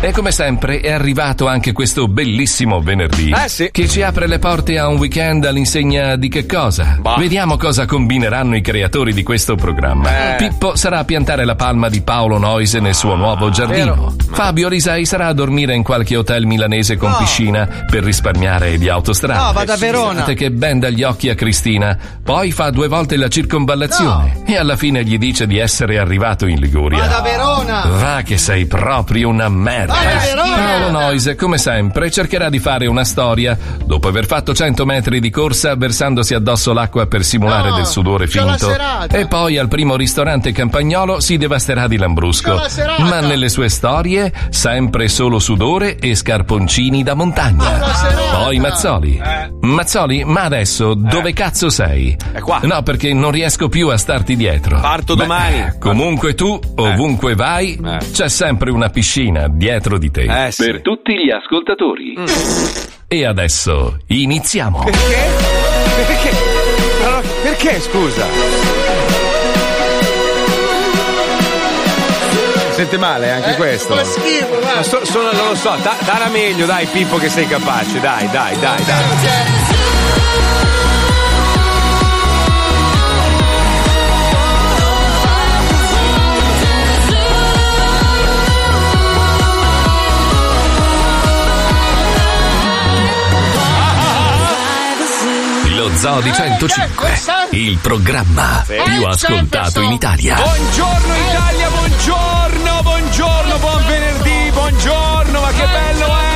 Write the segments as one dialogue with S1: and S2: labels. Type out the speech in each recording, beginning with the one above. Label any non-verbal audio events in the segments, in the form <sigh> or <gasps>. S1: E come sempre è arrivato anche questo bellissimo venerdì
S2: Eh sì.
S1: che ci apre le porte a un weekend all'insegna di che cosa? Vediamo cosa combineranno i creatori di questo programma.
S2: Eh.
S1: Pippo sarà a piantare la palma di Paolo Noise nel suo
S3: Ah,
S1: nuovo giardino. Fabio Risai sarà a dormire in qualche hotel milanese con piscina per risparmiare di autostrade.
S3: Oh. No, vado a Verona.
S1: Scusate che benda gli occhi a Cristina, poi fa due volte la circonvallazione e alla fine gli dice di essere arrivato in Liguria.
S3: Da Verona!
S1: Va che sei proprio una merda.
S3: Vai, Verona!
S1: Paolo Noise, come sempre, cercherà di fare una storia dopo aver fatto 100 metri di corsa versandosi addosso l'acqua per simulare
S3: No,
S1: del sudore
S3: c'ho la
S1: finto.
S3: serata.
S1: E poi al primo ristorante campagnolo si devasterà di
S3: C'ho
S1: lambrusco.
S3: la serata.
S1: Ma nelle sue storie, sempre solo sudore e scarponcini da
S2: Ah,
S1: montagna.
S3: serata.
S1: Poi Mazzoli. Mazzoli, ma adesso dove cazzo sei?
S2: Eh. È qua.
S1: No, perché non riesco più a starti dietro.
S2: Parto
S1: Beh, eh,
S2: domani.
S1: Comunque tu, ovunque vai,
S2: Eh.
S1: c'è sempre una piscina dietro di te.
S2: Eh sì. Mm.
S1: Per tutti gli ascoltatori. E adesso iniziamo.
S2: Perché? Perché? Allora, perché scusa? Sente male anche questo?
S3: Fa schifo,
S2: Eh, Ma
S3: guarda!
S2: so- sono- non lo so, da- dara meglio, dai Pippo che sei capace, dai, dai, dai, dai.
S1: Lo Zoo
S2: Eh,
S1: di
S2: ecco,
S1: 105. Il programma più ascoltato in Italia.
S2: Buongiorno Italia, buongiorno, buongiorno, buon venerdì, buongiorno,
S4: Eh,
S2: ma che bello eh. è!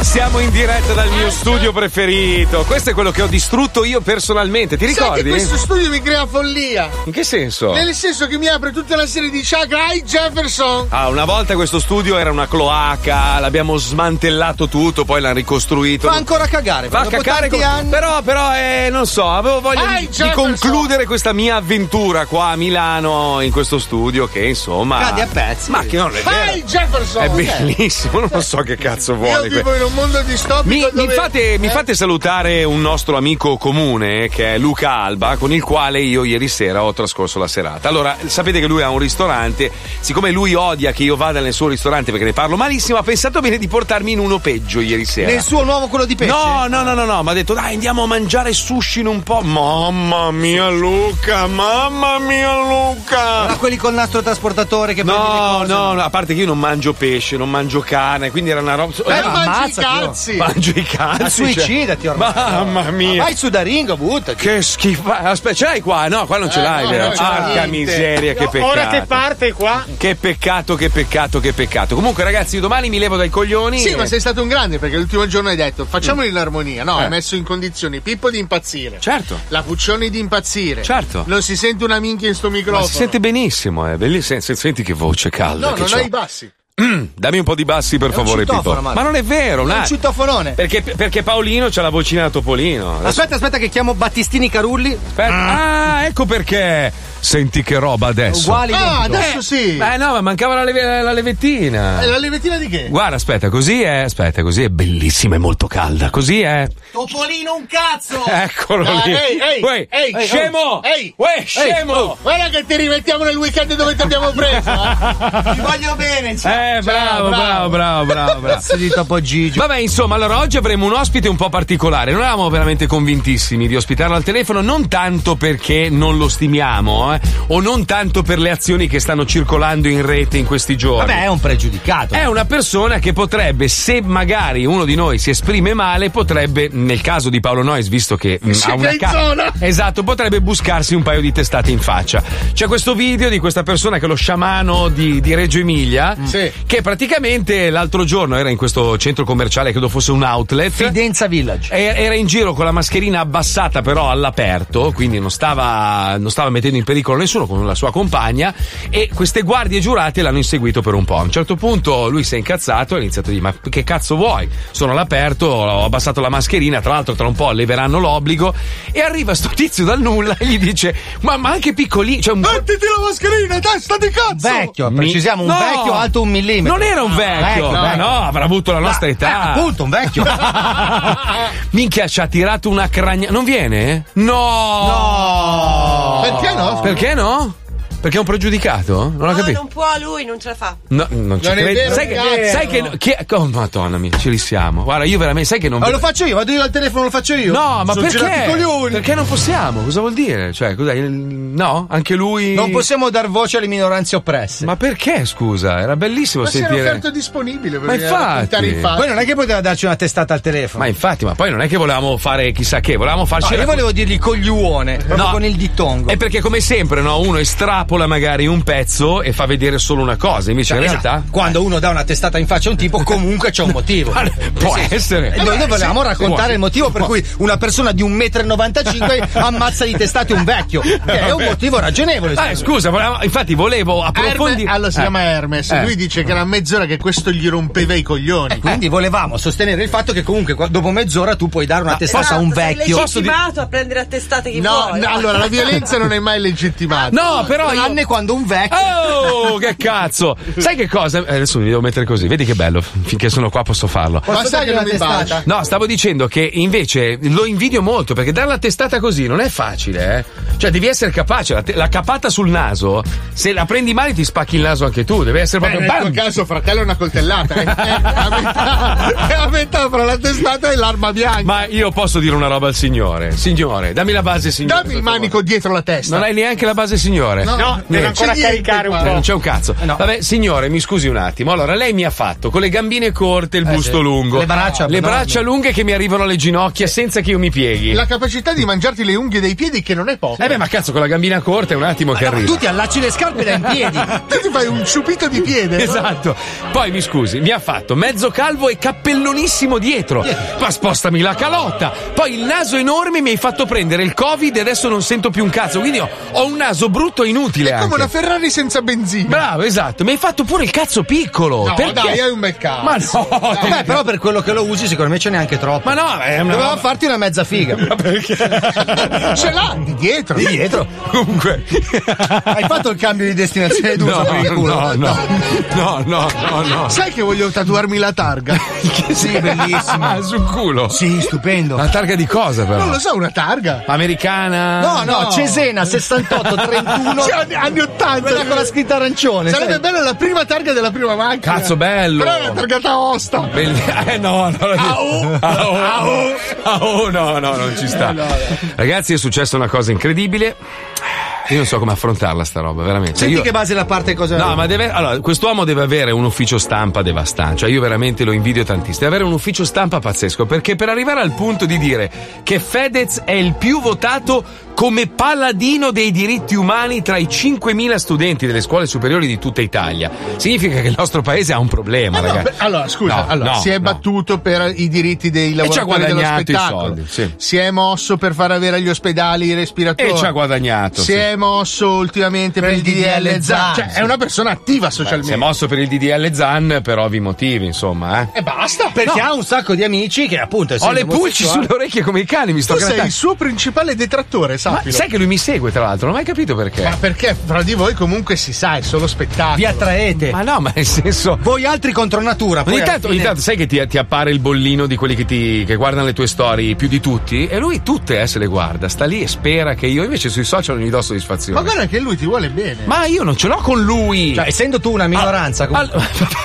S2: Siamo in diretta dal mio studio preferito. Questo è quello che ho distrutto io personalmente, ti
S3: Sai che
S2: ricordi? Oh.
S3: questo studio mi crea follia!
S2: In che senso?
S3: Nel senso che mi apre tutta la serie di chakra ai Jefferson!
S2: Ah, una volta questo studio era una cloaca, l'abbiamo smantellato tutto, poi l'hanno ricostruito.
S4: Fa ancora cagare,
S2: Va a
S4: dopo
S2: cacare
S4: tanti
S2: con-
S4: anni.
S2: Però, però, eh, non so, avevo voglia
S3: Vai,
S2: di, di
S3: Jefferson.
S2: concludere questa mia avventura qua a Milano, in questo studio che insomma.
S4: Cadi a pezzi.
S2: Ma che non è
S3: Fai
S2: vero.
S3: Jefferson!
S2: È bellissimo, non so che cazzo
S3: Io
S2: vuole.
S3: vivo in un mondo distopico
S2: Mi,
S3: dove... Eh?
S2: mi fate, mi fate salutare un nostro amico comune che è Luca Alba, con il quale io ieri sera ho trascorso la serata. Allora, sapete che lui ha un ristorante, siccome lui odia che io vada nel suo ristorante perché ne parlo malissimo, ha pensato bene di portarmi in uno peggio ieri sera.
S4: Nel suo nuovo quello di pesce?
S2: No, no, no, no, no, mi ha detto dai andiamo a mangiare sushi in un po'. Mamma mia Luca, mamma mia
S4: Ma
S2: Luca.
S4: quelli col nastro trasportatore che prendono le
S2: No,
S4: cose,
S2: no, no, a parte che io non mangio pesce, non mangio carne, quindi era una roba...
S3: Eh,
S4: Ma
S3: mangi i
S4: ammazzati, oh.
S3: cazzi!
S2: Mangio i cazzi.
S4: Ma suicidati
S2: cioè.
S4: ormai.
S2: Mamma mia.
S4: Vai su Daringo, buttati.
S2: Che schifo. Aspetta, ce l'hai qua? No, qua non ce
S3: Eh,
S2: l'hai,
S3: no,
S2: vero?
S3: non ce l'ho.
S2: Porca
S3: Niente.
S2: miseria, che peccato.
S5: Ora che parte qua,
S2: Che peccato, che peccato, che peccato. Comunque, ragazzi, io domani mi levo dai coglioni.
S3: Sì,
S2: e-
S3: ma sei stato un grande perché l'ultimo giorno hai detto facciamolo in armonia. No, hai messo in condizioni Pippo di impazzire.
S2: Eh. Certo.
S3: La Puccioni di impazzire.
S2: Certo.
S3: Non si sente una minchia in sto
S2: Ma
S3: microfono.
S2: si sente benissimo, eh. Bellissimo. Sen- Senti che voce calda
S3: No,
S2: che
S3: non
S2: c'ho.
S3: hai i bassi.
S2: <clears throat> Dammi un po' di bassi, per
S4: un
S2: favore,
S4: citofono,
S2: Pippo.
S4: Marco.
S2: Ma non è vero, un
S4: Un
S2: attimo.
S4: citofonone.
S2: Perché, perché Paolino c'ha la vocina da Topolino.
S4: Aspetta, aspetta, che chiamo Battistini Carulli.
S2: Aspetta. Ah, ecco perché. Senti che roba adesso.
S4: Uguali.
S3: Ah,
S4: identico.
S3: adesso sì.
S2: Eh no, ma mancava la, leve- la levettina.
S3: Eh, La levettina di che?
S2: Guarda, aspetta, così è, aspetta, così è bellissima e molto calda. Così è.
S4: Topolino, un
S2: <laughs>
S4: cazzo!
S2: Eccolo
S3: Ah,
S2: lì.
S3: ehi, ehi,
S2: Uè,
S3: ehi, oh.
S2: scemo!
S3: Ehi. oh,
S2: Uè, scemo!
S3: Guarda che ti rimettiamo nel weekend dove ti abbiamo preso. eh.
S2: <laughs>
S4: Ti voglio bene, ciao.
S2: Eh, bravo, bravo, bravo,
S3: bravo.
S2: bravo, bravo.
S4: Cazzo di Topo Gigio.
S2: Vabbè, insomma, allora oggi avremo un ospite un po' particolare. Non eravamo veramente convintissimi di ospitarlo al telefono, non tanto perché non lo stimiamo, eh, o non tanto per le azioni che stanno circolando in rete in questi giorni.
S4: Vabbè, è un pregiudicato.
S2: È una persona che potrebbe, se magari uno di noi si esprime male, potrebbe, nel caso di Paolo Noyes, visto che mm, ha
S3: Siete
S2: una
S3: in
S2: ca-
S3: zona.
S2: <laughs> Esatto, potrebbe buscarsi un paio di testate in faccia. C'è questo video di questa persona che è lo sciamano di, di Reggio Emilia,
S4: Mm.
S3: Sì.
S2: che praticamente l'altro giorno era in questo centro commerciale, credo fosse un outlet.
S4: Fidenza Village.
S2: E- Era in giro con la mascherina abbassata, però all'aperto, quindi non stava, non stava mettendo in pericolo nessuno con la sua compagna e queste guardie giurate l'hanno inseguito per un po'. A un certo punto lui si è incazzato e ha iniziato a dire ma che cazzo vuoi? Sono all'aperto, ho abbassato la mascherina, tra l'altro tra un po' leveranno l'obbligo e arriva sto tizio dal nulla e gli dice ma, ma anche piccolino... Cioè un...
S3: Mettiti la mascherina, testa di cazzo!
S4: Vecchio,
S2: Mi-
S4: precisiamo, un
S2: No!
S4: vecchio alto un millimetro.
S2: Non era un
S4: Ah,
S2: vecchio, ma no, avrà avuto la nostra
S4: Ah,
S2: età.
S4: eh, appunto, un vecchio.
S2: <laughs> Minchia, ci ha tirato una cragna. Non viene? No!
S3: Perché no?
S2: Ah, Perché no? Perché è un pregiudicato? Non ho
S5: No,
S2: capito.
S5: non può lui, non ce la fa.
S2: No, non ci
S3: Non è
S2: credo.
S3: vero,
S2: sai che,
S3: cazzo.
S2: sai che, che- oh, madonna mia, ce li siamo. Guarda, io veramente, sai che non.
S4: Ma Ah, lo faccio io, vado io al telefono, lo faccio io.
S2: No, ma
S4: Sono girati i
S2: perché?
S4: coglioni.
S2: Perché non possiamo? Cosa vuol dire? Cioè, cos'è? Il- No? Anche lui.
S4: Non possiamo dar voce alle minoranze oppresse.
S2: Ma perché, scusa? Era bellissimo
S3: Ma se era
S2: sentire.
S3: offerto disponibile per
S2: Ma
S3: venire a
S2: infatti.
S3: raccontare i fatti.
S4: Poi non è che poteva darci una testata al telefono.
S2: Ma infatti, ma poi non è che volevamo fare chissà che, volevamo farci.
S4: No, io
S2: raccon-
S4: volevo dirgli cogliuone, proprio
S2: No.
S4: con il dittongo.
S2: È perché, come sempre, no, uno estrapola magari un pezzo e fa vedere solo una cosa, invece in
S4: Esatto.
S2: realtà.
S4: Quando uno dà una testata in faccia a
S2: <laughs>
S4: un tipo, comunque c'è un motivo.
S2: Ma- Può
S4: Nel senso-
S2: essere. Eh,
S4: E noi noi volevamo raccontare
S2: Può.
S4: il motivo per cui una persona di 1,95 m ammazza di testate un vecchio. Che è un motivo ragionevole.
S2: Eh, scusa, volevamo- infatti volevo
S3: Hermes,
S2: approfondire.
S3: allora si
S2: Eh.
S3: chiama Hermes.
S2: Eh.
S3: Lui dice che era mezz'ora che questo gli rompeva i coglioni.
S4: Eh, Quindi volevamo sostenere il fatto che comunque qua- dopo mezz'ora tu puoi dare una testata a un
S5: Esatto, sei
S4: vecchio.
S5: legittimato a prendere a testate chi
S3: No,
S5: vuole.
S3: no, allora la
S5: <laughs>
S3: violenza non è mai legittimata.
S2: No, però io.
S4: Tranne quando un vecchio.
S2: Oh, che cazzo! Sai che cosa? Eh, Adesso mi devo mettere così, vedi che bello. Finché sono qua posso farlo.
S3: Ma sai che non mi baci?
S2: No, stavo dicendo che invece lo invidio molto perché dare la testata così non è facile, eh. Cioè, devi essere capace. La, te- la capata sul naso, se la prendi male ti spacchi il naso anche tu. Devi essere
S3: Beh, nel
S2: proprio.
S3: tuo
S4: ecco
S2: bam!
S3: caso, fratello, è una
S2: <laughs>
S3: coltellata. eh. È a metà, è a metà fra la testata e l'arma bianca.
S2: Ma io posso dire una roba al signore. Signore, dammi la base, signore.
S3: Dammi
S2: per
S3: il manico dietro la testa.
S2: Non hai neanche la base, signore.
S3: no,
S2: devo
S3: ancora caricare un
S2: Eh, non c'è un cazzo. Vabbè, signore, mi scusi un attimo. Allora, lei mi ha fatto con le gambine corte, il busto
S4: sì.
S2: lungo,
S4: Le braccia
S2: le
S4: enormi.
S2: braccia lunghe che mi arrivano alle ginocchia senza che io mi pieghi.
S3: La capacità di mangiarti le unghie dei piedi, che non è poco.
S2: Eh beh, ma cazzo, con la gambina corta è un attimo che arriva.
S4: Tu ti allacci le scarpe dai piedi.
S3: <laughs> Tu ti fai un ciupito di piede.
S2: Esatto. Poi mi scusi, mi ha fatto mezzo calvo e cappellonissimo dietro. Ma spostami la calotta. Poi il naso enorme mi hai fatto prendere il Covid e adesso non sento più un cazzo. Quindi ho, ho un naso brutto e inutile.
S3: Come
S2: anche.
S3: una Ferrari senza benzina.
S2: Bravo, esatto. Mi hai fatto pure il cazzo piccolo.
S3: No,
S2: Perché?
S3: dai, hai un bel cazzo.
S2: Ma <laughs> no, te-
S4: Beh, però per quello che lo usi, secondo me ce n'è anche troppo.
S2: ma no, è una
S4: Doveva
S2: roba-
S4: farti una mezza
S3: <laughs>
S4: figa. <laughs>
S3: Ce l'ha di dietro.
S4: Di dietro.
S2: Comunque.
S4: Hai fatto il cambio di destinazione d'uso
S2: No,
S4: per il culo?
S2: no, no, no, no, no, Oh, no.
S3: Sai che voglio tatuarmi la targa?
S2: <laughs>
S4: Sì,
S2: Ah, <laughs>
S4: bellissimo.
S2: sul culo.
S4: Sì, stupendo.
S2: La targa di cosa, però?
S3: Non lo so, una targa.
S2: Americana.
S4: No, no, Cesena 68 31
S3: Sì, anni- anni 80.
S4: quella con la scritta arancione.
S3: Sarebbe
S4: sai?
S3: bella la prima targa della prima macchina.
S2: Cazzo, bello.
S3: Però è una targata osta.
S2: Bell- eh no, Oh. no,
S4: Ah, oh.
S3: Au.
S2: <laughs> Au, au, au, Ah, oh, no, no, non ci
S3: Eh,
S2: sta. Ragazzi, è successa una cosa incredibile. Io non so come affrontarla sta roba, veramente. Cioè,
S4: Senti
S2: io-
S4: che base la parte cosa
S2: No, ma deve. Allora, quest'uomo deve avere un ufficio stampa devastante. Cioè, io veramente lo invidio tantissimo. Deve avere un ufficio stampa pazzesco. Perché per arrivare al punto di dire che Fedez è il più votato come paladino dei diritti umani tra i 5.000 studenti delle scuole superiori di tutta Italia, significa che il nostro paese ha un problema,
S3: Eh no,
S2: ragazzi.
S3: beh, allora, scusa,
S2: No,
S3: allora,
S2: no,
S3: si è
S2: no.
S3: battuto per i diritti dei
S2: ci ha
S3: lavoratori dello
S2: guadagnato i
S3: spettacolo.
S2: soldi, sì.
S3: Si è mosso per far avere agli ospedali i respiratori.
S2: E ci ha guadagnato.
S3: Si
S2: sì.
S3: è mosso ultimamente per, il DDL Zan. Cioè, è una persona attiva
S2: Beh, si
S3: socialmente.
S2: è mosso per il DDL Zan per ovvi motivi, insomma. eh.
S3: e basta.
S4: Perché
S3: No,
S4: ha un sacco di amici che appunto
S2: Ho
S4: essendo
S2: le pulci
S4: omosessuali-
S2: sulle orecchie come i cani, mi sto
S3: tu sei
S2: grattando.
S3: il suo principale detrattore,
S2: Ma
S3: sappilo.
S2: sai che lui mi segue, tra l'altro, non ho mai capito perché.
S3: Ma perché fra di voi comunque si sa, è solo spettacolo.
S4: vi attraete.
S2: Ma no, ma nel senso.
S4: Voi altri contro natura. poi
S2: Ogni
S4: alla
S2: tanto, ogni
S4: fine-
S2: tanto sai che ti, ti appare il bollino di quelli che, ti, che guardano le tue storie più di tutti? E lui tutte eh, se le guarda, sta lì e spera che io invece sui social non gli do
S3: Ma
S2: soddisfazione. Ma,
S3: guarda che lui ti vuole bene.
S2: io non ce l'ho con lui.
S4: Cioè, essendo tu una minoranza, comunque-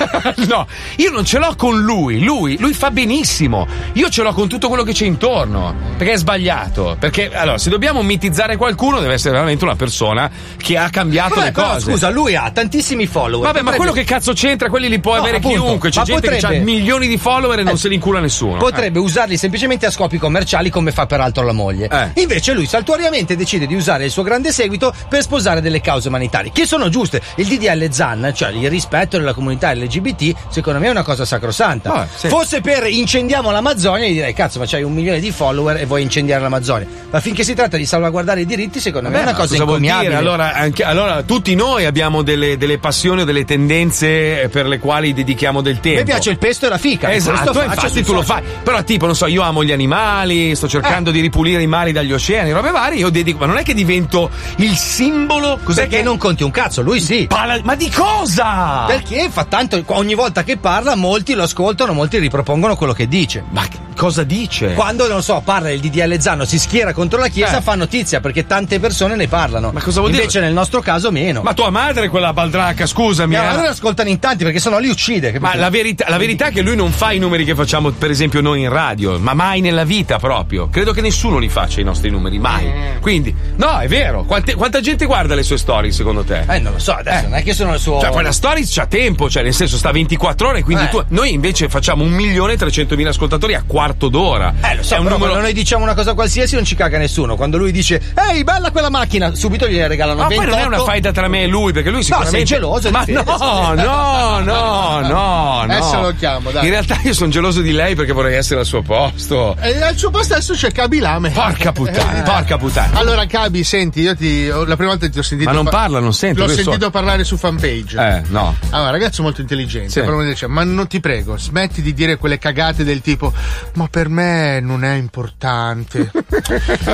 S2: Ah, Al- <laughs> no, io non ce l'ho con lui. Lui, lui fa benissimo. Io ce l'ho con tutto quello che c'è intorno. Perché è sbagliato. Perché, allora, se dobbiamo mitizzare qualcuno, deve essere veramente una persona che ha cambiato
S4: Vabbè,
S2: le
S4: però,
S2: cose.
S4: scusa, lui ha tantissimi follower.
S2: Vabbè, ma
S4: Potrebbe-
S2: quello che cazzo c'entra? Quelli li può
S4: No,
S2: avere
S4: appunto.
S2: chiunque. C'è
S4: Ma
S2: gente che ha
S4: potrebbe-
S2: milioni di follower e non
S4: Eh.
S2: se li incula nessuno.
S4: Potrebbe usarli semplicemente a scopi commerciali come fa peraltro la moglie.
S2: Eh.
S4: Invece lui saltuariamente decide di usare il suo grande seguito per sposare delle cause umanitarie, che sono giuste. Il DDL Zan, cioè il rispetto della comunità LGBT, secondo me è una cosa sacrosanta.
S6: Ah, sì.
S4: Fosse per incendiamo l'Amazzonia, gli direi cazzo, ma c'hai un milione di follower e vuoi incendiare l'Amazzonia. Ma finché si tratta di salvaguardare i diritti, secondo me
S2: Beh,
S4: è una
S2: ma
S4: cosa
S2: cosa vuol dire?
S4: encomiabile.
S2: Allora, anche- allora, tutti noi abbiamo delle, delle passioni o delle tendenze eh, per le quali dedichiamo del tempo.
S4: Mi piace il pesto e la fica.
S2: Esatto,
S4: Questo faccio
S2: infatti
S4: sui
S2: tu lo
S4: social.
S2: fai. Però, tipo, non so, io amo gli animali, sto
S4: Eh.
S2: cercando di ripulire i mari dagli oceani, robe varie, io dedico. Ma non è che divento il simbolo. Cos'è
S4: Perché
S2: che
S4: non conti un cazzo, lui sì.
S2: Pala- ma di cosa?
S4: Perché fa tanto, ogni volta che parla, molti lo ascoltano, molti ripropongono quello che dice.
S2: Ma che- cosa dice?
S4: Quando, non so, parla il DDL Zanno, si schiera contro la Chiesa, fa notizia perché tante persone ne parlano.
S2: Eh. Ma cosa vuol dire?
S4: Invece nel nostro caso meno.
S2: Ma tua madre è quella baldracca, scusami.
S4: Mia
S2: eh.
S4: madre lo ascoltano in tanti perché sennò li uccide. capito?
S2: Ma la verità, la verità è che lui non fa i numeri che facciamo, per esempio, noi in radio, ma mai nella vita proprio. Credo che nessuno li faccia i nostri numeri,
S4: Eh.
S2: mai. Quindi, no, è vero. Quante- quanta gente guarda le sue storie, secondo te?
S4: Eh, non lo so, adesso non è che sono il suo.
S2: Cioè, poi la story c'ha tempo, cioè, nel senso, sta 24 ore, quindi
S4: Eh.
S2: tu- noi invece facciamo 1.300.000 ascoltatori a quarto d'ora.
S4: Eh, lo so,
S2: è un
S4: però
S2: numero.
S4: quando noi diciamo una cosa qualsiasi non ci caga nessuno. Quando lui dice "Ehi, bella quella macchina", subito gliene regalano
S2: Ma
S4: 28.
S2: poi non è una faida tra me e lui, perché lui sicuramente.
S4: sei geloso di
S2: Ma
S4: te,
S2: no, no,
S4: adesso.
S2: no, no, no.
S3: Adesso lo chiamo, dai.
S2: In realtà io sono geloso di lei perché vorrei essere al suo posto.
S3: E Eh, al suo posto adesso c'è Cabi Lame. Eh,
S2: Porca
S4: Eh.
S2: puttana, porca puttana.
S3: Allora, Cabi, senti, io ti. La prima volta che ti ho sentito.
S2: Ma non
S3: fa-
S2: parla, non sente,
S3: L'ho
S2: lui
S3: sentito
S2: so-
S3: parlare su fanpage.
S2: Eh, no.
S3: Allora, ragazzo molto intelligente,
S2: Sì.
S3: però mi dice, ma non ti prego, smetti di dire quelle cagate del tipo, ma per me non
S2: <laughs>
S3: è importante.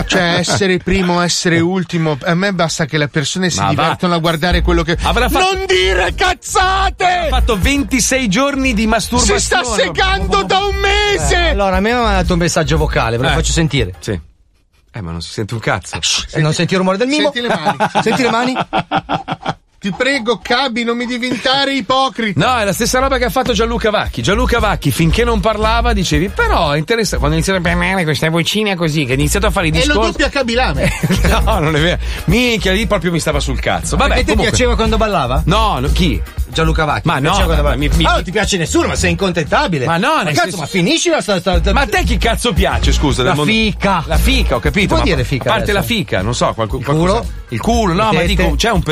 S3: cioè, essere primo, essere ultimo, a me basta che le persone si
S2: Ma va.
S3: divertano a guardare quello che...
S2: Avrà fatto-
S3: Non dire
S2: Ha
S3: cazzate!
S2: fatto 26 giorni di
S3: Si
S2: masturbazione.
S3: sta segando da un mese!
S4: Eh, Allora, a me mi ha mandato un messaggio vocale, ve lo
S2: Eh.
S4: faccio sentire.
S2: Sì. Eh, ma non si sente un cazzo.
S4: Se non senti il rumore del mimo.
S3: Senti le
S2: <laughs>
S3: mani.
S4: <laughs> Senti le mani?
S3: Ti prego, Cabi, non mi diventare ipocrita.
S2: No, è la stessa roba che ha fatto Gianluca Vacchi. Gianluca Vacchi, finché non parlava, dicevi, però è interessante. Quando iniziano a parlare questa vocina così, che ha iniziato a fare i
S3: E lo
S2: discorsi.
S3: doppia Cabi Lame.
S2: <laughs> no, non è vero. Minchia, lì proprio mi stava sul cazzo. Vabbè,
S4: Perché ti
S2: comunque-
S4: piaceva quando ballava?
S2: No, no, chi?
S4: Gianluca Vacchi.
S2: Ma
S4: Ti
S2: no,
S4: piaceva quando
S2: ma
S4: ballava?
S2: mi- mi-
S4: Ah, non ti piace nessuno, ma sei incontentabile.
S2: Ma no,
S4: ma
S2: nel
S4: cazzo,
S2: senso-
S4: ma finisci la sta, sta, sta-
S2: Ma a te chi cazzo piace, Cioè, scusa? del
S4: La
S2: mondo-
S4: fica.
S2: La fica, ho capito.
S4: Vuol
S2: ma
S4: dire
S2: a
S4: fica
S2: parte
S4: adesso?
S2: la fica, non so, qualcuno.
S4: culo?
S2: Il culo, no,
S4: Le
S2: ma
S4: tette?
S2: dico, c'è un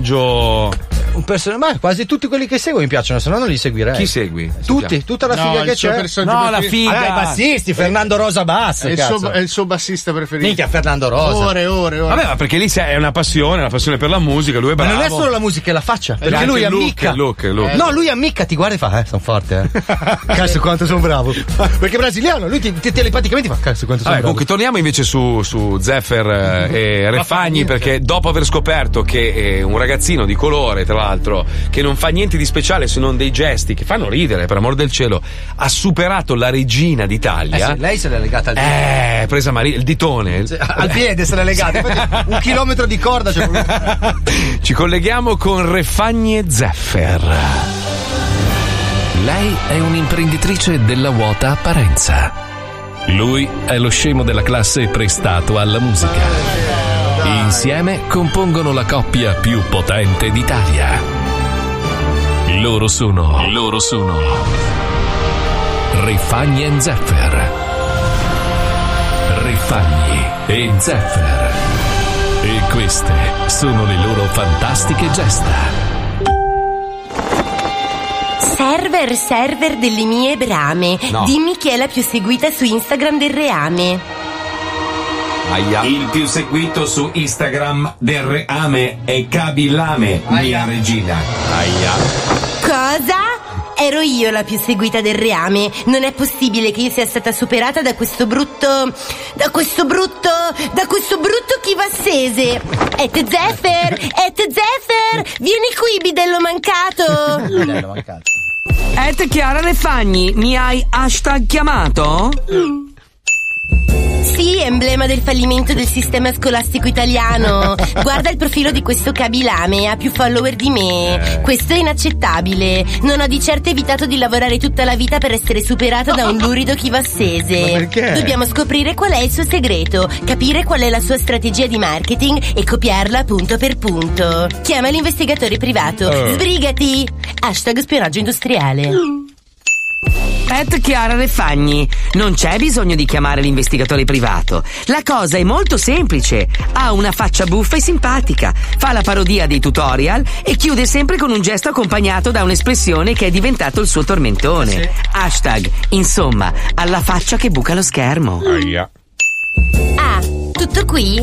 S2: personaggio.
S4: un person- ma quasi tutti quelli che seguo mi piacciono, se no non li seguirei.
S2: Chi segui?
S4: Tutti, tutta la
S3: No,
S4: figa
S3: il
S4: che
S3: suo
S4: c'è.
S3: personaggio
S2: No, la
S3: preferito-
S2: figa. Eh,
S4: Ah, i bassisti, Fernando Rosa Bass,
S3: È il,
S4: cazzo.
S3: suo, è il suo bassista preferito.
S4: Minchia Fernando Rosa.
S3: Ore, ore, ore.
S2: Vabbè, ma perché lì è una passione, una passione per la musica, lui è
S4: Ma
S2: bravo.
S4: non è solo la musica, è la faccia. Perché
S2: anche
S4: lui
S2: il look,
S4: ammicca.
S2: il look, il look.
S4: No, lui ammicca, ti guarda e fa, eh, sono forte, eh. Cazzo, quanto sono <laughs> bravo. Perché è brasiliano, lui ti, ti telepaticamente fa, cazzo, quanto sono
S2: Vabbè,
S4: bravo.
S2: comunque torniamo invece su, su Zephyr
S4: Mm.
S2: eh, e Refagni perché dopo aver scoperto che eh, un ragazzino di colore tra l'altro che non fa niente di speciale se non dei gesti che fanno ridere per amor del cielo ha superato la regina
S4: Eh
S2: d'Italia
S4: sì, lei se l'è legata al
S2: Eh, presa Maria, il ditone.
S4: al piede se l'è legata. Infatti, Un chilometro di corda c'è
S2: <laughs>
S4: proprio.
S2: Ci colleghiamo con Refagne Zeffer.
S1: Lei è un'imprenditrice della vuota apparenza. Lui è lo scemo della classe prestato alla musica. Insieme compongono la coppia più potente d'Italia. Loro sono. Loro sono. Refagni e Zeffer. Refagni e Zeffer. E queste sono le loro fantastiche gesta.
S7: Server, server delle mie brame.
S2: No.
S7: Dimmi chi è la più seguita su Instagram del reame.
S2: Aia.
S8: Il più seguito su Instagram del reame è Cabilame, mia regina.
S7: Cosa? Ero io la più seguita del reame. Non è possibile che io sia stata superata da questo brutto. da questo brutto. da questo brutto chivassese. Et Zephyr! Et Zephyr! Vieni qui, bidello mancato!
S4: Bello, mancato.
S9: Et Chiara Refagni, mi hai hashtag chiamato?
S7: Sì, emblema del fallimento del sistema scolastico
S2: <laughs>
S7: italiano. Guarda il profilo di questo cabilame, ha più follower di
S2: Eh.
S7: me. Questo è inaccettabile. Non ho di certo evitato di lavorare tutta la vita per essere superata da un lurido chivassese.
S2: Ma perché?
S7: Dobbiamo scoprire qual è il suo segreto, capire qual è la sua strategia di marketing e copiarla punto per punto. Chiama
S2: Eh. <gasps>
S7: l'investigatore privato. Sbrigati! Hashtag spionaggio industriale. <laughs>
S9: At Chiara Refagni. Non c'è bisogno di chiamare l'investigatore privato. La cosa è molto semplice. Ha una faccia buffa e simpatica. Fa la parodia dei tutorial e chiude sempre con un gesto accompagnato da un'espressione che è diventato il suo tormentone.
S10: Sì.
S9: Hashtag, insomma, alla faccia che buca lo schermo.
S7: Ah, tutto qui?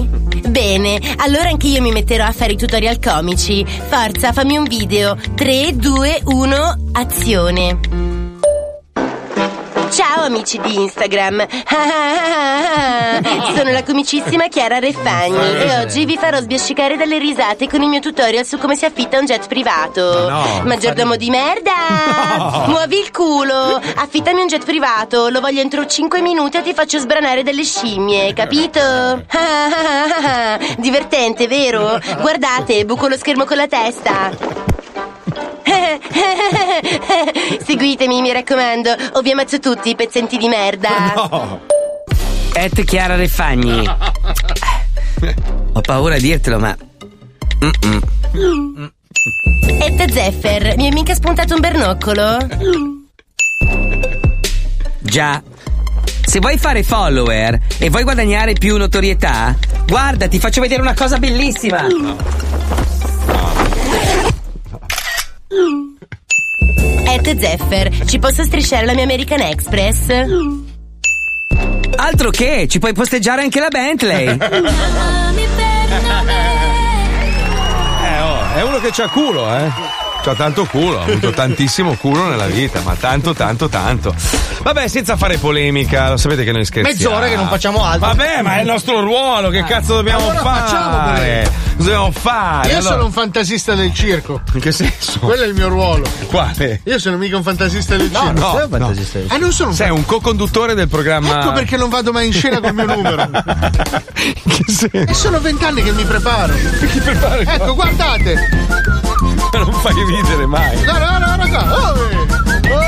S7: Bene, allora anche io mi metterò a fare i tutorial comici. Forza, fammi un video. 3, 2, 1, azione. Ciao amici di Instagram, <laughs> sono la comicissima Chiara Refagni e oggi vi farò sbiascicare dalle risate con il mio tutorial su come si affitta un jet privato.
S11: Ma no.
S7: Maggiordomo di merda,
S11: No.
S7: muovi il culo, affittami un jet privato, lo voglio entro 5 minuti e ti faccio sbranare delle scimmie, capito? <laughs> Divertente, vero? Guardate, buco lo schermo con la testa. <laughs> Seguitemi, mi raccomando, o vi ammazzo tutti, pezzenti di merda.
S9: At Chiara Refagni. Ho paura a dirtelo, ma. Mm-mm.
S7: Etta Zeffer, mi è mica spuntato un bernoccolo?
S9: Già. Se vuoi fare follower e vuoi guadagnare più notorietà, guarda, ti faccio vedere una cosa bellissima.
S7: Etta Zeffer, ci posso strisciare la mia American Express?
S9: Altro che, ci puoi posteggiare anche la Bentley.
S2: Eh, oh, è uno che c'ha culo, eh. C'ha tanto culo, ha avuto tantissimo culo nella vita, ma tanto, tanto, tanto. Vabbè, senza fare polemica, lo sapete che noi scherziamo.
S4: Mezz'ora che non facciamo altro.
S2: Vabbè, ma è il nostro ruolo, che cazzo dobbiamo
S3: Allora facciamo
S2: fare?
S3: quello.
S2: Cosa dobbiamo fare?
S3: Io
S2: Allora-
S3: sono un fantasista del circo.
S2: In che senso?
S3: Quello è il mio ruolo.
S2: Quale?
S3: Io sono mica un fantasista del
S2: No,
S3: circo.
S2: non sei un fantasista del
S3: Ah, non sono un
S2: Sei un co-conduttore del programma.
S3: Ecco perché non vado mai in
S2: <laughs>
S3: scena col mio numero.
S2: che senso?
S3: È solo vent'anni che mi preparo. Ecco, guardate.
S2: <laughs> non fai ridere mai.
S3: No, no, no, no, no. Oh, eh. Oh,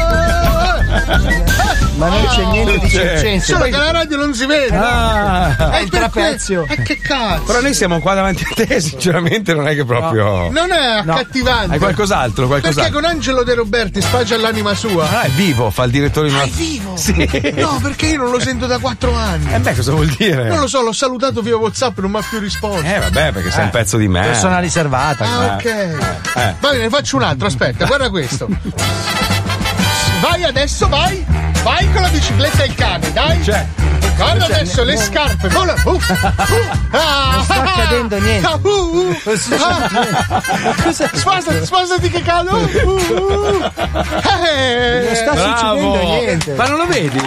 S3: eh.
S6: Ma non c'è niente di
S2: Ah. C'è.
S6: circense.
S3: Solo
S6: poi-
S3: che la radio non si vede.
S2: Ah.
S3: È
S6: Il
S3: per
S6: trapezio.
S3: que- eh, che cazzo.
S2: Però noi siamo qua davanti a te, sinceramente non è che proprio.
S3: Non è accattivante.
S2: Hai qualcos'altro,
S3: Perché
S2: qualcos'altro.
S3: con Angelo De Roberti sfaggia l'anima sua.
S2: Ah, è vivo, fa il direttore di una.
S3: Ah, È vivo!
S2: Sì.
S3: <laughs> No, perché io non lo sento da quattro anni.
S2: Eh beh, cosa vuol dire?
S3: Non lo so, l'ho salutato via WhatsApp e non mi ha più risposto.
S2: Eh vabbè, perché sei un pezzo di merda.
S4: Persona riservata.
S3: Ah, ok.
S2: Eh.
S3: Va bene, ne faccio un altro, aspetta, guarda questo. Vai adesso, vai! Vai con la bicicletta e il cane, dai!
S2: C'è.
S3: Guarda
S6: C'è,
S3: adesso
S6: ne-
S3: le
S6: ne-
S3: scarpe, con la. Uh, uh, ah,
S6: Non sta
S3: ah,
S6: accadendo niente.
S3: ah, uh, uh, ah.
S6: Cosa-
S3: Spostati, spostati che cado! Uh, uh. Eh.
S6: Non sta succedendo niente.
S2: Ma non lo vedi?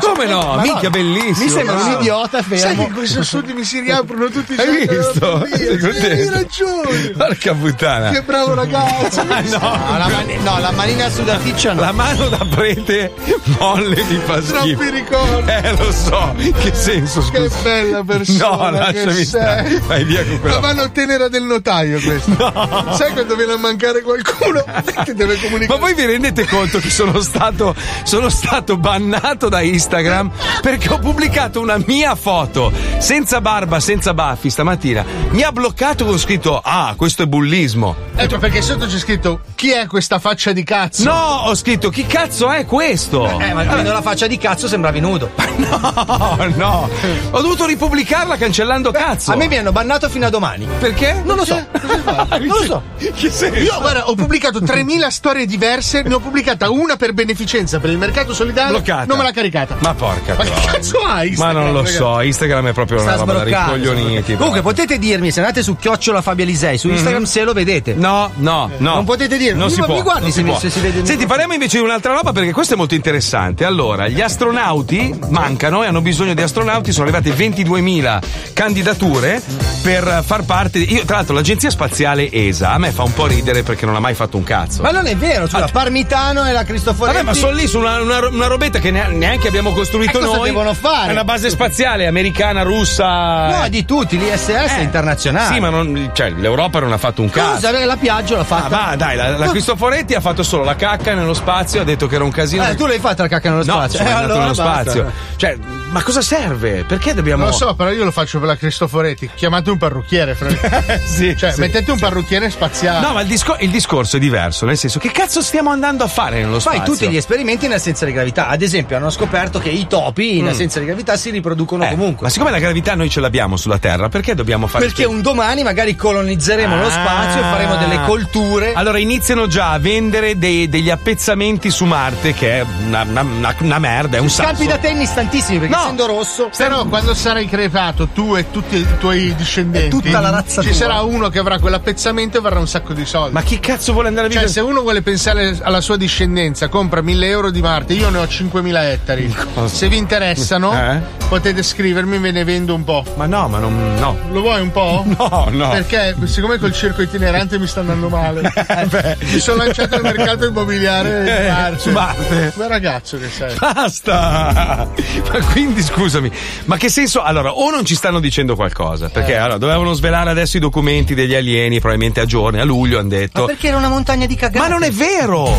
S2: Come no?
S6: Ma
S2: Minchia,
S6: no.
S2: bellissimo.
S6: Mi sembra un
S2: bravo.
S6: idiota
S3: Sai che
S6: fermo.
S3: in questo studio mi si riaprono tutti i
S2: Hai
S3: giorni?
S2: visto? <laughs>
S3: Oddio,
S2: Sei
S3: sì, Hai
S2: contento?
S3: ragione!
S2: Porca puttana.
S3: Che bravo ragazzo!
S2: Ah,
S3: Ah,
S6: No, la, mani- no, la manina sudaticcia no.
S2: La mano da prete molle mi fa schifo.
S3: Troppi ricordi!
S2: Eh, lo so. Che senso,
S3: Che
S2: scusa.
S3: bella persona!
S2: No, lasciami
S3: che
S2: stare.
S3: sei.
S2: Vai via con
S3: La
S2: quella.
S3: mano tenera del notaio questa. Sai quando viene a mancare qualcuno ti deve
S2: Ma
S3: comunicare.
S2: voi vi rendete conto che sono stato, sono stato bannato da Instagram perché ho pubblicato una mia foto senza barba, senza baffi stamattina. Mi ha bloccato con scritto: Ah, questo è bullismo.
S3: Ecco perché sotto c'è scritto chi è questa faccia di cazzo?
S2: No, ho scritto: Chi cazzo è questo?
S4: Eh, ma avendo la faccia di cazzo sembravi nudo.
S2: No, Oh, no. Ho dovuto ripubblicarla cancellando cazzo.
S4: A me mi hanno bannato fino a domani.
S2: Perché? Cioè,
S4: Non lo so.
S2: <laughs>
S4: Non lo so.
S2: Che senso?
S3: Io guarda, ho pubblicato 3000 storie diverse, ne ho pubblicata una per beneficenza per il mercato solidale,
S2: Bloccata.
S3: non me l'ha caricata.
S2: Ma porca
S3: Ma che
S2: troia.
S3: cazzo hai?
S2: Ma non lo
S3: ragazzi?
S2: so, Instagram è proprio
S4: Sta
S2: una roba da
S4: sbroccando.
S2: ricoglioniti.
S4: Comunque potete dirmi se andate su Chiocciola Fabia Lisei su Instagram se lo vedete.
S2: Mhm. No, no, no.
S4: Non potete dire.
S2: Non
S4: Mi-
S2: si
S4: mi
S2: può.
S4: guardi
S2: non
S4: se mi- se si vede il
S2: Senti,
S4: microfono.
S2: parliamo invece di un'altra roba perché questo è molto interessante. Allora, gli astronauti mancano e hanno bisogno di astronauti. Sono arrivate 22.000 candidature per far parte. di- Io, tra l'altro, l'agenzia spaziale ESA a me fa un po' ridere perché non ha mai fatto un cazzo.
S4: Ma non è vero, scusa, Parmitano e la Cristoforetti.
S2: Ah, Vabbè, ma sono lì su una, una- una robetta che ne- neanche abbiamo costruito
S4: Eh, cosa
S2: noi.
S4: devono fare?
S2: È una base spaziale americana, russa.
S4: No, di tutti, l'ISS
S2: Eh.
S4: internazionale.
S2: Sì, ma non- cioè, l'Europa non ha fatto un cazzo.
S4: Scusa, beh, la Piaggio l'ha
S2: Ah,
S4: fatta.
S2: va, dai, la, la Cristoforetti ha fatto solo la cacca nello spazio, ha detto che era un casino.
S4: Eh, tu l'hai fatta la cacca nello
S2: No,
S4: spazio.
S2: sono
S4: Eh,
S2: andato
S4: allora
S2: nello
S4: basta.
S2: spazio. Cioè,
S4: ma cosa serve? Perché dobbiamo.
S3: Non lo so, però io lo faccio per la Cristoforetti. Chiamate un parrucchiere, fra-
S4: Sì,
S3: cioè,
S4: sì.
S3: mettete un parrucchiere
S4: Ah.
S3: spaziale.
S2: No, ma il, discor- il discorso è diverso, nel senso, che cazzo stiamo andando a fare nello
S4: Fai
S2: spazio?
S4: tutti gli esperimenti in assenza di gravità. Ad esempio, hanno scoperto che i topi
S2: Mm.
S4: in assenza di gravità si riproducono
S2: Eh,
S4: comunque.
S2: Ma siccome la gravità noi ce l'abbiamo sulla Terra, perché dobbiamo fare Ah.
S4: Perché un domani magari colonizzeremo lo spazio e faremo delle colture.
S2: Allora iniziano già a vendere dei- degli appezzamenti su Marte, che è una, una- una- una merda, è un
S12: Campi
S2: sasso.
S12: da tennis tantissimi perché essendo rosso.
S3: Però quando sarai crepato tu e tutti i tuoi discendenti,
S12: tutta la razza
S3: ci
S12: tua.
S3: sarà uno che avrà quell'appezzamento e varrà un sacco di soldi.
S2: Ma chi cazzo vuole andare a
S3: Cioè,
S2: vivere?
S3: se uno vuole pensare alla sua discendenza, compra 1000 euro di Marte. Io ne ho 5000 ettari.
S2: Cosa?
S3: Se vi interessano,
S2: Eh?
S3: potete scrivermi, ve ne vendo un po'.
S2: Ma no, ma non. No.
S3: Lo vuoi un po'?
S2: <laughs> No, no.
S3: Perché, siccome col circo itinerante mi sta
S2: <laughs>
S3: andando male, mi sono lanciato al mercato immobiliare di
S2: Eh,
S3: Marte.
S2: su Marte.
S3: Ma ragazzo che sei.
S2: Basta! Ma quindi scusami, ma che senso? Allora, o non ci stanno dicendo qualcosa, perché allora dovevano svelare adesso i documenti degli alieni, probabilmente a giorni, a luglio hanno detto.
S12: Perché era una montagna di cagate.
S2: Ma non è vero!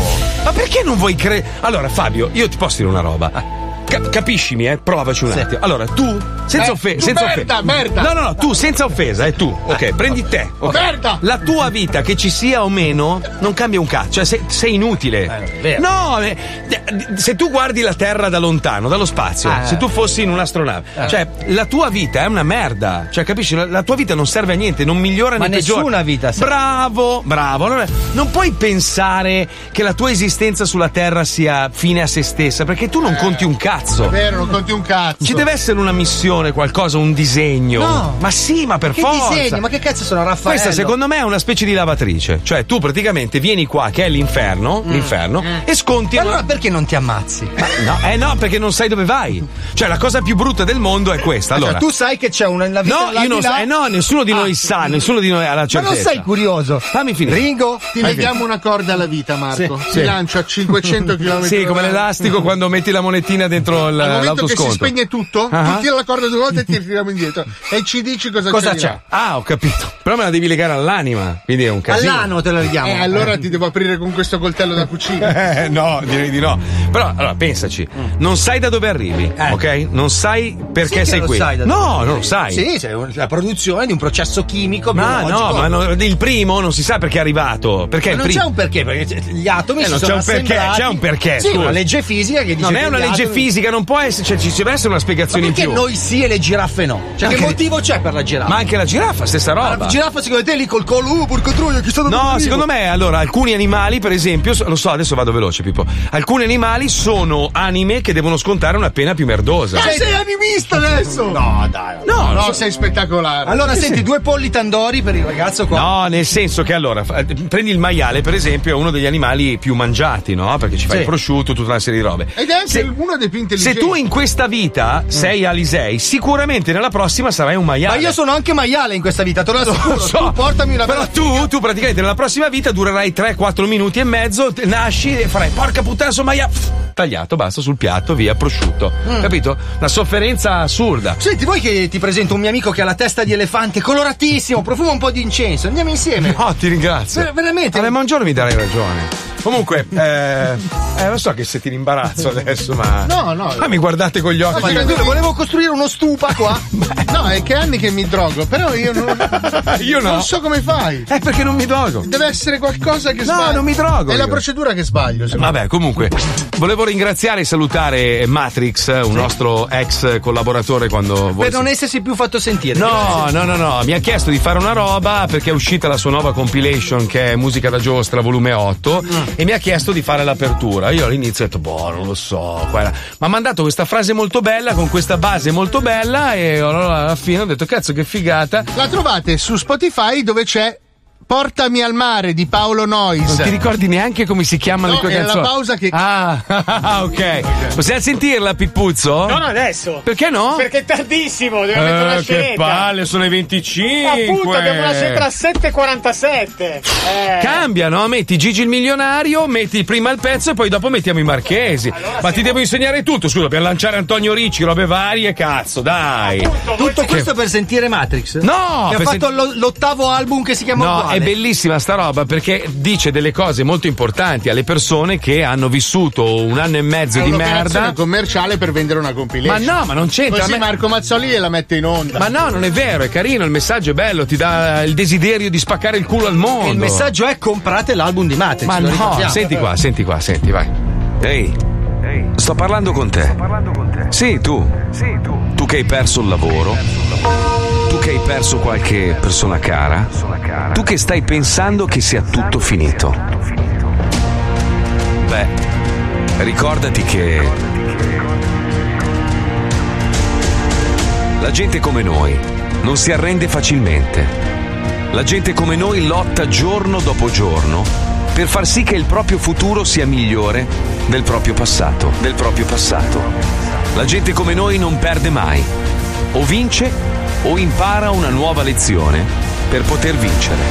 S2: Ma perché non vuoi credere? Allora, Fabio, io ti posso dire una roba. Ca- capiscimi, eh? Provaci un attimo. Allora, tu, senza
S3: Eh,
S2: offesa.
S3: tu
S2: senza
S3: merda,
S2: offe-
S3: merda!
S2: No, no, no, tu, senza offesa, eh, tu. Ok, prendi te. ok.
S3: Merda!
S2: La tua vita, che ci sia o meno, non cambia un cazzo. Cioè, sei, sei inutile.
S4: è vero.
S2: No, eh, d- se tu guardi la Terra da lontano, dallo spazio, se tu fossi in un'astronave, cioè, la tua vita è una merda. Cioè, capisci? La, la tua vita non serve a niente, non migliora
S4: Ma
S2: né peggiora.
S4: nessuna vita serve.
S2: Bravo, bravo. Allora, non puoi pensare che la tua esistenza sulla Terra sia fine a se stessa, perché tu
S12: Eh.
S2: non conti un cazzo.
S3: Vero, non conti un cazzo.
S2: Ci deve essere una missione, qualcosa, un disegno.
S12: No.
S2: Ma sì, ma per
S12: Che
S2: forza.
S12: disegno? Ma che cazzo sono Raffaello?
S2: Questa secondo me è una specie di lavatrice, cioè tu praticamente vieni qua che è l'inferno, l'inferno e sconti
S12: Ma Mm. Eh. Allora perché non ti ammazzi?
S2: Ma no, eh no, perché non sai dove vai. Cioè la cosa più brutta del mondo è questa. Allora,
S12: Cioè, tu sai che c'è una la vita
S2: No,
S12: là
S2: io
S12: di
S2: non
S12: là. Ah,
S2: sa- eh no, nessuno di noi sa, nessuno di noi ha la
S12: Ma
S2: certezza.
S12: non sei curioso?
S2: Fammi finire.
S12: Ringo?
S3: Ti leghiamo una corda alla vita, Marco.
S2: Sì,
S3: Ti
S2: sì.
S3: lancio a 500
S2: <laughs>
S3: km.
S2: Sì, come l'elastico quando metti la monetina dentro l-
S3: Al momento che si
S2: l'autosconto.
S3: spegne tutto,
S2: Ah.
S3: ti tiro la corda due volte e ti tiriamo indietro. E ci dici cosa,
S4: Cosa
S3: di là.
S4: c'è?
S2: Ah, ho capito. Però me la devi legare all'anima, quindi è un casino.
S12: All'ano te la leghiamo.
S3: Eh, allora ti devo aprire con questo coltello da cucina.
S2: <laughs> Eh, no, direi di no. Però allora pensaci, non sai da dove arrivi, ok? Non sai
S4: Mm. Eh. Sì
S2: perché
S4: che
S2: sei
S4: lo
S2: qui.
S4: sai da dove
S2: no,
S4: arrivi.
S2: non lo sai.
S4: Sì, c'è un- la produzione di un processo chimico.
S2: Ma
S4: biologico.
S2: no, ma no, il primo non si sa perché è arrivato. Perché
S4: Ma
S2: il
S4: non
S2: primo.
S4: c'è un perché, perché c- gli atomi
S2: Eh,
S4: si
S2: non
S4: sono
S2: c'è un perché,
S4: assemblati.
S2: c'è un perché,
S4: Sì,
S2: scusa.
S4: una legge fisica che dice
S2: Non è
S4: che
S2: una
S4: gli
S2: legge
S4: atomi-
S2: fisica, non può essere, cioè, ci deve essere una
S4: Ma
S2: spiegazione in
S4: perché
S2: più.
S4: noi sì e le giraffe no? Cioè,
S2: Ma
S4: che
S2: che-
S4: motivo c'è per la giraffa?
S2: Ma anche la giraffa, stessa roba.
S12: La giraffa secondo te lì col collo, uh, porco troia, chissà dove
S2: No,
S12: arrivo.
S2: secondo me, allora, alcuni animali, per esempio, so- lo so, adesso vado veloce, Pippo. Alcuni animali sono anime che devono scontare una pena più merdosa.
S3: Ma sei animista adesso! No, dai.
S2: esatto. No,
S3: No,
S2: so-
S3: sei spettacolare.
S12: Allora senti, due polli tandori per il ragazzo qua.
S2: No, nel senso che allora, fa- eh, prendi il maiale, per esempio, è uno degli animali più mangiati, no? Perché ci fai
S4: Sì.
S2: il prosciutto, tutta una serie di robe.
S3: Ed è anche
S2: Se-
S3: uno dei più
S2: Se
S3: intelligenti.
S2: tu in questa vita sei Alisei, sicuramente nella prossima sarai un
S12: Ma
S2: maiale.
S12: io sono anche maiale in questa vita, te lo
S2: <laughs>
S12: assicuro.
S2: Lo so,
S12: Tu portami una
S2: Però
S12: bella
S2: tu, tu praticamente nella prossima vita durerai 3-4 minuti e mezzo, te- nasci e farai porca puttana sono maiale. Pff, Tagliato, basta, sul piatto, via, prosciutto. Capito? Una sofferenza assurda.
S12: Senti, vuoi che ti presento un mio amico che ha la testa di elefante, coloratissimo, profuma un po' di incenso. Andiamo insieme.
S2: No, ti ringrazio.
S12: Ver- veramente?
S2: Vabbè, ma un giorno mi darai ragione. Comunque, eh, eh, lo so che siete in imbarazzo adesso, ma.
S3: No, no.
S2: Ma mi guardate con gli occhi.
S3: Ma
S12: Tranquillo, volevo costruire uno stupa qua.
S3: <laughs> No, è che anni che mi drogo, però io non.
S2: <laughs> Io no.
S3: Non so come fai.
S2: Eh, perché non mi drogo.
S3: Deve essere qualcosa che sbaglio.
S2: non mi drogo
S3: È la
S2: io.
S3: procedura che sbaglio. secondo
S2: Eh, Vabbè, comunque, volevo ringraziare e salutare Matrix, un nostro ex collaboratore quando voi
S12: per non essersi più fatto sentire.
S2: No, no, no, no, mi ha chiesto di fare una roba perché è uscita la sua nuova compilation che è Musica da Giostra, volume 8, e mi ha chiesto di fare l'apertura. Io all'inizio ho detto, boh, non lo so. quella- Ma ha mandato questa frase molto bella con questa base molto bella e allora alla fine ho detto, cazzo che figata.
S3: me. La trovate su Spotify dove c'è Portami al mare di Paolo Nois.
S2: Non ti ricordi neanche come si chiamano
S3: No,
S2: le tue
S3: era la
S2: canzoni?
S3: pausa che-
S2: Ah, <laughs> ok. Possiamo sentirla, Pippuzzo?
S13: Non adesso.
S2: Oh. Perché no?
S13: Perché è tardissimo, devo mettere la
S2: Eh, che
S13: scenetta.
S2: palle, sono le 25.
S13: Appunto, abbiamo la scelta a 7.47. Eh,
S2: Cambia, no? Metti Gigi il milionario, metti prima il pezzo e poi dopo mettiamo i marchesi. Ma ti devo insegnare tutto, scusa, per lanciare Antonio Ricci, robe varie, cazzo, dai.
S13: appunto, voi-
S12: Tutto questo per sentire Matrix?
S2: No,
S12: Che ha
S2: per
S12: fatto
S2: senti-
S12: lo- l'ottavo album che si chiama
S2: No,
S12: uguale.
S2: è bellissima sta roba perché dice delle cose molto importanti alle persone che hanno vissuto un anno e mezzo di merda.
S3: commerciale per vendere una compilation.
S2: Ma no, ma non c'entra.
S3: Così
S2: A me-
S3: Marco Mazzoli gliela mette in onda.
S2: Ma no, non è vero, è carino, il messaggio è bello, ti dà il desiderio di spaccare il culo al mondo.
S12: Il messaggio è comprate l'album di Matrix.
S2: Ma
S12: lo
S2: no,
S12: ricordiamo.
S2: senti qua, senti qua, senti, vai. Ehi, sto parlando con te. Sì, tu. Tu che hai perso il lavoro. Tu che hai perso qualche persona cara. Tu che stai pensando che sia tutto finito. Beh, ricordati che la gente come noi non si arrende facilmente. La gente come noi lotta giorno dopo giorno per far sì che il proprio futuro sia migliore del proprio passato, del proprio passato. La gente come noi non perde mai, o vince o impara una nuova lezione per poter vincere.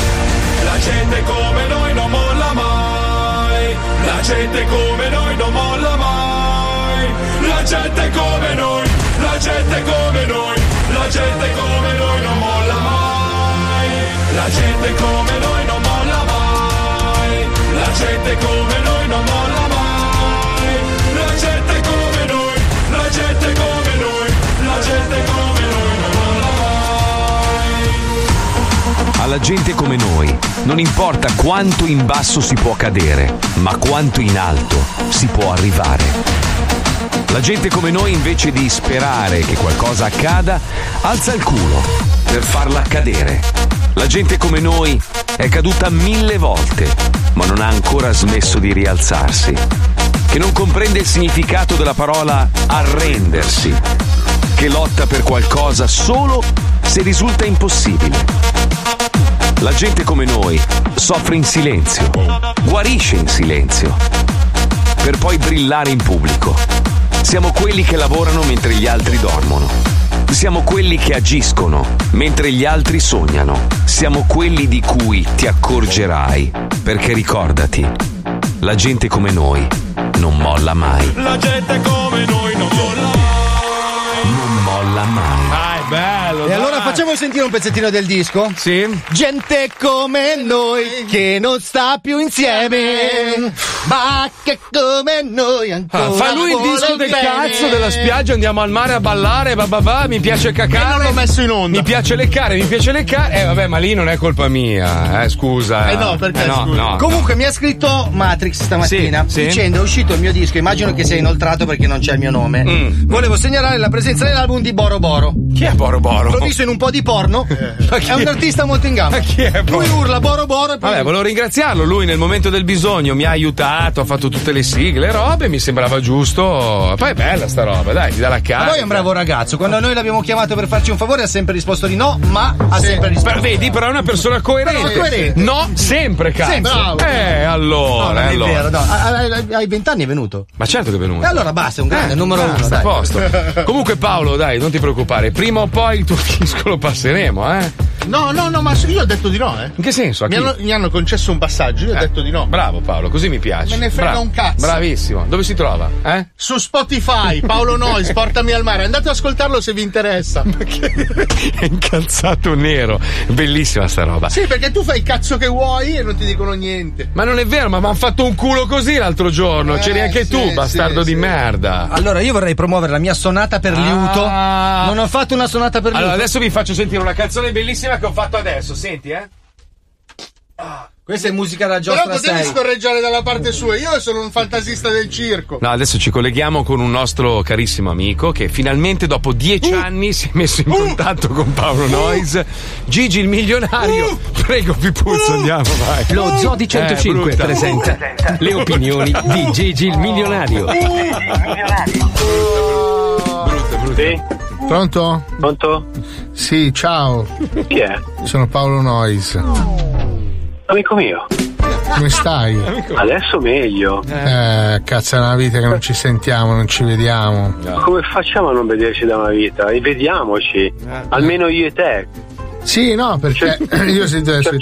S6: La gente come noi non molla mai. La gente come noi non molla mai. La gente come noi. La gente come noi. La gente come noi non molla mai. La gente come noi non molla mai. La gente come noi non molla mai. La gente come noi. La gente come noi. La gente come noi non molla mai.
S2: Alla gente come noi non importa quanto in basso si può cadere, ma quanto in alto si può arrivare. La gente come noi invece di sperare che qualcosa accada, alza il culo per farla accadere. La gente come noi è caduta mille volte, ma non ha ancora smesso di rialzarsi. Che non comprende il significato della parola arrendersi. Che lotta per qualcosa solo se risulta impossibile. La gente come noi soffre in silenzio, guarisce in silenzio, per poi brillare in pubblico. Siamo quelli che lavorano mentre gli altri dormono. Siamo quelli che agiscono mentre gli altri sognano. Siamo quelli di cui ti accorgerai, perché ricordati, la gente come noi non molla mai.
S6: La gente come noi non molla
S2: Non molla mai.
S12: Ah,
S2: è bello.
S12: E allora facciamo sentire un pezzettino del disco?
S2: Sì.
S12: Gente come noi che non sta più insieme, ma che come noi ancora.
S14: Ah, fa lui il disco del cazzo della spiaggia, andiamo al mare a ballare, va va va, mi piace cacare.
S3: E non l'ho messo in onda.
S14: Mi piace leccare, mi piace leccare.
S2: Eh vabbè, ma lì non è colpa mia, eh, scusa.
S12: Eh no, perché
S2: Eh no,
S12: scusa.
S2: no, no.
S12: Comunque mi ha scritto Matrix stamattina
S2: Sì, sì.
S12: dicendo è uscito il mio disco, immagino che sia inoltrato perché non c'è il mio nome. Volevo segnalare la presenza nell'album di Boro Boro.
S2: Mm. Chi è Boro Boro? Eh.
S12: L'ho visto in un po' di porno.
S2: chi
S12: È un
S2: è?
S12: artista molto in gamba.
S2: Ma chi è Boro?
S12: Lui urla Boro Boro e poi
S2: Vabbè, volevo ringraziarlo. Lui nel momento del bisogno mi ha aiutato, ha fatto tutte le sigle, le robe, mi sembrava giusto. Poi è bella sta roba, dai, ti dà la
S12: Ma
S2: cara.
S12: Lui è un bravo ragazzo, quando noi l'abbiamo chiamato per farci un favore ha sempre risposto di no, ma ha sempre risposto.
S2: Beh, vedi, però è una persona coerente.
S12: Però è coerente.
S2: No, sempre, cazzo.
S12: Sì, bravo.
S2: Eh, allora,
S12: No, non è
S2: allora.
S12: vero, no. A- a- Ai vent'anni è venuto.
S2: Ma certo che è venuto.
S12: E allora basta, è un grande,
S2: Eh,
S12: è il numero
S2: basta,
S12: uno. Dai.
S2: a
S12: <laughs>
S2: posto. Comunque, Paolo, dai, non ti preoccupare, prima o poi il tuo <laughs> disco lo passeremo, eh.
S3: No, no, no, ma io ho detto di no, eh.
S2: In che senso? A
S3: Mi
S2: chi? Eh.
S3: hanno, mi hanno concesso un passaggio, io ho detto di no.
S2: Bravo Paolo, così mi piace.
S3: Me ne frega un cazzo.
S2: Bravissimo. Dove si trova? Eh?
S3: Su
S2: <laughs>
S3: Spotify, Paolo Nois, portami al mare. Andate ad ascoltarlo se vi interessa.
S2: È <laughs> incalzato nero. Bellissima sta roba.
S3: Sì, perché tu fai il cazzo che vuoi e non ti dicono niente.
S2: Ma non è vero, ma mi hanno fatto un culo così l'altro giorno.
S3: Eh,
S2: C'eri anche
S3: sì,
S2: tu,
S3: sì,
S2: bastardo di merda.
S12: Allora io vorrei promuovere la mia sonata per liuto. Non ho fatto una sonata per
S2: Ah. Allora,
S12: liuto.
S2: adesso vi faccio sentire una canzone bellissima che ho fatto adesso. Senti, eh? Ah,
S12: Questa è musica da
S3: Però
S12: giostra
S3: potevi
S12: 6.
S3: scorreggiare dalla parte sua. Io sono un fantasista del circo.
S2: No, adesso ci colleghiamo con un nostro carissimo amico che finalmente dopo dieci anni si è messo in contatto con Paolo Noyes. Gigi il milionario. Prego, Pipuzzo, andiamo, vai.
S15: Lo Zoo di 105
S2: Eh, brutta.
S15: presenta le opinioni di Gigi il
S6: <laughs>
S15: milionario.
S16: Sì,
S3: Pronto?
S16: pronto?
S3: Sì, ciao.
S16: Chi è?
S3: Sono Paolo Nois.
S16: Amico mio.
S3: Come stai?
S16: Eh. Adesso meglio.
S3: Eh, cazzo, è una vita che non ci sentiamo, non ci vediamo.
S16: Come facciamo a non vederci da una vita? E vediamoci.
S3: Ah.
S16: Almeno io e te.
S3: Sì, no, perché <clears throat> io sento adesso.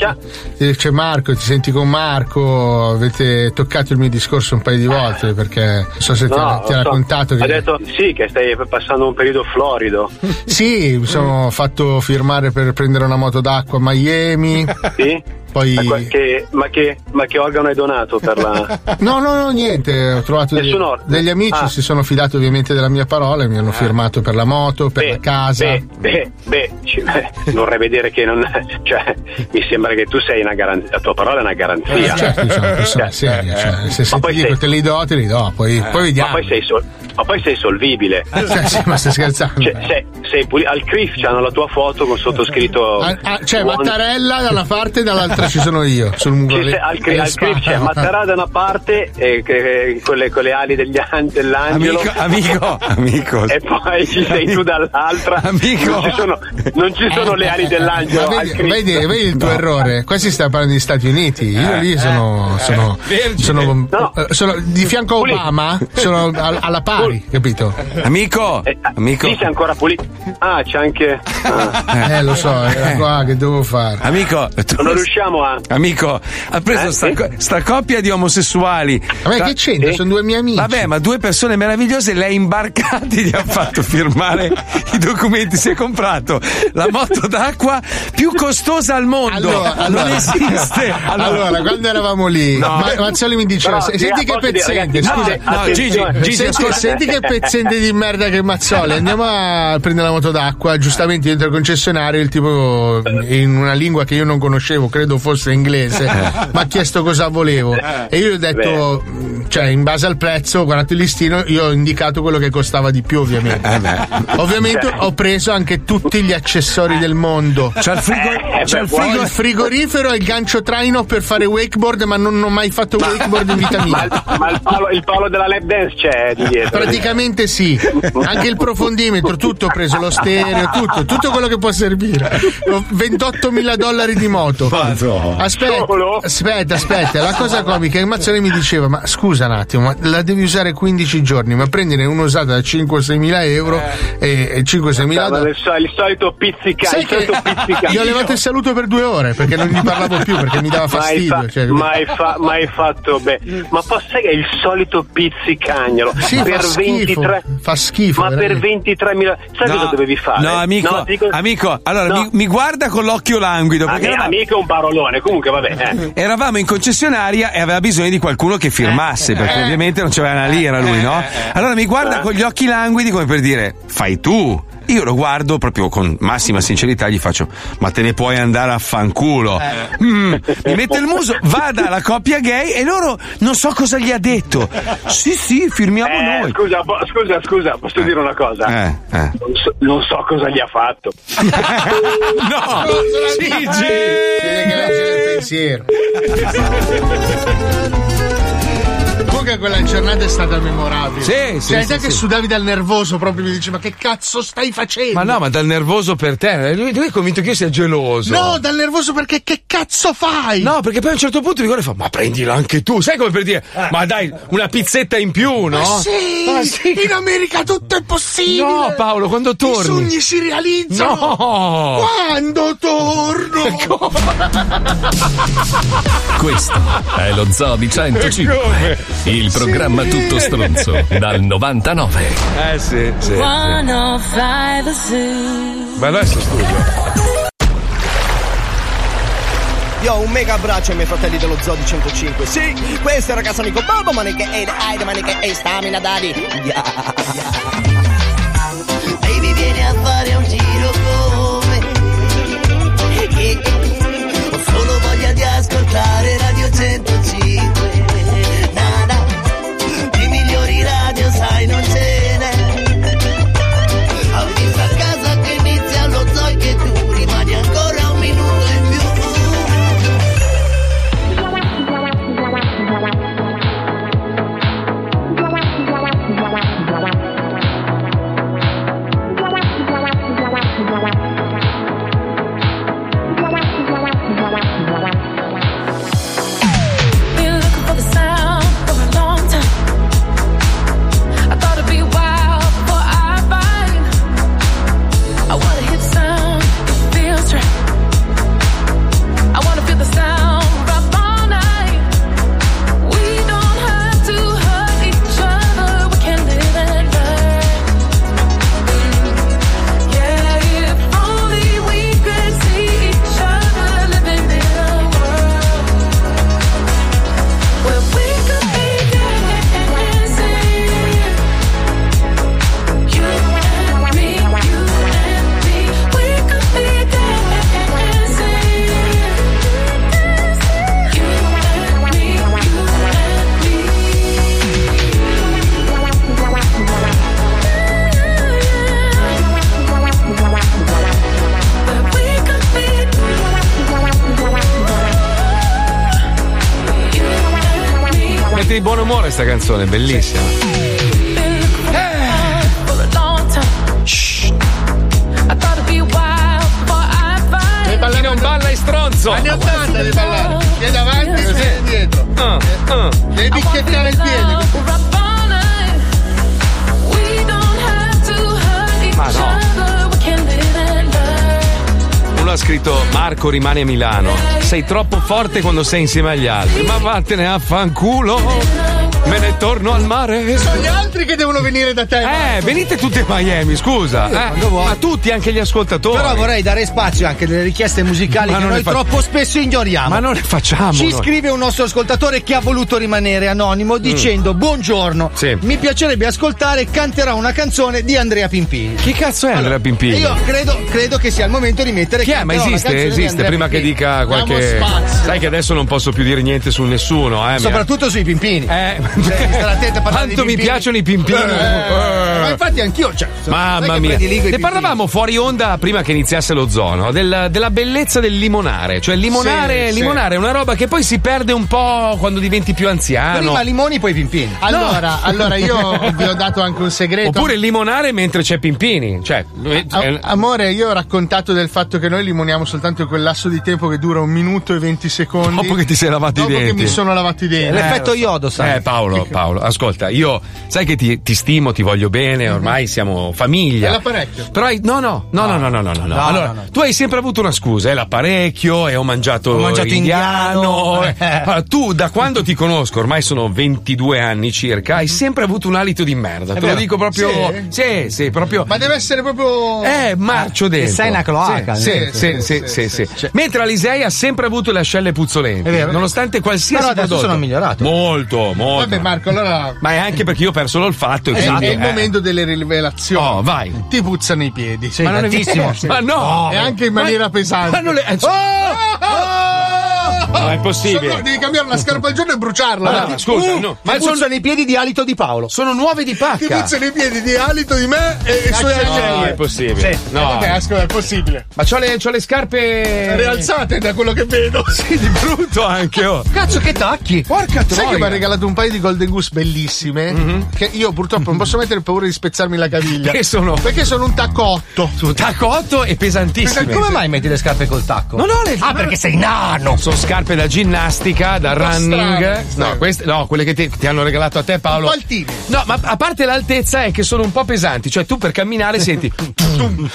S3: eh, C'è Marco, ti senti con Marco. Avete toccato il mio discorso un paio di volte perché non so se ti, ha,
S16: No,
S3: ti ha
S16: lo so.
S3: raccontato
S16: Ha
S3: che.
S16: detto sì, che stai passando un periodo florido.
S3: Sì, mi sono fatto firmare per prendere una moto d'acqua a Miami.
S16: Sì?
S3: Poi...
S6: Ma che, ma, che, ma che organo hai donato per la...
S3: <laughs> No, no, no, niente. Ho trovato dei-
S6: Nessun ordine.
S3: degli amici,
S6: Ah. Eh.
S3: si sono fidati ovviamente della mia parola e mi hanno firmato per la moto, per la casa.
S6: Beh, beh, beh, ci- beh, vorrei vedere che non. Cioè, mi sembra che tu sei una garanzia. La tua parola è una garanzia.
S3: Eh, certo, diciamo, una persona
S6: eh.
S3: seria, cioè, se, se ti dico te li do, te li do, poi, poi vediamo.
S6: Ma poi sei, sol- ma poi sei solvibile.
S3: Cioè, <laughs> sì, ma stai scherzando?
S6: Cioè, sei, sei puli- al CRIF c'hanno la tua foto con sottoscritto.
S3: Ah, ah, c'è
S6: Buon-
S3: Mattarella da una parte e dall'altra ci sono io sul muro
S6: Sì,
S3: lì.
S6: sì, al, cri-
S3: E la
S6: al
S3: spada.
S6: CRIF c'è Mattarà da una parte eh, che- con, le, con le ali degli an- dell'angelo
S2: Amico, amico.
S6: <laughs> e poi ci sei tu dall'altra
S2: Amico.
S6: non ci sono, non ci sono le ali dell'angelo
S3: Eh, Ma
S6: al
S3: vedi,
S6: Cristo.
S3: vedi- vedi il tuo errore. Qua si sta parlando degli Stati Uniti. Io
S6: Eh,
S3: lì
S6: eh,
S3: sono.
S6: eh,
S3: sono,
S6: vergine.
S3: sono-
S6: No.
S3: eh, sono di fianco a
S6: Pulito.
S3: Obama, sono al- alla pari, capito?
S2: Amico, amico.
S6: Lì c'è Eh, ah, ancora pulito. Ah, c'è anche. ah.
S3: Eh, lo so, è
S2: Eh.
S3: qua che devo fare.
S2: Amico, tu-
S6: Non riusciamo a.
S2: Amico, ha preso
S6: Eh,
S2: sta,
S6: sì? Eh?
S2: co- sta coppia di omosessuali.
S3: Ma
S2: Tra-
S3: che c'entra? Sono due miei amici.
S2: Vabbè, ma due persone meravigliose le ha imbarcati, gli ha fatto
S3: <laughs>
S2: firmare i documenti, si è comprato la moto d'acqua più costosa al mondo. non esiste.
S3: <laughs> Allora, quando eravamo lì, Ma- Mazzoli mi diceva:
S2: Però,
S3: "Se-
S2: Gigi,
S3: Senti che
S2: posso dire-
S3: pezzente,
S2: no,
S3: scusa,
S2: no, Attenzione. Gigi, Gigi,
S3: senti,
S2: ascolta.
S3: senti che pezzente di merda che è Mazzoli. Andiamo a prendere la moto d'acqua. Giustamente, dentro il concessionario, il tipo in una lingua che io non conoscevo, credo fosse inglese,
S2: Eh.
S3: mi ha chiesto cosa volevo. E io gli ho detto, cioè, in base al prezzo, ho guardato il listino, io ho indicato quello che costava di più, ovviamente.
S2: Eh
S3: Ovviamente ho preso anche tutti gli
S2: Eh.
S3: accessori del mondo.
S2: C'ha il frigo-
S3: Eh,
S2: c'ha il
S3: beh,
S2: frigo-
S3: ho il frigorifero e il gancio traino per fare wakeboard, ma non ho mai fatto wakeboard in vita
S6: Ma,
S3: mia.
S6: il- ma il, palo, il palo della lap dance c'è di dietro.
S3: Praticamente sì, anche il profondimetro, tutto ho preso, lo stereo, tutto, tutto quello che può servire. Ho 28 mila dollari di moto. Aspetta, aspetta, aspetta, la cosa comica è che Mazzoni mi diceva, ma scusa un attimo, ma la devi usare 15 giorni, ma prendine un'usata da 5-6 mila euro e e 5-6 mila
S6: Ma
S3: dollari.
S6: il so- il solito pizzicato.
S3: Sai
S6: Il solito pizzicato.
S3: Gli ho levato il saluto per due ore perché non gli parlavo più perché
S6: <laughs>
S3: mi dava fastidio.
S6: Mai, fa-
S3: cioè, <laughs>
S6: mai fa- mai fatto bene. Ma poi sai che è il solito pizzicagnolo.
S3: Sì, fa
S6: per
S3: schifo,
S6: 23
S3: fa schifo.
S6: ma per
S3: veramente.
S6: 23 mila. Sai cosa dovevi fare?
S2: No, amico,
S6: No, dico-
S2: amico, allora
S6: No.
S2: mi, mi guarda con l'occhio languido.
S6: Ah,
S2: Perché
S6: eh,
S2: eravamo-
S6: amico è un parolone, comunque vabbè. eh.
S2: Eravamo in concessionaria e aveva bisogno di qualcuno che
S3: Eh,
S2: firmasse, perché ovviamente non c'aveva una lira lui, no? Allora mi guarda con gli occhi languidi come per dire, fai tu. Io lo guardo proprio con massima sincerità, gli faccio, ma te ne puoi andare a fanculo.
S3: Eh.
S6: Eh.
S2: Mm, mi mette il muso, vada alla coppia gay e loro non so cosa gli ha detto. Sì, sì, firmiamo
S6: Eh,
S2: noi.
S6: scusa, po- scusa, scusa, posso
S2: Eh.
S6: dire una cosa? Non, so, non so cosa gli ha fatto.
S3: <laughs>
S2: no, Gigi!
S3: pensiero. Comunque quella giornata è stata memorabile.
S2: Sì, sì,
S3: Cioè,
S2: sì,
S3: sai
S2: sì.
S3: che sudavi dal nervoso proprio mi dice "Ma che cazzo stai facendo?"
S17: Ma no, ma dal nervoso per te. eh, Lui, lui è convinto che io sia geloso.
S3: No, dal nervoso perché che cazzo fai?
S17: No, perché poi a un certo punto mi guarda e fa: Ma prendilo anche tu. Sai come per dire: Ma dai, una pizzetta in più, no?
S3: Ma sì,
S17: Ma sì.
S3: in America tutto è possibile.
S17: No, Paolo, quando
S3: I
S17: torni?
S3: sogni si realizzano.
S1: Oh.
S17: No.
S6: Oh!
S3: Quando torno.
S1: Questo è lo Zoo di 105, il programma tutto stronzo dal 99.
S2: Eh sì, sì. Ma adesso studio.
S4: Io ho un mega abbraccio ai miei fratelli dello Zoo di 105. Sì, questo è il ragazzo amico Bobo Maniche e Aida Maniche e Stamina Dadi. Yeah. Baby, vieni a fare un giro con me. Yeah. Ho solo voglia di ascoltare Radio 105. Nana, i migliori radio sai non ce n'è. Avvisa a casa che inizia lo zoo e che tu rimani ancora un minuto in più.
S18: Thank
S2: mette di buon umore sta canzone, bellissima.
S6: non balla è stronzo
S3: Anni 80 devi ballare. Piede avanti, piede indietro.
S2: Ah,
S3: Devi picchiettare il piede.
S2: Ma no. Uno ha scritto Marco rimani a Milano. Sei troppo forte quando sei insieme agli altri. Ma vattene a fanculo. Me ne torno al mare.
S3: Sono gli altri che devono venire da te.
S2: Eh, venite tutti a Miami, scusa.
S4: Eh,
S2: eh.
S4: quando vuoi.
S2: Ma tutti, anche gli ascoltatori.
S4: Però vorrei dare spazio anche delle richieste musicali
S2: Ma
S4: che
S2: non
S4: noi
S2: ne fa-
S4: troppo spesso ignoriamo.
S2: Ma non ne facciamo
S4: Ci
S2: noi. Mm.
S4: scrive un nostro ascoltatore che ha voluto rimanere anonimo dicendo: Buongiorno,
S2: Sì.
S4: mi piacerebbe ascoltare canterà una canzone di Andrea Pimpini.
S2: Chi cazzo è Andrea Pimpini?
S4: Io credo, credo che sia il momento di mettere
S2: Chi è? Ma
S4: Canterà una
S2: esiste?
S4: canzone di
S2: Esiste,
S4: Andrea
S2: prima che
S4: Pimpini.
S2: dica qualche.
S4: Diamo spazio.
S2: Sai che adesso non posso più dire niente su nessuno, eh. mi-
S4: Soprattutto sui pimpini.
S2: Eh,
S4: stare attenti a parlare di
S2: Quanto mi
S4: pimpini.
S2: piacciono i pimpini.
S4: Eh,
S2: Eh.
S4: ma infatti anch'io, cioè,
S2: Mamma
S4: sai che
S2: mia,
S4: prediligo i
S2: ne
S4: pimpini?
S2: parlavamo fuori onda prima che iniziasse l'ozono del- della bellezza del limonare. Cioè, il limonare,
S4: Sì,
S2: il
S4: sì.
S2: limonare è una roba che poi si perde un po' quando diventi più anziano.
S4: Prima limoni, poi pimpini.
S3: Allora,
S2: No.
S3: allora
S2: <laughs>
S3: io vi ho dato anche un segreto.
S2: Oppure il limonare mentre c'è Pimpini. Cioè,
S3: A-
S2: è un-
S3: amore, io ho raccontato del fatto che noi limoniamo soltanto quel lasso di tempo che dura un minuto e 20 secondi.
S2: Dopo che ti sei lavato i
S3: Dopo
S2: denti.
S3: che mi sono lavato i denti.
S2: Eh, lo so. Eh, Paolo, Paolo, ascolta, io sai che ti, ti stimo, ti voglio bene, ormai siamo famiglia.
S3: È l'apparecchio.
S2: Però hai- no, no, no, no, no, no, no, no, no.
S3: No,
S2: Allora,
S3: no, no.
S2: tu hai sempre avuto una scusa, è l'apparecchio, e ho mangiato,
S4: Ho mangiato indiano.
S3: <laughs>
S2: eh. Allora, tu da quando ti conosco, ormai sono 22 anni circa, hai sempre avuto un alito di merda.
S3: È
S2: Te
S3: vero.
S2: lo dico proprio Sì, sì, proprio
S3: Ma deve essere proprio. Ah,
S2: Eh, marcio dentro. Sì,
S3: eh.
S2: sì, sì, sì, sì, sì. Mentre Alisei ha sempre avuto le ascelle puzzolenti,
S3: È vero.
S2: nonostante qualsiasi
S3: Però adesso
S2: prodotto.
S3: sono migliorato.
S2: Molto, molto.
S3: Vabbè, Marco, allora.
S2: Ma è anche perché io ho perso l'olfatto. e
S3: È,
S2: quindi,
S3: è il
S2: eh.
S3: momento delle rivelazioni.
S2: Oh, vai.
S3: Ti puzzano i piedi.
S2: Sì, Ma non è tantissimo. vero.
S3: Sì.
S2: Ma no.
S3: E anche in
S2: Ma-
S3: maniera pesante.
S2: ma non le- eh,
S3: Oh! Oh!
S2: No, è impossibile.
S3: Sono- Devi cambiare una scarpa al giorno e bruciarla.
S2: Ma
S3: dai.
S2: scusa,
S3: Uh,
S2: no.
S4: Ma
S3: ti
S4: sono
S3: puzzano-
S4: i piedi di alito di Paolo. Sono nuove di
S3: Ti
S4: pacca.
S3: puzzano i piedi di alito di me e, e suoi
S4: Cacciatori.
S3: agnelli.
S2: No, è possibile.
S3: Sì.
S2: No.
S3: Eh, vabbè, ascolta, è possibile.
S2: Ma c'ho le, c'ho le scarpe
S3: Rialzate da quello che vedo.
S2: <laughs> Sì, di brutto anche oh.
S4: Cazzo, che tacchi! Porca
S3: Sai che mi ha regalato un paio di Golden Goose bellissime? Che io purtroppo non posso mettere paura di spezzarmi la caviglia.
S2: Mhm. Perché sono-
S3: Perché sono un taccotto.
S2: Un taccotto e pesantissimo.
S4: Come mai metti le scarpe col tacco?
S2: Non ho le
S4: Ah, perché sei nano!
S2: Sono scarpe da ginnastica, da
S4: po' strane,
S2: running.
S4: strane.
S2: No, queste, no, quelle che ti, ti hanno regalato a te, Paolo.
S3: Un po' altine.
S2: No, ma a parte l'altezza è che sono un po' pesanti. Cioè, tu per camminare
S4: <laughs>
S2: senti. tum, tum,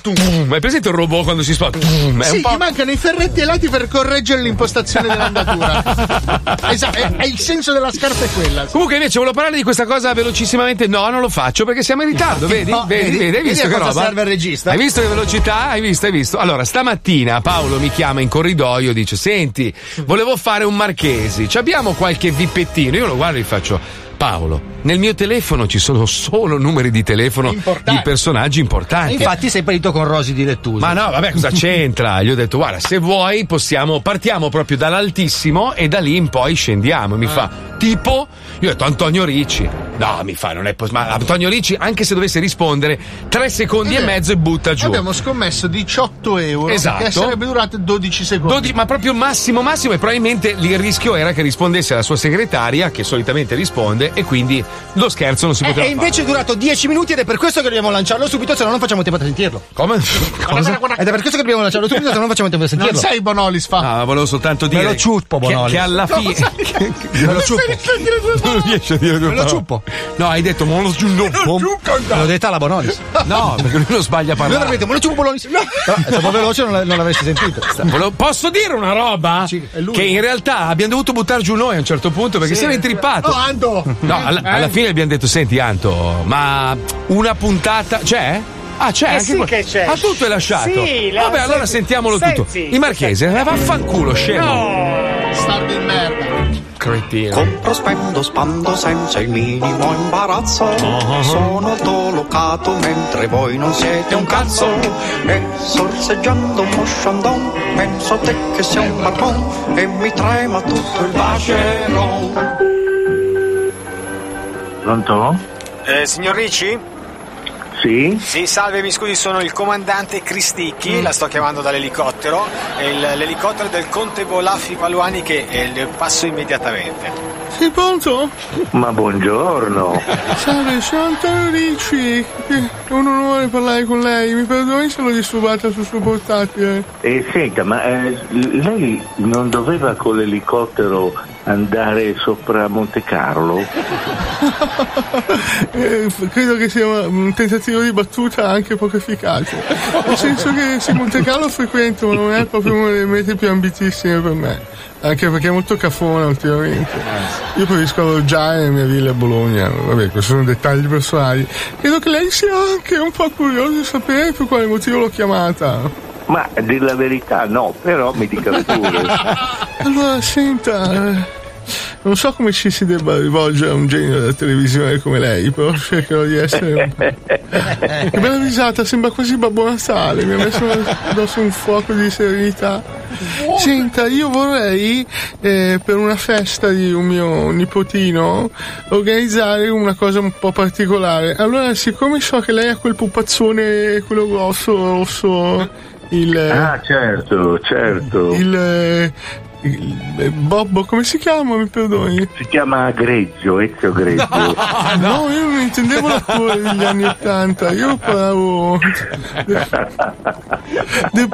S2: tum, tum. Hai presente il robot quando si sposta? Tum, È un
S3: Sì, ti
S2: po'.
S3: mancano i ferretti ai lati per correggere l'impostazione
S2: <laughs>
S3: dell'andatura. esatto, è, è il senso della scarpa è quella.
S2: Comunque invece volevo parlare di questa cosa velocissimamente. No, non lo faccio perché siamo in ritardo. Vedi?
S4: No,
S2: vedi,
S4: vedi?
S2: vedi, hai
S4: Vedi
S2: visto
S4: a
S2: che
S4: cosa
S2: roba?
S4: serve il regista?
S2: Hai visto che velocità? Hai visto, hai visto. Allora, stamattina Paolo mi chiama in corridoio, dice: Senti, volevo fare un marchesi. Ci abbiamo qualche vippettino. Io lo guardo e gli faccio. Paolo, nel mio telefono ci sono solo numeri di telefono
S4: Importanti.
S2: di personaggi importanti.
S4: Infatti sei partito con Rosi di Lettusa.
S2: Ma no, vabbè, cosa c'entra? Gli ho detto, guarda, se vuoi possiamo, partiamo proprio dall'altissimo e da lì in poi scendiamo. E
S3: Ah.
S2: Mi fa, tipo, io ho detto Antonio Ricci. No, mi fa, non è possibile. Ma Antonio Ricci, anche se dovesse rispondere, tre secondi e
S3: Vabbè,
S2: mezzo e butta giù.
S3: Eh Abbiamo scommesso 18 euro
S2: Esatto.
S3: che sarebbe durato 12 secondi.
S2: 12, ma proprio massimo massimo e probabilmente il rischio era che rispondesse alla sua segretaria che solitamente risponde e quindi lo scherzo
S3: Eh,
S2: non si
S4: Eh, E
S2: poteva
S4: invece è durato 10 minuti ed è per questo che dobbiamo lanciarlo subito, se no non facciamo tempo a sentirlo.
S2: fare. come cosa?
S4: Ed è per questo che dobbiamo lanciarlo subito, se no non facciamo tempo a
S3: Non
S4: sentirlo.
S3: sei Bonolis fa.
S2: Ah, volevo soltanto dire
S4: Me lo ciuppo,
S2: che-
S4: Bonolis.
S2: che alla fine <laughs>
S4: Me lo ciuppo.
S2: Non riesce a dire due
S4: Eh, Me lo
S2: parole.
S4: ciuppo.
S2: No, hai detto me lo ciuppo.
S4: Me l'ho detta alla Bonolis.
S2: No, <laughs> perché lui non sbaglia a
S4: Lui
S2: parlare.
S4: veramente me lo ciuppo Bonolis. Però è troppo veloce non, l- non
S2: <laughs>
S4: l'avresti sentito.
S2: Volevo- Posso dire una roba?
S4: è lui.
S2: Che in realtà abbiamo dovuto buttare giù noi a un certo punto perché si era intrippato.
S3: Oh, Ando!
S2: No, alla,
S4: Eh?
S2: alla fine abbiamo detto: Senti, Anto, ma una puntata c'è? Ah, c'è
S13: Eh
S2: anche
S13: sì
S2: quel-
S13: che c'è.
S2: Ah, tu hai lasciato.
S13: Sì, la-
S2: Vabbè, allora sentiamolo
S13: senti,
S2: tutto. Il marchese, eh, vaffanculo, scemo.
S3: Star di merda.
S2: Cretino.
S19: Compro, spendo, spando senza il minimo imbarazzo. Sono dolocato mentre voi non siete un cazzo. E sorseggiando uno sciandon, penso te che sia un barbon. E mi trema tutto il vacheron.
S20: Pronto?
S19: Eh, signor Ricci?
S20: Sì?
S13: Sì, salve, mi scusi, sono il comandante Cristicchi, la sto chiamando dall'elicottero, è il- l'elicottero del conte Bolaffi Paluani che eh, le passo immediatamente.
S12: Sei pronto?
S20: Ma buongiorno.
S12: Salve, sono Antonio Ricci. Eh, È un onore parlare con lei. Mi perdoni se l'ho disturbata sul suo portatile.
S20: E senta, ma eh, lei non doveva con l'elicottero andare sopra Monte Carlo?
S12: Eh, f- credo che sia una- un tentativo di battuta anche poco efficace. Nel senso che sì, Monte Carlo frequento, ma non è proprio una delle mete più ambitissime per me. Anche perché è molto cafona ultimamente. Io preferisco alloggiare nella mia villa a Bologna. Vabbè, questi sono dettagli personali. Credo che lei sia anche un po' curioso di sapere per quale motivo l'ho chiamata.
S20: Ma a dir la verità no, però mi
S12: <laughs>
S20: dica pure.
S12: Allora, senta, eh, non so come ci si debba rivolgere a un genio della televisione come lei, però cercherò di essere un po'. Che bella risata, sembra quasi Babbo Natale, mi ha messo addosso un fuoco di serenità. Senta, io vorrei eh, per una festa di un mio nipotino organizzare una cosa un po' particolare. Allora, siccome so che lei ha quel pupazzone, quello grosso, rosso, il. eh,
S20: Ah, certo, certo.
S12: Il, eh, il- eh, Bobbo, come si chiama? Mi perdoni?
S20: Si chiama Greggio, Ezio Greggio.
S12: No, io non intendevo l'attore degli anni Ottanta, io parlavo de- del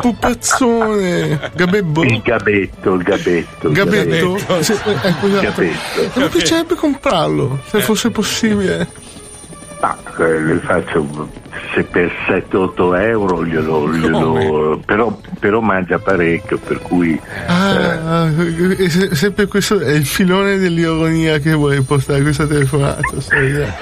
S12: pupazzone Gabebbo.
S20: Il gabetto, il gabetto. il
S12: Gabetto? Sì, ecco, esatto.
S20: Gabetto.
S12: Mi piacerebbe comprarlo, se fosse possibile.
S20: Ma eh, le faccio se per 7-8 euro glielo, glielo- però, però mangia parecchio, per cui eh.
S12: Ah, e se- sempre questo è il filone dell'ironia che vuole portare questa telefonata. sta idea.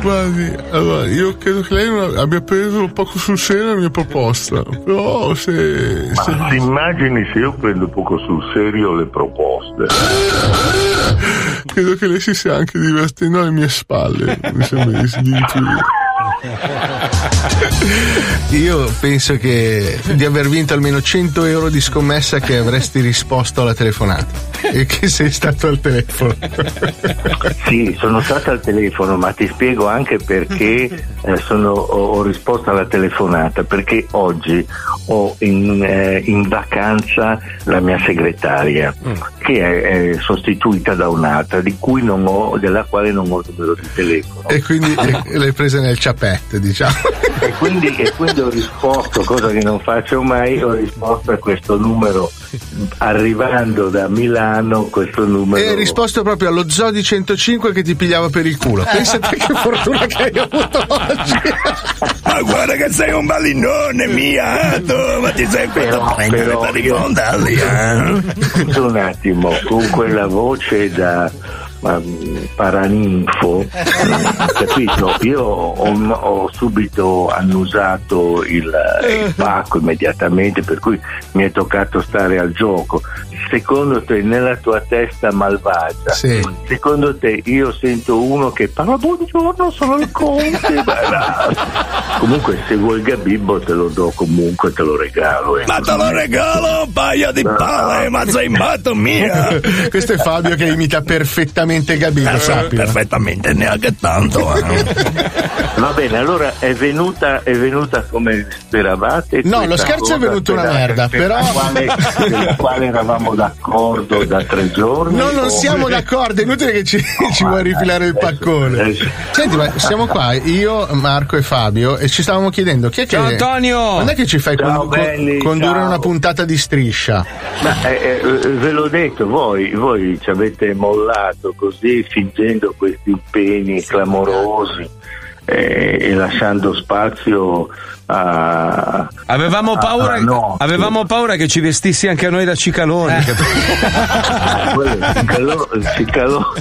S12: Guardi, allora, io credo che lei non abbia preso poco sul serio la mia proposta. Però Oh, se.
S20: Ma
S12: se-
S20: ti immagini se io prendo poco sul serio le proposte?
S12: credo che lei si stia anche divertendo alle mie spalle. Mi sembra di di intuire. Io penso che di aver vinto almeno 100 euro di scommessa che avresti risposto alla telefonata e che sei stato al telefono. <laughs>
S20: Sì, sono stato al telefono, ma ti spiego anche perché eh, sono- ho, ho risposto alla telefonata, perché oggi ho in, eh, in vacanza la mia segretaria,
S12: Mm.
S20: che è, è sostituita da un'altra, di cui non ho, della quale non ho il numero di telefono.
S12: E quindi eh, l'hai presa nel ciapette, diciamo.
S20: E quindi, e quindi ho risposto, cosa che non faccio mai, ho risposto a questo numero, arrivando da Milano, questo numero...
S12: E hai risposto proprio allo zoo di 105 che ti pigliava per il culo. Pensate che fortuna che hai avuto oggi.
S3: Ma guarda che sei un balinone, mia! eh, Tu, ma ti sei fatto prendere
S20: però-
S3: per i fondali, eh?
S20: Scusa un attimo, con quella voce da ma, mh, paraninfo, eh, capito? Io ho, ho subito annusato il, il pacco immediatamente, per cui mi è toccato stare al gioco. Secondo te, nella tua testa malvagia, secondo te io sento uno che boh, parla buongiorno, sono il
S3: <laughs>
S20: conte. Beh, ma- Eh, Comunque se vuoi il Gabibbo te lo do comunque, te lo regalo. eh.
S3: Ma te lo regalo un paio di palle, ma sei matto, mia!
S12: Ah. <laughs> Questo è Fabio che imita perfettamente
S20: Eh,
S12: Gabino, sappi.
S3: Eh, Perfettamente, neanche tanto. eh.
S20: <laughs> Va bene, allora è venuta, è venuta come speravate.
S12: No,
S20: questa
S12: lo scherzo è
S20: cosa
S12: venuto una
S20: per la-
S12: merda,
S20: per
S12: però-
S20: la quale, per la quale eravamo d'accordo da tre giorni.
S12: No, non
S20: o- <laughs>
S12: siamo d'accordo, è inutile che ci, ci
S20: eh,
S12: vuoi rifilare il paccone. Senti, ma siamo qua, io, Marco e Fabio, e ci stavamo chiedendo chi è che.
S20: Ciao, Antonio!
S12: Quando è che ci fai
S20: Ciao,
S12: con-
S20: belli,
S12: condurre
S20: ciao.
S12: una puntata di striscia?
S20: Ma eh, eh, ve l'ho detto, voi, voi ci avete mollato così fingendo questi impegni clamorosi eh, e lasciando spazio a...
S2: Avevamo
S20: a-
S2: paura,
S20: a Ah, no. Eh.
S2: avevamo paura che ci vestissi anche a noi da cicaloni.
S20: Ah, quello è il calo- il cicalo-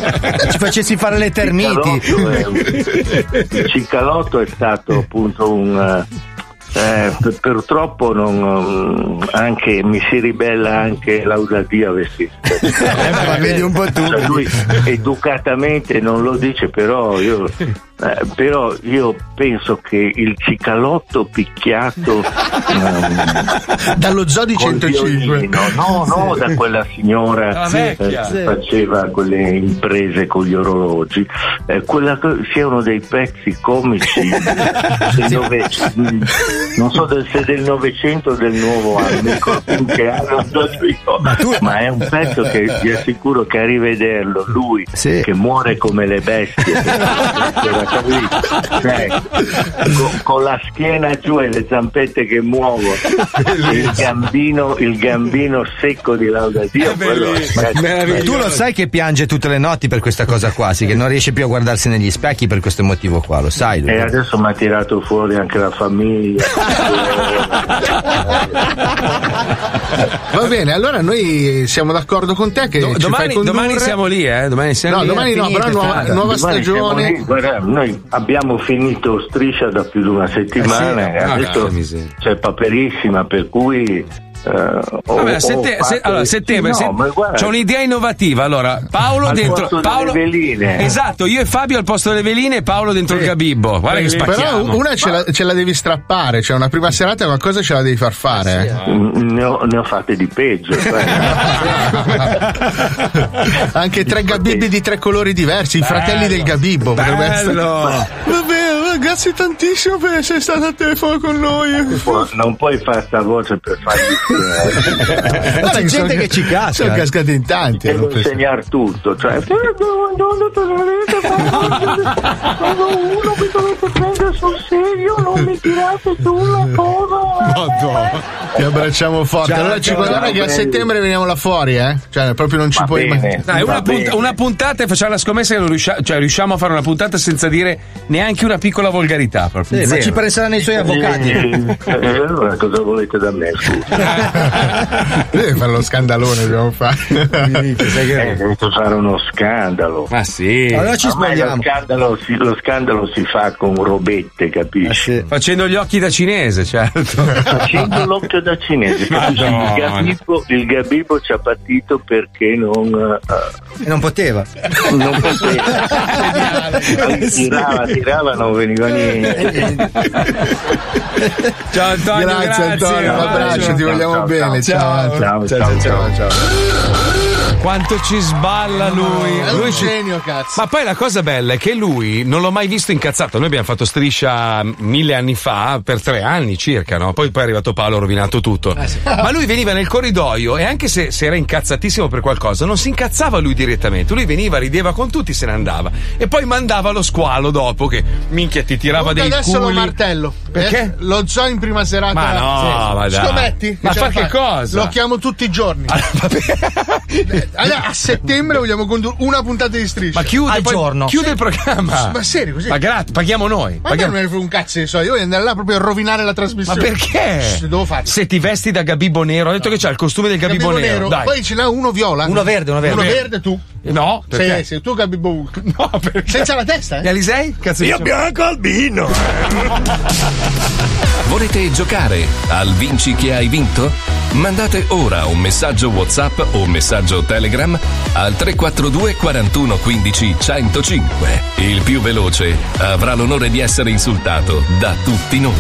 S4: Ci facessi fare le terniti.
S20: Cicalotto è- eh, il Cicalotto è stato appunto un eh, p- purtroppo non, mm, anche, mi si ribella anche l'audadia
S4: <laughs>
S20: vestita
S4: Eh, ma vedi un po' tu.
S20: Cioè, lui educatamente non lo dice però io Eh, però io penso che il cicalotto picchiato
S3: dallo zoo di
S20: 105 no
S12: <laughs>
S20: no da quella signora
S3: Dalla vecchia.
S20: eh, che faceva quelle imprese con gli orologi eh, quella co- sia uno dei pezzi comici del nove- mm, non so del- se del novecento o del nuovo anno mi ricordo in che anno, non mi ricordo. ma, è un pezzo che vi assicuro che a rivederlo lui che muore come le bestie era capito? Cioè, co- con la schiena giù e le zampette che muovo il gambino, il gambino secco di Laudadio quello è-
S4: Eh,
S12: Tu lo sai che piange tutte le notti per questa cosa qua, sì, che non riesce più a guardarsi negli specchi per questo motivo qua, lo sai.
S4: Eh,
S20: e
S12: Lui.
S20: adesso mi ha tirato fuori anche la famiglia
S3: Va bene, allora noi siamo d'accordo con te che ci fai
S2: domani,
S3: condurre.
S2: domani siamo lì, eh? Domani siamo
S3: No,
S2: lì.
S3: domani no, però nuova, nuova
S20: Guarda, siamo lì,
S3: stagione.
S20: guarda, noi abbiamo finito striscia da più di una settimana
S2: Eh sì,
S20: e adesso
S2: porca miseria.
S20: c'è paperissima per cui eh, ho-
S2: Vabbè,
S20: ho
S2: a sette-
S20: fatto-
S2: se- allora, a settembre
S20: Sì, no,
S2: se-
S20: ma guarda,
S2: c'ho un'idea innovativa. Allora, Paolo
S20: Al
S2: dentro.
S20: posto
S2: Paolo,
S20: delle veline.
S2: Esatto, io e Fabio al posto delle veline e Paolo dentro il gabibbo. Guarda che spacchiamo.
S3: Però una ce la, ce la devi strappare, cioè una prima serata qualcosa ce la devi far fare.
S20: Mm, ne ho, ne ho fatte di peggio cioè. eh.
S3: <laughs> Anche tre gabibbi di tre colori diversi, i fratelli del gabibbo. potrebbe essere-
S20: Bello.
S12: eh,
S3: Vabbè, grazie tantissimo per essere stato al telefono con noi.
S20: Può- non puoi fare sta voce per
S4: <laughs>
S20: fargli
S2: Eh,
S3: Ma c'è gente che ci casca. Sono
S4: eh.
S3: cascati in tanti. eh.
S20: devo insegnare tutto cioè
S6: Eh, uno mi dovete prendere sul serio, non mi tirate sulla cosa.
S3: Ti abbracciamo forte.
S6: Ciao,
S3: Cioè, allora ci
S6: ciao,
S3: guarda
S6: ciao,
S3: che a
S6: belli.
S3: settembre veniamo là fuori, eh? Cioè, proprio non ci
S20: Va
S3: puoi
S20: bene.
S3: immaginare.
S2: Dai,
S20: Va
S2: una,
S20: bene.
S2: punta- una puntata e facciamo la scommessa che non riusciamo, cioè riusciamo a fare una puntata senza dire neanche una piccola volgarità. Proprio.
S4: Sì, ma
S2: Zero.
S4: ci penseranno i suoi avvocati.
S20: Eh, allora cosa volete da me
S4: <laughs>
S20: scusa
S3: Devi fare lo scandalone, dobbiamo fare.
S20: Eh, dovete fare uno scandalo
S2: ma sì
S3: Allora ci
S20: lo
S3: sbagliamo. Ah,
S20: scandalo, si, lo scandalo si fa con robette capisci
S2: Facendo gli occhi da cinese, certo.
S20: Facendo l'occhio da cinese, capisci?
S2: Madonna.
S20: il gabibbo, il gabibbo ci ha patito perché non,
S4: <laughs>
S20: eh,
S12: Non poteva.
S21: <laughs>
S20: non poteva. tirava, tirava, non veniva niente.
S2: Ciao Antonio,
S3: grazie, Antonio, un abbraccio, ti vogliamo bene. Ciao,
S20: ciao, ciao,
S3: ciao.
S2: Quanto ci sballa lui.
S3: È un
S2: Lui ci-
S3: genio, cazzo.
S2: Ma poi la cosa bella è che lui non l'ho mai visto incazzato. Noi abbiamo fatto striscia mille anni fa, per tre anni circa, no? Poi, poi è arrivato Paolo, ha rovinato tutto.
S3: Eh,
S2: Ma lui veniva nel corridoio e anche se, se era incazzatissimo per qualcosa, non si incazzava lui direttamente. Lui veniva, rideva con tutti, se ne andava. E poi mandava lo squalo dopo che minchia ti tirava
S3: Comunque
S2: dei
S3: adesso lo
S2: culi.
S3: martello.
S2: Perché?
S3: Eh, Lo zoo in prima serata.
S2: Ma no, ma dai.
S3: Scommetti?
S2: Ma
S3: ce la
S2: fa che
S3: fai?
S2: cosa? Ah,
S3: Lo chiamo tutti i giorni. Eh, allora, a settembre vogliamo condurre una puntata di striscia.
S2: Ma chiude, poi- chiude
S3: Sì.
S2: il programma.
S3: Ma serio così?
S2: Ma gra- paghiamo noi.
S3: Ma
S2: paghiamo-
S3: non me ne frega un cazzo di soldi, io voglio andare là proprio a rovinare la
S2: Ma
S3: trasmissione.
S2: perché?
S3: Shh, Devo farlo.
S2: Se ti vesti da Gabibbo Nero, ha detto che c'ha il costume del Gabibbo,
S3: Gabibbo
S2: Nero.
S3: nero,
S2: Dai.
S3: poi ce n'è uno viola.
S2: Uno verde, uno verde.
S3: Uno verde tu.
S2: No, perché?
S3: Sei, sei tu Gabibbo.
S2: <laughs>
S3: No,
S2: perché?
S3: Senza la testa,
S2: E
S3: eh?
S2: Alisei? Cazzo
S3: Io
S2: diciamo?
S3: bianco albino.
S1: Volete giocare al Vinci che hai vinto? Mandate ora un messaggio WhatsApp o un messaggio Telegram al 342 41 15 105. Il più veloce avrà l'onore di essere insultato da tutti noi.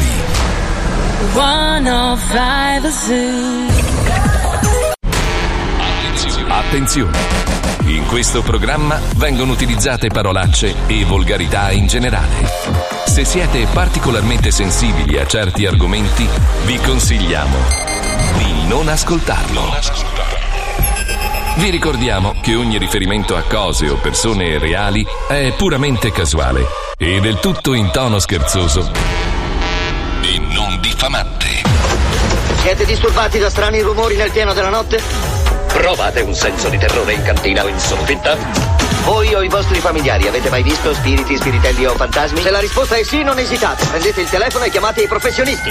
S6: 105 Zoo.
S1: Attenzione! In questo programma vengono utilizzate parolacce e volgarità in generale. Se siete particolarmente sensibili a certi argomenti, vi consigliamo di non ascoltarlo. Vi ricordiamo che ogni riferimento a cose o persone reali è puramente casuale e del tutto in tono scherzoso e non diffamante.
S22: <laughs> Siete disturbati da strani rumori nel pieno della notte? Provate un senso di terrore in cantina o in soffitta? Voi o i vostri familiari avete mai visto spiriti, spiritelli o fantasmi? Se la risposta è sì, non esitate. Prendete il telefono e chiamate i professionisti.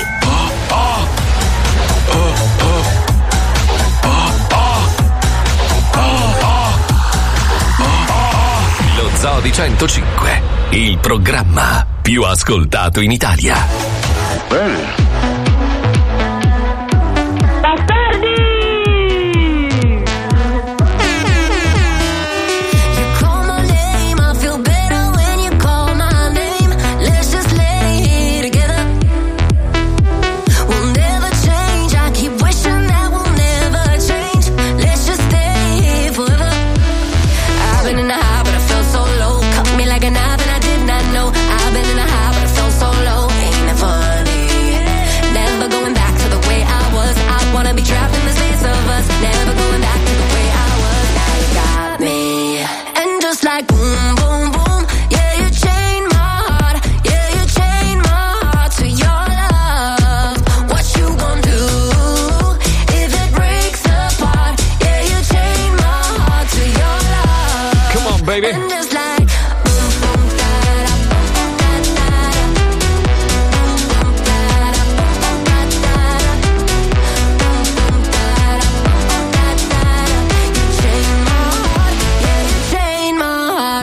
S1: Lo Zoo di 105, il programma più ascoltato in Italia. Bene.
S6: You call my name, I feel better when you call my name.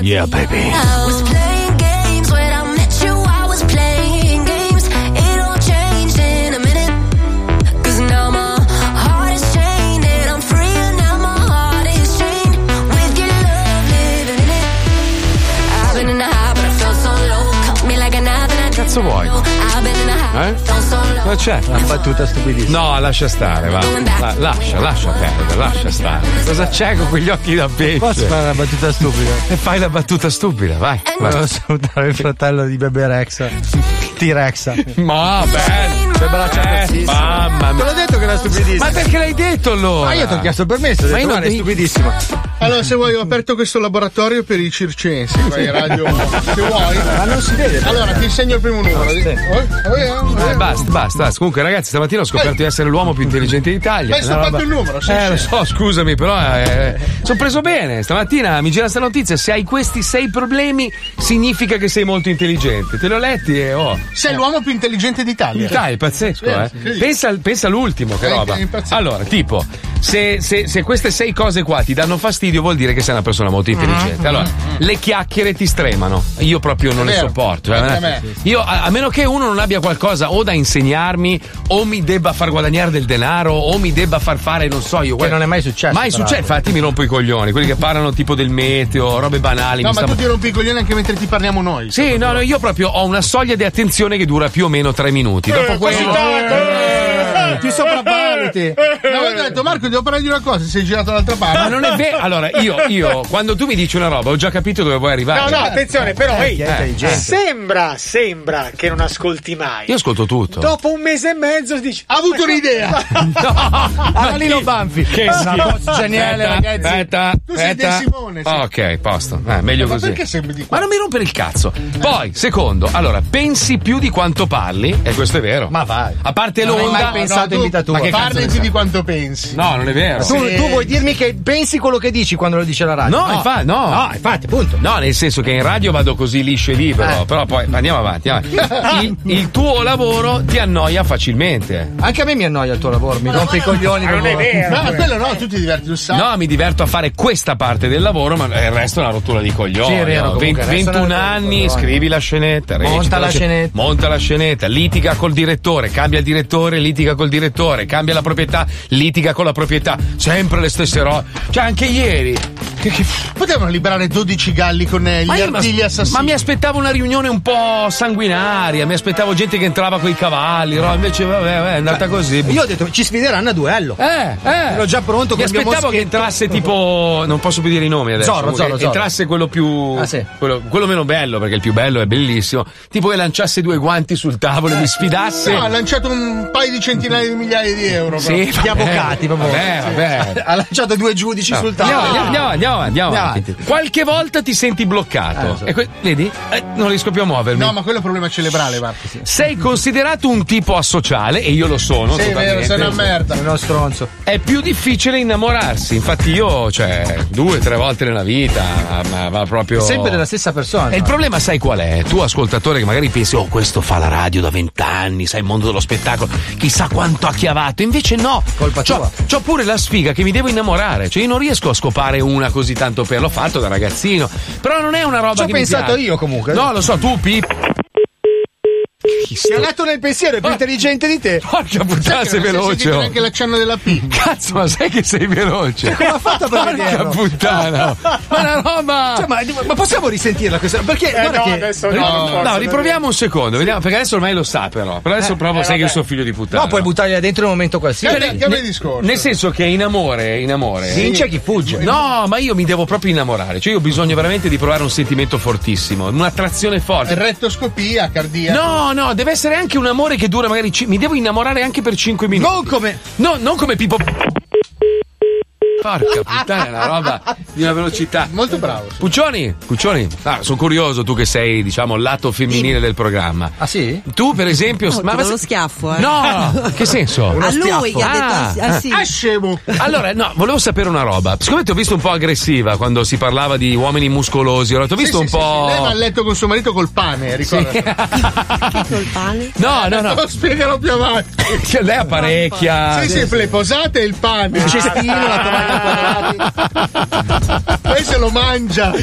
S6: yeah, baby.
S23: I was playing games when I met you. I was playing games. It all changed in a minute. 'Cause now my heart is chained and I'm free. And now my heart is chained with your love living in it. I've been in a high, but I felt so low. Caught me like a knife and I didn't
S2: Cazzo vuoi?
S23: know. I've been in a high,
S2: Eh?
S23: felt so low.
S2: Ma c'è? Una battuta stupidissima. No, lascia stare, va. La- lascia, lascia perdere, lascia stare. Cosa c'è con quegli occhi da pesce?
S21: Posso fare una battuta stupida?
S2: E fai la battuta stupida, vai.
S21: Volevo salutare il fratello di Bebe Rexa. T-Rexa.
S2: Ma bello! mamma
S21: Te l'ho detto che era stupidissimo.
S2: Ma perché l'hai detto allora?
S21: Ma io ti ho chiesto permesso. ho
S3: Ma
S21: detto,
S3: io non
S21: guarda, è
S3: mi-
S21: stupidissimo.
S3: Allora, se vuoi, ho aperto questo laboratorio per i circensi. Vai, radio. Se vuoi.
S21: Ma non si vede. Ah,
S3: Allora, ti insegno il primo numero. Oh?
S2: Eh, basta, basta, basta. Comunque, ragazzi, stamattina ho scoperto di essere l'uomo più intelligente d'Italia.
S3: Ma hai
S2: Una
S3: soltanto il numero, sì,
S2: Eh,
S3: sì.
S2: lo so, scusami, però. eh, sono preso bene. Stamattina mi gira sta notizia. Se hai questi sei problemi, significa che sei molto intelligente. Te li ho letti e oh.
S3: Sei l'uomo più intelligente d'Italia.
S2: Dai, è pazzesco,
S3: Sì,
S2: eh.
S3: sì, sì.
S2: Pensa, al- pensa all'ultimo, che
S3: Eh,
S2: roba.
S3: è pazzesco.
S2: Allora, tipo, se, se- se queste sei cose qua ti danno fastidio, vuol dire che sei una persona molto
S3: Mm-hmm.
S2: intelligente. Allora, le chiacchiere ti stremano. Io proprio non
S6: È
S2: le
S6: vero.
S2: sopporto. eh.
S6: Anche a me.
S2: Io, a, a meno che uno non abbia qualcosa o da insegnarmi, o mi debba far guadagnare del denaro, o mi debba far fare, non so, io.
S21: Che non è mai successo,
S2: Mai
S21: peraltro.
S2: successo, infatti mi rompo i coglioni. Quelli che parlano tipo del meteo, robe banali.
S3: No,
S2: mi
S3: ma
S2: sta-
S3: tu ti rompi i coglioni anche mentre ti parliamo noi.
S2: Sì, no, no, io proprio ho una soglia di attenzione che dura più o meno tre minuti.
S3: Eh,
S2: Dopo quello. Eh,
S3: Ti sopravvaluti. Una volta eh. ho detto, Marco, devo parlare di una cosa. Sei girato dall'altra parte.
S2: Ma non è vero. Allora, io, io, quando tu mi dici una roba, ho già capito dove vuoi
S13: No,
S2: arrivare.
S13: no, attenzione, però
S2: Eh,
S13: ehi,
S2: chi è intelligente?
S13: sembra, sembra che non ascolti mai.
S2: Io ascolto tutto.
S13: Dopo un mese e mezzo dici: Ha
S2: <laughs>
S3: avuto un'idea!
S13: Analino Banfi.
S2: Che schifo.
S21: geniale,
S2: Aspetta, eh.
S21: ragazzi.
S2: Aspetta,
S21: Tu sei
S2: aspetta.
S21: De Simone, sì.
S2: Ok, posto. Eh, meglio
S21: Ma
S2: così.
S21: perché sembri di qua?
S2: Ma non mi rompere il cazzo. Poi, secondo, allora, pensi più di quanto parli, e questo è vero. Ma
S21: vai.
S2: A parte
S21: Non hai
S2: l'onda.
S21: mai pensato
S2: tu-
S21: in vita tua.
S2: Ma che cazzo ne
S3: Parlaci di quanto pensi.
S2: sai? No, non è vero.
S21: Tu, tu vuoi dirmi che pensi quello che dici quando lo dice la radio?
S2: No, Eh, infatti, no.
S21: No, infatti, punto.
S2: No, nel senso che in radio vado così liscio e libero,
S21: Eh.
S2: però poi andiamo
S21: <laughs>
S2: avanti. andiamo avanti. Il, il tuo lavoro ti annoia facilmente.
S21: Anche a me mi annoia il tuo lavoro, mi rompe i coglioni. dopo-
S3: No, quello no, tu ti diverti un sacco.
S2: No, mi diverto a fare questa parte del lavoro, ma il resto è una rottura di coglioni.
S21: Sì, è vero,
S2: no?
S21: comunque,
S2: Ven-
S21: il resto è una
S2: 21
S21: rottura di
S2: anni,
S21: coglioni.
S2: scrivi la scenetta,
S21: Monta
S2: recita
S21: la
S2: sce-
S21: scenetta.
S2: monta la scenetta, litiga col direttore, cambia il direttore, litiga col direttore, cambia la proprietà, litiga con la proprietà, sempre le stesse robe. Cioè, anche ieri. Che, che...
S3: Potevano liberare 12 galli con eh, gli
S2: Ma io mi as-
S3: artigli assassini.
S2: ma mi aspettavo una riunione un po' sanguinaria, mi aspettavo gente che entrava coi cavalli, no? invece vabbè, vabbè, è andata così.
S21: Cioè, Io ho detto, ci sfideranno a duello.
S2: Eh, eh.
S21: Ero già pronto
S2: Mi
S21: con il mio
S2: aspettavo che
S21: moschetto.
S2: entrasse tipo. Non posso più dire i nomi adesso.
S21: Zorro,
S2: comunque,
S21: Zorro, Zorro.
S2: Entrasse quello più.
S21: Ah, sì.
S2: quello, quello meno bello, perché il più bello è bellissimo. Tipo che lanciasse due guanti sul tavolo e mi sfidasse.
S3: No, ha lanciato un paio di centinaia di migliaia di euro.
S2: Sì,
S3: però.
S2: vabbè. Vabbè, vabbè.
S21: <laughs> Ha lanciato due giudici
S2: No.
S21: sul tavolo.
S2: Andiamo, andiamo, andiamo, andiamo
S21: Andiamo
S2: avanti. Qualche volta ti senti bloccato. E que- vedi? Eh, non riesco più a muovermi.
S3: Ah, No, ma quello è un problema cerebrale, Marco. Sì,
S2: Sei considerato un tipo asociale, e io lo sono.
S3: Sì, è vero,
S2: totalmente.
S3: sei una merda.
S21: Uno stronzo.
S2: È più difficile innamorarsi. Infatti, io, cioè, due, tre volte nella vita, ma- ma, ma proprio.
S21: Sempre della stessa persona.
S2: E il problema sai qual è? Tu ascoltatore che magari pensi oh questo fa la radio da vent'anni, sai il mondo dello spettacolo, chissà quanto ha chiavato, invece no, colpa c'ho,
S21: tua.
S2: C'ho pure la sfiga che mi devo innamorare, cioè io non riesco a scopare una così tanto per, l'ho fatto da ragazzino, però non è una roba
S21: Ci ho
S2: che mi
S21: pensato
S2: piace.
S21: io, comunque.
S2: No, lo so, tu Pip.
S21: Ti è nato nel pensiero, è più intelligente di te.
S2: Porca
S3: Sai
S2: puttana sei
S3: che non si è
S2: veloce.
S3: sentito
S2: oh.
S3: neanche l'accenno della P.
S2: Cazzo, ma sai che sei veloce?
S21: Cioè, Come ha fatto per
S2: Porca
S21: vederlo?
S2: puttana! Ma la roba!
S21: Cioè, ma, ma possiamo risentirla questa? Perché
S3: Eh,
S21: guarda che
S2: no, riproviamo un secondo, vediamo, perché adesso ormai lo sa però. Però adesso
S21: Eh,
S2: provo,
S21: eh,
S2: sai
S21: vabbè.
S2: che io sono figlio di puttana.
S21: No, puoi buttargliela dentro in un momento qualsiasi.
S2: Cioè,
S3: Cambia
S2: ne-
S3: il discorso.
S2: Nel senso che in amore, in amore.
S21: Vince chi fugge.
S2: No, ma io mi devo proprio innamorare. Cioè, io ho bisogno veramente di provare un sentimento fortissimo, un'attrazione forte.
S3: Rettoscopia, cardiaca.
S2: No, no, deve essere anche un amore che dura magari. cin- mi devo innamorare anche per 5 minuti.
S21: Non come.
S2: No, non come Pippo. Porca puttana, è una roba di una velocità.
S3: Molto bravo.
S2: Puccioni, Puccioni, ah, sono curioso tu che sei, diciamo, il lato femminile del programma.
S21: Ah sì?
S2: Tu, per esempio,
S5: No, ti do uno schiaffo, eh.
S2: No, che senso?
S5: <laughs> A lui gli ha detto
S2: Ah,
S5: ah, sì- ah, sì.
S3: Ah, scemo.
S2: allora, no, volevo sapere una roba. Siccome ti ho visto un po' aggressiva quando si parlava di uomini muscolosi, allora ti ho visto
S3: Sì,
S2: un
S3: sì,
S2: po'.
S3: sì, sì. Lei va a letto con suo marito col pane, ricordati.
S5: col pane.
S2: No, no, no.
S3: Lo spiegherò più avanti.
S2: Che Lei apparecchia.
S3: Sì, sì, le posate e il pane.
S21: Il cestino, la tovaglia quadrata.
S3: Poi se lo mangia.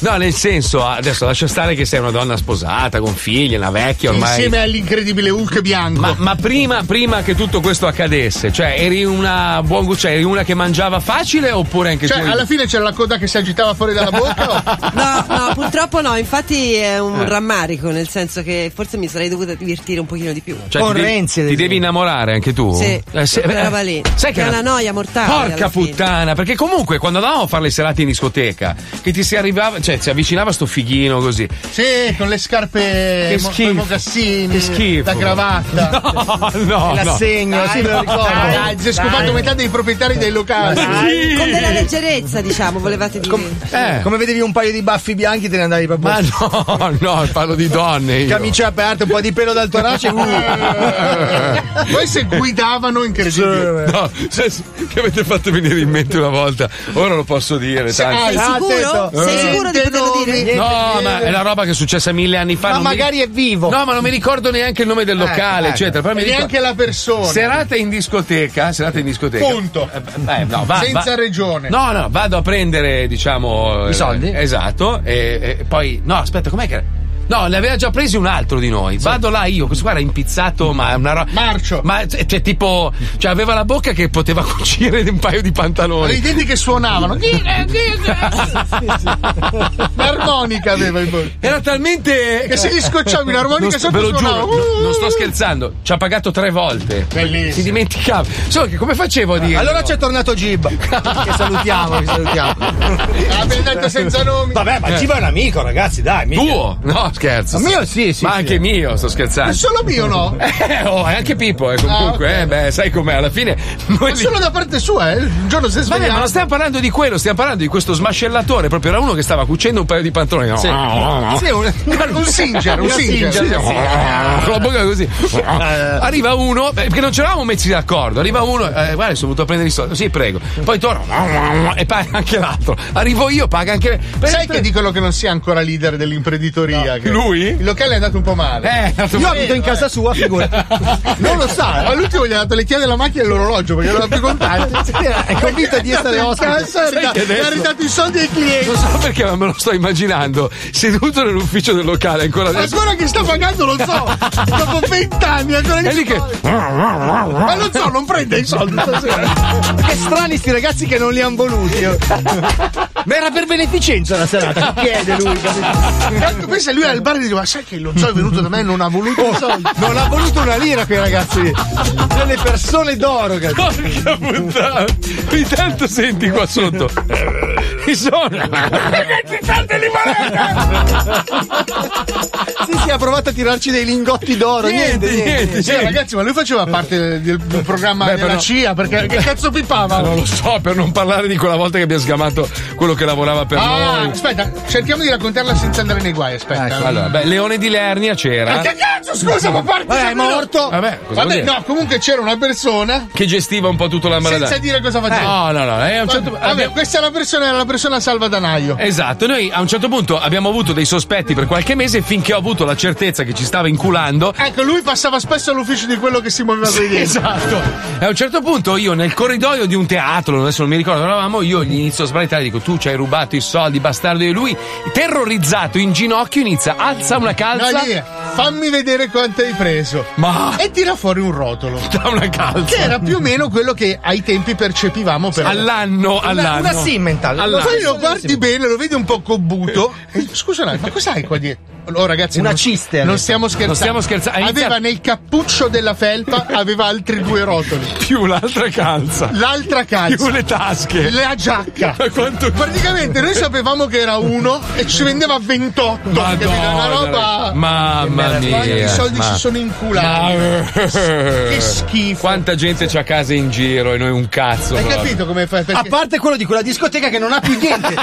S2: No, nel senso, adesso lascia stare che sei una donna sposata, con figli, una vecchia ormai.
S3: Insieme all'incredibile Hulk bianco.
S2: Ma, ma prima, prima che tutto questo accadesse, cioè eri una buon gu- cioè eri una che mangiava facile oppure anche
S3: cioè,
S2: tu? <laughs>
S3: alla fine c'era la coda che si agitava fuori dalla bocca.
S5: No, no, purtroppo no, infatti è un
S2: Eh.
S5: rammarico, nel senso che forse mi sarei dovuta divertire un pochino di più.
S2: Cioè, ti devi- Ti devi innamorare anche tu?
S5: Sì,
S2: Eh, se-
S5: quella
S2: eh,
S5: roba lì.
S2: Sai
S5: che è una noia mortale.
S2: Porca
S5: alla fine.
S2: puttana, perché comunque quando andavamo a fare le serate in discoteca, che ti si arrivava, cioè si avvicinava sto fighino così.
S12: Eh,
S3: Sì, con le scarpe
S2: Che
S3: mo- con
S2: schifo.
S3: i mocassini,
S2: Che schifo.
S3: la cravatta.
S2: No, no.
S3: L'assegno,
S2: no.
S3: sì, me lo ricordo.
S2: Dai,
S3: Dai, si è scopato
S5: dai.
S3: metà dei proprietari dei locali.
S5: Dai, Con della leggerezza, diciamo, volevate dire.
S4: eh.
S12: Come vedevi un paio di baffi bianchi te ne andavi proprio. Ma
S2: Eh. no, no, parlo di donne. Io.
S12: Camicia aperta, un po' di pelo dal torace. uh.
S3: <laughs> Poi se guidavano incredibile.
S2: No, se- se- che avete fatto venire in mente una volta, ora lo posso dire. tanto.
S12: sei
S6: Ah, certo.
S12: sicuro?
S6: Eh.
S12: Eh. Sei sicuro di poterlo dire?
S2: No, ma è una roba che è successa mille anni fa.
S12: Ma
S2: non mi-
S12: magari è vivo. Eh,
S2: No, ma non mi ricordo neanche il nome del locale, eccetera. Però mi
S3: Ah, ecco. e
S2: ricordo-
S3: neanche la persona.
S2: Serata in discoteca, serata in discoteca.
S3: Punto.
S2: Eh, beh, eh, no, va-
S3: Senza
S2: va-
S3: regione.
S2: No, no, vado a prendere, diciamo. I
S3: soldi?
S2: esatto. E, e poi. No, aspetta, com'è che. era? No, ne aveva già presi un altro di noi. Vado là io, questo qua era impizzato, ma è una roba. Marcio! Ma cioè, cioè, tipo. Cioè, aveva la bocca che poteva <laughs> cucire un paio di
S3: Avevi i
S2: pantaloni.
S3: denti
S2: <laughs>
S3: che suonavano. Ah, L'armonica aveva in bocca.
S2: Era talmente.
S3: Che se gli scocciavi
S2: Non
S3: l'armonica
S2: sto-
S3: sotto
S2: ve lo giuro,
S3: suonava.
S2: no- non sto scherzando, ci ha pagato tre volte.
S3: Bellissimo.
S2: Si dimenticava. Solo che come facevo a dire?
S12: Allora c'è
S2: <laughs>
S12: tornato Gib. Che salutiamo, che salutiamo.
S3: Abbiamo detto senza nomi.
S12: Vabbè,
S2: ma Gib è un
S12: amico, ragazzi, dai.
S2: Tuo? No, scherzo.
S12: Ma mio sì, sì,
S2: Ma
S12: sì.
S2: anche mio, sto scherzando.
S3: Ma solo mio no?
S2: <laughs>
S3: Ah,
S2: Eh, oh, e anche Pippo, eh, comunque, eh, beh, sai com'è, alla fine noi
S3: Ma
S2: li-
S3: solo da parte sua, eh. Un giorno si è
S2: Vabbè, ma
S3: svegliato.
S2: non stiamo parlando di quello, stiamo parlando di questo smascellatore. Proprio era uno che stava cucendo un paio di pantaloni. No, Ah,
S3: Sì.
S2: no, no, no.
S3: Sì, un, un singer, un
S2: Una
S3: singer.
S2: singer, sì. Con la bocca così.
S3: Eh.
S2: Arriva uno, eh, perché non ci eravamo messi d'accordo. Arriva uno, eh, guarda, sono venuto a prendere i soldi. Sì, prego. Poi torno ah, e paga anche l'altro. Arrivo io, paga anche.
S3: Sai che dicono che non sia ancora leader dell'imprenditoria? che-
S2: Lui?
S3: Il locale è andato un po' male.
S2: Eh, è andato Io male. abito
S3: in
S12: casa sua, figura.
S3: non lo sa. Ma l'ultimo gli ha dato le chiavi della macchina e l'orologio perché non ha
S2: <laughs>
S3: più contanti.
S12: È convinto di essere ospite.
S3: ospite.
S2: Sai che
S3: Gli ha
S2: adesso-
S3: ridato i soldi ai
S2: Non
S3: clienti.
S2: so perché, ma me lo sto immaginando. Seduto nell'ufficio del locale ancora adesso.
S3: Ancora che sta pagando lo so. Dopo vent'anni ancora
S2: È lì
S3: che.
S2: che.
S3: Ma lo so, non prende i soldi <laughs> stasera.
S12: Che strani sti ragazzi che non li hanno voluti. oh. Ma era per beneficenza la serata. Chi chiede lui?
S3: Tanto pensa Ecco, lui al bar e dice: Ma sai che lo zoo è venuto da me e non ha voluto i <laughs> soldi.
S12: Non ha voluto una lira quei ragazzi. lì. Delle persone d'oro, cazzo.
S2: Porca puttana! Ogni tanto senti qua sotto. Chi sono?
S12: Sì, sì, ha provato a tirarci dei lingotti d'oro. Niente, niente.
S3: Sì, ragazzi, ma lui faceva parte del, del programma
S2: Beh,
S3: della
S2: però-
S3: CIA perché che cazzo pipava?
S2: Non lo so, per non parlare di quella volta che abbiamo sgamato quello che lavorava per
S3: Ah,
S2: noi.
S3: aspetta, cerchiamo di raccontarla senza andare nei guai, aspetta.
S2: Allora, beh, Leone di Lernia
S3: Ma
S2: c'era.
S3: che cazzo, scusa, ma parte
S12: Vabbè, Eh, è morto.
S2: Vabbè, cosa vuol
S3: Vabbè,
S2: dire?
S3: no, comunque c'era una persona
S2: Che gestiva un po' tutto la maradona.
S3: senza dire cosa faceva.
S2: No, no, no. eh, a un certo-
S3: Vabbè,
S2: abbiamo-
S3: questa è la persona, era la persona salvadanaio.
S2: Esatto, noi a un certo punto abbiamo avuto dei sospetti per qualche mese finché ho avuto la certezza che ci stava inculando
S3: Ecco, lui passava spesso all'ufficio di quello che si muoveva per dentro.
S2: Esatto. E a un certo punto io nel corridoio di un teatro, adesso non mi ricordo, dove eravamo, io gli inizio a sbraitare, dico tu ci hai rubato i soldi, bastardo, e lui, terrorizzato, in ginocchio, inizia, alza una calza.
S3: No, lì, è, fammi vedere quanto hai preso.
S2: Ma-
S3: E tira fuori
S2: <laughs>
S3: un rotolo.
S2: Da una calza.
S3: Che era più o meno quello che ai tempi percepivamo per
S2: All'anno, all'anno.
S12: una simmental.
S2: All'anno.
S3: Poi lo guardi bene, lo vedi un po' cobbuto. Scusa un attimo, ma cos'hai qua dietro? Oh, ragazzi,
S12: Una
S3: non-
S12: ciste,
S3: Non
S12: adesso.
S3: stiamo scherzando.
S2: Non stiamo scherzando, ha iniziato-
S3: Aveva nel cappuccio
S2: <laughs>
S3: della felpa, aveva altri due rotoli.
S2: Più l'altra calza.
S3: L'altra calza.
S2: Più le tasche.
S3: La giacca.
S2: Ma quanto-
S3: Praticamente noi sapevamo che era uno e ci vendeva 28. capito?
S2: Madonna,
S3: una roba.
S2: Mamma mia.
S3: Quanti soldi
S2: ma-
S3: si sono inculati.
S2: <laughs>
S3: Che schifo.
S2: Quanta gente c'ha casa in giro e noi un
S4: Esatto.
S2: cazzo.
S3: Hai
S2: proprio.
S3: capito come fai?
S12: A
S3: Perché...
S12: parte quello di quella discoteca che non ha più
S3: <laughs>
S12: niente.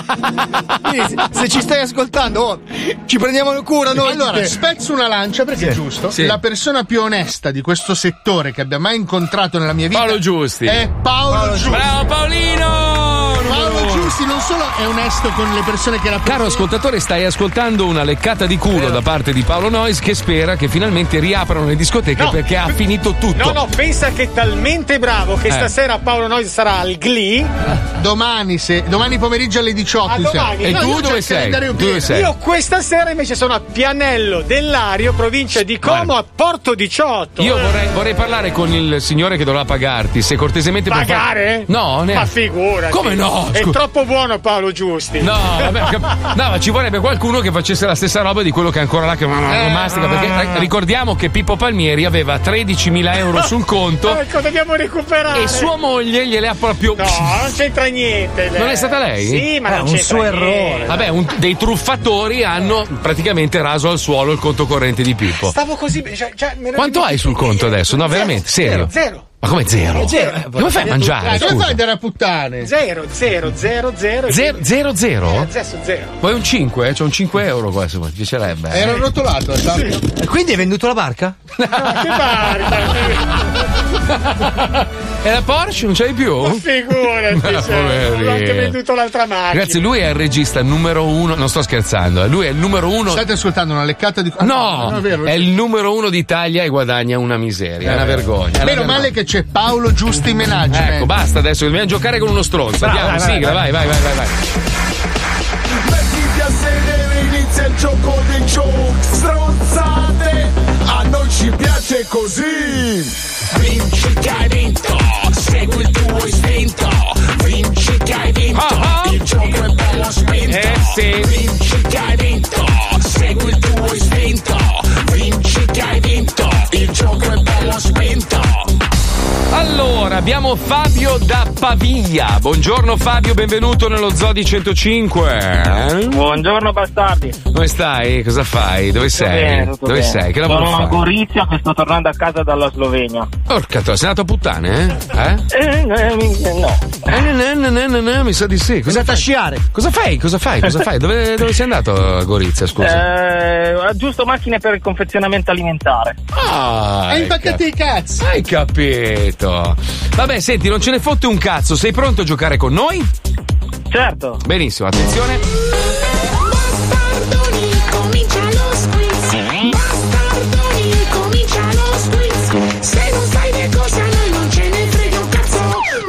S12: Quindi se, se ci stai ascoltando, oh, ci prendiamo cura noi. di
S3: Allora,
S12: te.
S3: spezzo una lancia perché è giusto.
S2: Sì.
S3: La persona più onesta di questo settore che abbia mai incontrato nella mia vita
S2: Paolo Giusti.
S3: è Paolo, Giusti.
S2: Bravo Paolino!
S3: Paolo
S2: Numero uno.
S3: Giusti Questi non solo è onesto con le persone che rappresenta.
S2: Caro ascoltatore, stai ascoltando una leccata di culo da parte di Paolo Nois che spera che finalmente riaprano le discoteche
S13: No.
S2: perché ha finito tutto.
S13: No, no, pensa che è talmente bravo che
S2: Eh.
S13: stasera Paolo Nois sarà al Glee.
S3: Domani, se, domani pomeriggio alle 18.
S13: A
S3: siamo.
S13: domani.
S3: No,
S13: No, io
S3: io ho il
S13: cerco di andare
S3: calendario
S13: un
S3: pieno.
S13: pieno. Io questa sera invece sono a Pianello dell'Ario, provincia di Como, a Porto 18.
S2: Io vorrei, vorrei parlare con il signore che dovrà pagarti, se cortesemente puoi far-
S13: Pagare?
S2: No,
S13: Ma
S2: neanche.
S13: figura.
S2: Come no?
S13: È
S2: Scusa.
S13: troppo buono Paolo Giusti.
S2: No,
S13: <laughs>
S2: vabbè, cap- no, ma ci vorrebbe qualcuno che facesse la stessa roba di quello che è ancora là che lo mastica. Perché eh, ricordiamo che Pippo Palmieri aveva 13.000 euro sul
S13: <laughs>
S2: conto.
S13: Ecco, dobbiamo recuperare.
S2: E sua moglie gliele ha proprio.
S13: No, non c'entra niente. lei.
S2: Non è stata lei?
S13: Sì,
S12: Ah,
S13: ma non c'entra niente.
S2: Vabbè, un- dei truffatori hanno praticamente raso al suolo il conto corrente di Pippo.
S13: Stavo così. bene, cioè- cioè, me lo
S2: Quanto hai sul conto adesso? No, veramente? Serio?
S13: Zero. Eh,
S2: Ma come zero? Come fai a mangiare?
S3: Dai, Come fai
S2: Scusa.
S3: ad andare a puttane?
S13: Zero, zero, zero, zero.
S2: Zero, zero, zero?
S13: Adesso zero.
S2: Vuoi un 5? C'è un 5 euro qua, se ti piacerebbe. eh.
S12: Era rotolato Quindi hai venduto la barca?
S13: che
S2: <laughs>
S13: barba!
S2: E la Porsche non c'hai più?
S13: Ma figurati,
S2: Ma
S13: cioè,
S2: poverino.
S13: l'ho anche venduto l'altra macchina.
S2: Ragazzi, lui è il regista numero uno. Non sto scherzando, eh, lui è il numero uno.
S3: State ascoltando una leccata di. Ah,
S2: No,
S3: non è vero. Eh,
S2: è il numero uno d'Italia e guadagna una miseria, è una vergogna. è una
S3: Meno
S2: vergogna.
S3: male che c'è Paolo Giusti eh. Menaggia.
S2: Ecco, basta adesso, dobbiamo giocare con uno stronzo.
S3: Bravo,
S2: Andiamo,
S3: vai, vai,
S2: sigla, vai, vai, vai, vai. vai.
S6: Mettiti a sedere, inizia il gioco dei show Stronzate, a noi ci piace così Vinci che hai vinto, segui il tuo istinto Vinci che hai vinto, il gioco è bello spinto Vinci che hai vinto, segui il tuo istinto Vinci che hai vinto, il gioco è bello spinto
S2: Allora, abbiamo Fabio da Pavia. Buongiorno Fabio, benvenuto nello Zoo di 105.
S20: Buongiorno bastardi.
S2: Come stai? Cosa fai? Dove sei?
S20: bene, tutto
S2: Dove
S20: bene.
S2: sei? Che lavoro
S20: Sono a
S2: fai?
S20: Gorizia che sto tornando a casa dalla Slovenia.
S2: Porca troia, sei andato a puttane, eh? Eh?
S20: Eh, eh, eh, no.
S2: Eh, ne, ne, ne, ne, ne, mi sa di sì. Cosa fai? Cosa fai? Cosa fai? Cosa <laughs> fai? Dove, dove sei andato a Gorizia, scusa?
S20: Eh, aggiusto macchine per il confezionamento alimentare.
S2: Ah,
S20: Hai impaccato
S2: i cazzi. Hai capito. Vabbè, senti, non ce ne fotte un cazzo. Sei pronto a giocare con noi?
S20: Certo.
S2: Benissimo, attenzione.
S6: Comincia lo squiz, bastardoni, comincia lo squiz. Se non sai le cose a noi non ce ne frega un cazzo,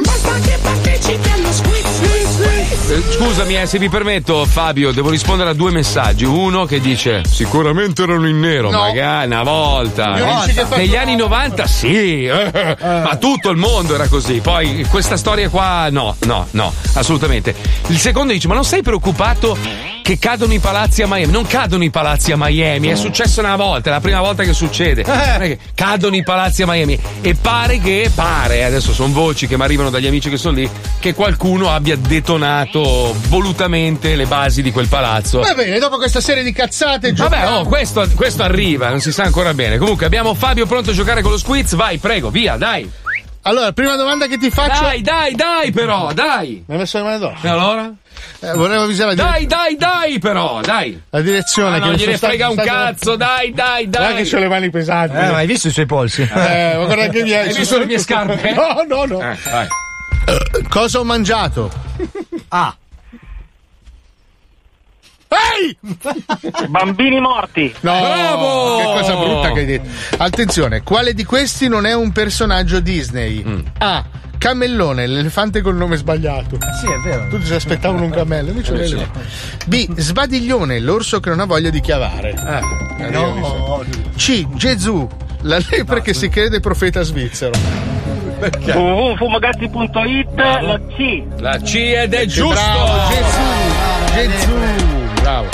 S6: basta che partecipi allo squiz, squiz, squiz.
S2: Eh, Scusami, eh, se vi permetto, Fabio, devo rispondere a due messaggi. Uno che dice: Sicuramente erano in nero,
S6: No.
S2: magari una volta. eh.
S6: Io non so che faccio-
S2: Negli anni 90, sì, eh, ma tutto il mondo era così. Poi questa storia qua, no, no, no, assolutamente. Il secondo dice: Ma non sei preoccupato che cadono i palazzi a Miami? Non cadono i palazzi a Miami, è successo una volta, è la prima volta che succede. Non è che Eh, Cadono i palazzi a Miami e pare che, pare, eh, adesso sono voci che mi arrivano dagli amici che sono lì, che qualcuno abbia detonato volutamente le basi di quel palazzo.
S3: Va bene, dopo questa serie di cazzate,
S2: Vabbè,
S3: Eh, giochiamo.
S2: oh, questo, questo arriva, non si sa ancora bene. Comunque abbiamo Fabio pronto a giocare con lo squiz. Vai, prego, via, dai.
S3: Allora, prima domanda che ti faccio.
S2: Dai, dai, dai, però, dai.
S3: Mi hai messo le mani addosso.
S2: E allora?
S3: Eh, volevo avvisare la
S2: Dai, dai, dai, però, dai.
S3: La direzione
S2: Ah,
S3: che
S2: non
S3: mi sono
S2: gliene
S3: state-
S2: frega un
S3: state-
S2: cazzo, dai, dai,
S3: Guarda
S2: dai.
S3: che ho le mani pesanti.
S12: Eh, ma hai visto i suoi polsi?
S3: Eh, ma guarda che mi
S2: Hai visto le mie scarpe?
S3: <laughs> No, no, no.
S2: Eh, vai.
S3: Eh, Cosa ho mangiato?
S20: Ah. Ehi! Bambini morti.
S3: No,
S20: Bravo!
S3: che cosa brutta che hai detto. Attenzione, quale di questi non è un personaggio Disney? A. Camellone, l'elefante col nome sbagliato. Sì, è vero. Tutti si aspettavano un cammello, invece è un
S12: Eh, sì.
S3: elefante. B. Sbadiglione, l'orso che non ha voglia di chiavare.
S4: Eh.
S3: Eh, No. C. Gesù, la lepre che si crede profeta svizzero.
S20: www.fumagazzi.it la C.
S2: La C ed è giusto.
S3: Bravo, Gesù, Gesù. Bravo.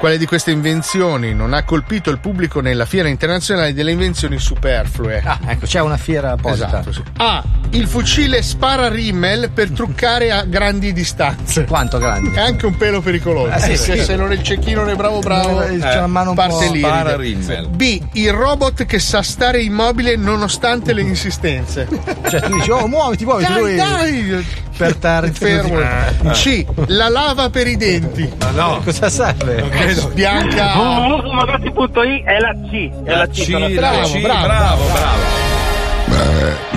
S3: Quale di queste invenzioni non ha colpito il pubblico nella fiera internazionale delle invenzioni superflue?
S12: Ah, ecco, c'è una fiera apposta.
S3: Esatto, sì. A. Il fucile spara rimmel per truccare a grandi distanze.
S12: Quanto grandi?
S3: È anche un pelo pericoloso.
S12: Ah, sì,
S3: Perché
S12: sì.
S3: Se non è il cecchino, ne bravo bravo.
S12: Eh, c'è una mano un
S3: parte
S12: po'
S3: lì.
S12: spara rimmel.
S3: B. Il robot che sa stare immobile nonostante le insistenze.
S12: Cioè, tu dici, oh, muoviti, muoviti.
S3: Dai,
S12: lui
S3: dai!
S12: Per tardi.
S3: <laughs> Fermo. C. La lava per i denti.
S12: Ma no, cosa serve? Non
S3: credo. Bianca.
S20: www.fumagazzi.it è la C. È la, C. sono
S3: la
S20: tre.
S3: C, bravo, bravo,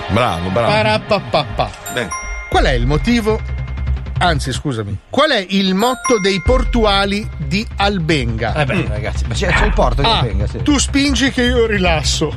S2: Bravo, bravo.
S3: Parapappappa. Qual è il motivo anzi scusami, qual è il motto dei portuali di Albenga?
S4: Eh
S2: Mm.
S4: beh, ragazzi, ma c'è, c'è il porto di
S3: A,
S4: Albenga, sì. Eh,
S3: Tu spingi che io rilasso.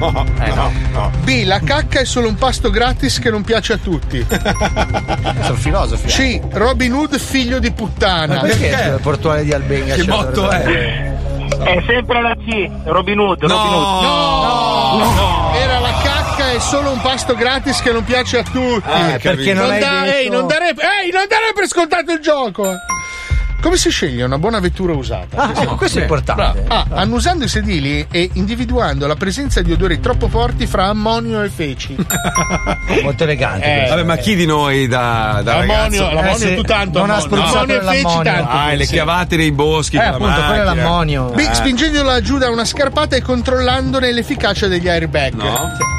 S2: No,
S4: no, no.
S3: B, la cacca è solo un pasto gratis che non piace a tutti. Ah.
S4: Sono filosofi.
S3: C, Robin Hood figlio di puttana.
S4: Ma perché, il portuale di cioè, Albenga?
S3: Che
S4: c'è
S3: motto
S4: da-
S3: è? Eh.
S24: È sempre la C, Robin Hood,
S3: No,
S24: Robin Hood.
S3: no, Era la cacca è solo un pasto gratis che non piace a tutti.
S24: Ah,
S4: Eh,
S24: perché
S3: Capito?
S24: non l'hai
S3: da-
S24: detto.
S3: Ehi, non dare, ehi, non dare per scontato il gioco. eh. Come si sceglie una buona vettura usata?
S4: Ah, ecco, questo è importante.
S3: A. Ah, Annusando i sedili e individuando la presenza di odori troppo forti fra ammonio e feci.
S4: Molto elegante.
S3: Eh,
S2: Vabbè, ma chi di noi da, da
S3: L'ammonio-
S2: ragazzo?
S3: l'ammonio Eh, sì. tu tanto, Non ha ammonio. spruzzato Ammonio e feci l'ammonio. tanto.
S2: Ah, e le
S3: Sì. Eh,
S2: chiavate nei boschi. con la macchina.
S3: B.
S2: Ah.
S3: Spingendola giù da una scarpata e controllandone l'efficacia degli airbag.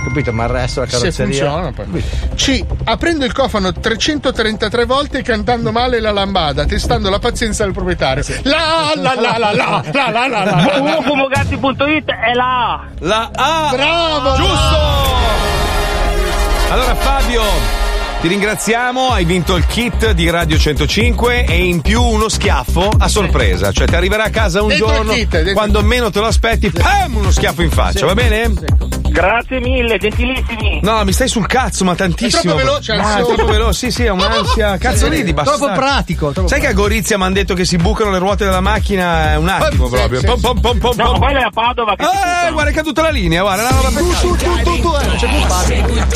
S4: Capito, ma il resto la
S3: Se
S4: carrozzeria.
S3: funziona, poi. C. Aprendo il cofano 333 volte e cantando male la lambada, testando la pazienza del proprietario. La la la la la la la la la la.
S24: www.fumogatti.it è la A.
S2: La A.
S3: Bravo!
S2: Allora, Fabio. Ti ringraziamo, hai vinto il kit di Radio 105 e in più uno schiaffo a sorpresa, cioè ti arriverà a casa un
S24: Dentro il
S2: giorno,
S24: kit, dentro-
S2: quando meno te lo aspetti, pam, uno schiaffo in faccia,
S24: Sì.
S2: va bene?
S24: Grazie mille, gentilissimi.
S2: No, mi stai sul cazzo, ma tantissimo.
S24: È troppo veloce,
S2: Ah,
S24: ansioso.
S2: troppo veloce, sì, sì, è un'ansia. Cazzo lì di bastardo.
S4: Troppo pratico. troppo
S2: Sai che a Gorizia mi hanno detto che si bucano le ruote della macchina eh, un attimo
S24: Sì,
S2: proprio.
S24: sì,
S2: pom,
S24: sì.
S2: pom, pom, pom,
S24: No,
S2: pom.
S24: quella è a Padova che si
S2: Eh, guarda, è caduta la linea, guarda. Una roba
S24: Tu, tu, tu, tu, tu, eh, non c'è più Padova.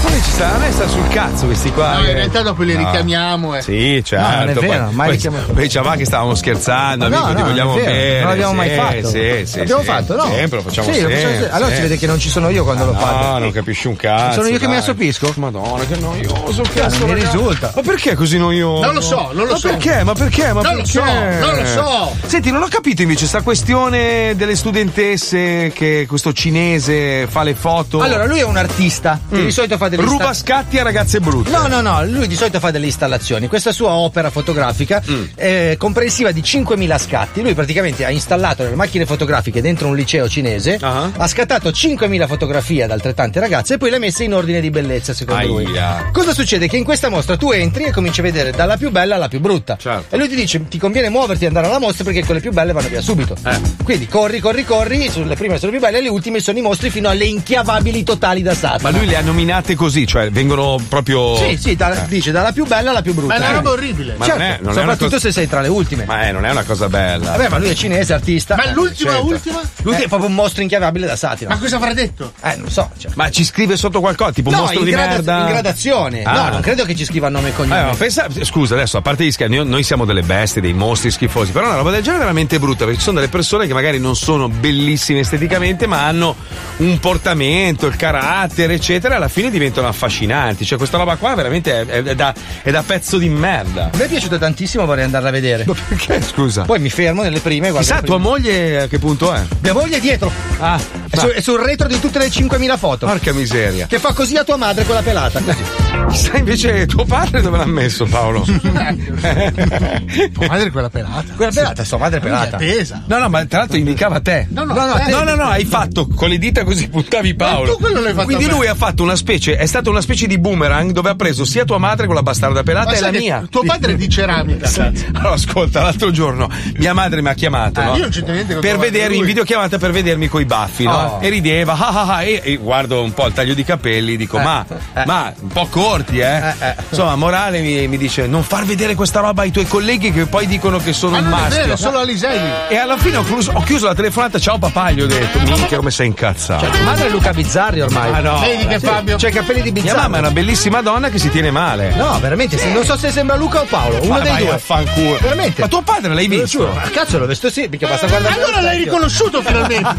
S2: Come ci sta? A me sta sul cazzo questi qua.
S3: No, in
S2: eh.
S3: realtà dopo li
S2: No.
S3: richiamiamo. eh.
S2: Sì, certo.
S3: No, non è vero,
S2: poi,
S3: mai
S2: poi-
S3: richiamato.
S2: Poi c'è va che stavamo scherzando,
S4: No,
S2: amico,
S4: no,
S2: ti
S4: non è
S2: vogliamo
S4: vero,
S2: bene.
S4: Non l'abbiamo mai
S2: sì,
S4: fatto.
S2: Sì, sì,
S4: l'abbiamo
S2: sì.
S4: fatto, no?
S2: Sempre, lo facciamo
S4: Sì, lo facciamo
S2: sempre,
S4: sempre. Allora si
S2: sempre.
S4: vede che non ci sono io quando lo
S2: Ah,
S4: faccio.
S2: non capisci un cazzo.
S4: sono io che mi
S2: dai.
S4: assopisco?
S2: Madonna, che noioso
S4: cazzo. Non mi
S2: ragazzi.
S4: risulta.
S2: Ma perché è così noioso?
S4: Non lo so, non lo
S2: Ma
S4: so.
S2: perché? Ma perché? Ma
S4: Non lo
S2: perché?
S4: so, non lo so.
S2: Senti, non ho capito invece sta questione delle studentesse che questo cinese fa le foto.
S4: Allora, lui è un artista che
S2: Mm.
S4: di solito fa delle
S2: Ruba
S4: insta-
S2: scatti a ragazze brutte.
S4: No, no, no, lui di solito fa delle installazioni. Questa sua opera fotografica
S2: Mm.
S4: è comprensiva di 5.000 scatti. Lui praticamente ha installato le macchine fotografiche dentro un liceo cinese,
S2: Ah.
S4: ha scattato 5.000 fotografie ad altrettante ragazze e poi le ha messe in ordine di bellezza, secondo lui.
S2: Aia.
S4: Cosa succede? Che in questa mostra tu entri e cominci a vedere dalla più bella alla più brutta.
S2: Certo.
S4: E lui ti dice: Ti conviene muoverti e andare alla mostra perché quelle più belle vanno via subito.
S2: Eh.
S4: Quindi corri, corri, corri. Sulle prime sono le più belle, le ultime sono i mostri fino alle inchiavabili totali da
S2: Ma
S4: Satana.
S2: lui le ha nominate così, cioè vengono proprio.
S4: Sì, sì, da-
S2: Eh.
S4: dice dalla più bella alla più brutta.
S3: Ma è una
S4: Eh.
S3: roba orribile.
S2: Ma
S4: Certo,
S2: non è- non è una
S4: soprattutto
S2: cosa-
S4: se sei tra le ultime.
S2: Ma eh, non è una cosa bella.
S4: Vabbè, ma lui è cinese, artista.
S3: Ma
S4: Eh,
S3: l'ultima,
S2: Certo.
S4: c'entra.
S3: ultima?
S4: L'ultima
S2: Eh.
S4: è proprio un mostro inchiavabile da satira.
S3: Ma cosa avrà detto?
S4: Eh, non so. Cioè.
S2: Ma ci scrive sotto qualcosa, tipo un
S4: No,
S2: mostro
S4: in,
S2: di
S4: grada-
S2: merda.
S4: in gradazione.
S2: Ah.
S4: No, non credo che ci scriva nome e cognome.
S2: Eh, ma pensa- scusa, adesso a parte gli scherzi, noi, noi siamo delle bestie, dei mostri schifosi, però una roba del genere è veramente brutta perché ci sono delle persone che magari non sono bellissime esteticamente, ma hanno un portamento, il carattere, eccetera, e alla fine diventano affascinanti. Cioè, questa roba qua veramente è, è da, è da pezzo di merda.
S4: Mi è piaciuta tantissimo, vorrei andarla a vedere. Ma
S2: perché? Eh, Scusa.
S4: Poi mi fermo nelle prime. guardo
S2: Chissà,
S4: le
S2: tua
S4: prime.
S2: moglie a che punto è?
S4: Mia moglie è dietro.
S2: Ah,
S4: È, su- è sul retro di tutte le 5.000 foto.
S2: Porca miseria.
S4: Che fa così a tua madre con
S2: <laughs>
S4: la pelata. così.
S2: Chissà invece tuo padre dove l'ha messo
S4: <laughs>
S2: Paolo?
S4: Eh,
S2: <laughs>
S3: Tua madre è quella pelata.
S4: Quella pelata, sua madre è
S3: pelata. pesa.
S2: No, no, ma tra l'altro indicava te.
S3: No, no, te.
S2: no, no, no, hai fatto con le dita così puntavi Paolo.
S3: Ma tu quello l'hai fatto
S2: Quindi
S3: a me.
S2: lui ha fatto una specie, è stata una specie di boomerang dove ha preso sia tua madre con la bastarda pelata
S3: Ma
S2: e
S3: sai
S2: la
S3: che
S2: mia.
S3: Tuo padre è di ceramica.
S2: Allora, ascolta, l'altro giorno mia madre mi ha chiamato
S3: Ah,
S2: no?
S3: io non c'entro niente con
S2: per
S3: tua madre,
S2: vedermi in
S3: lui.
S2: videochiamata per vedermi coi baffi no?
S3: Oh.
S2: e rideva ah, ah, ah, e, e guardo un po' il taglio di capelli dico ma,
S4: Certo.
S2: ma un po' corti eh, insomma Morale mi, mi dice non far vedere questa roba ai tuoi colleghi che poi dicono che sono
S3: Ma
S2: un
S3: non è
S2: maschio
S3: vero, solo Alisei.
S2: e alla fine ho chiuso, ho chiuso la telefonata, ciao papà, gli ho detto, minchia come sei incazzato.
S4: Cioè, tua madre è Luca Bizzarri ormai.
S2: Ah, no.
S4: Vedi che Fabio. C'è i capelli di
S2: Mia
S4: Bizzarri.
S2: mamma è una bellissima donna che si tiene male.
S4: No, veramente, se- non so se sembra Luca o Paolo, uno
S2: Ma
S4: dei
S2: vai
S4: due.
S2: a fanculo.
S4: Veramente.
S2: Ma tuo padre l'hai
S4: Te lo
S2: visto?
S4: giuro, Ma cazzo l'ho visto sì, perché basta guardare.
S3: Allora l'hai riconosciuto finalmente.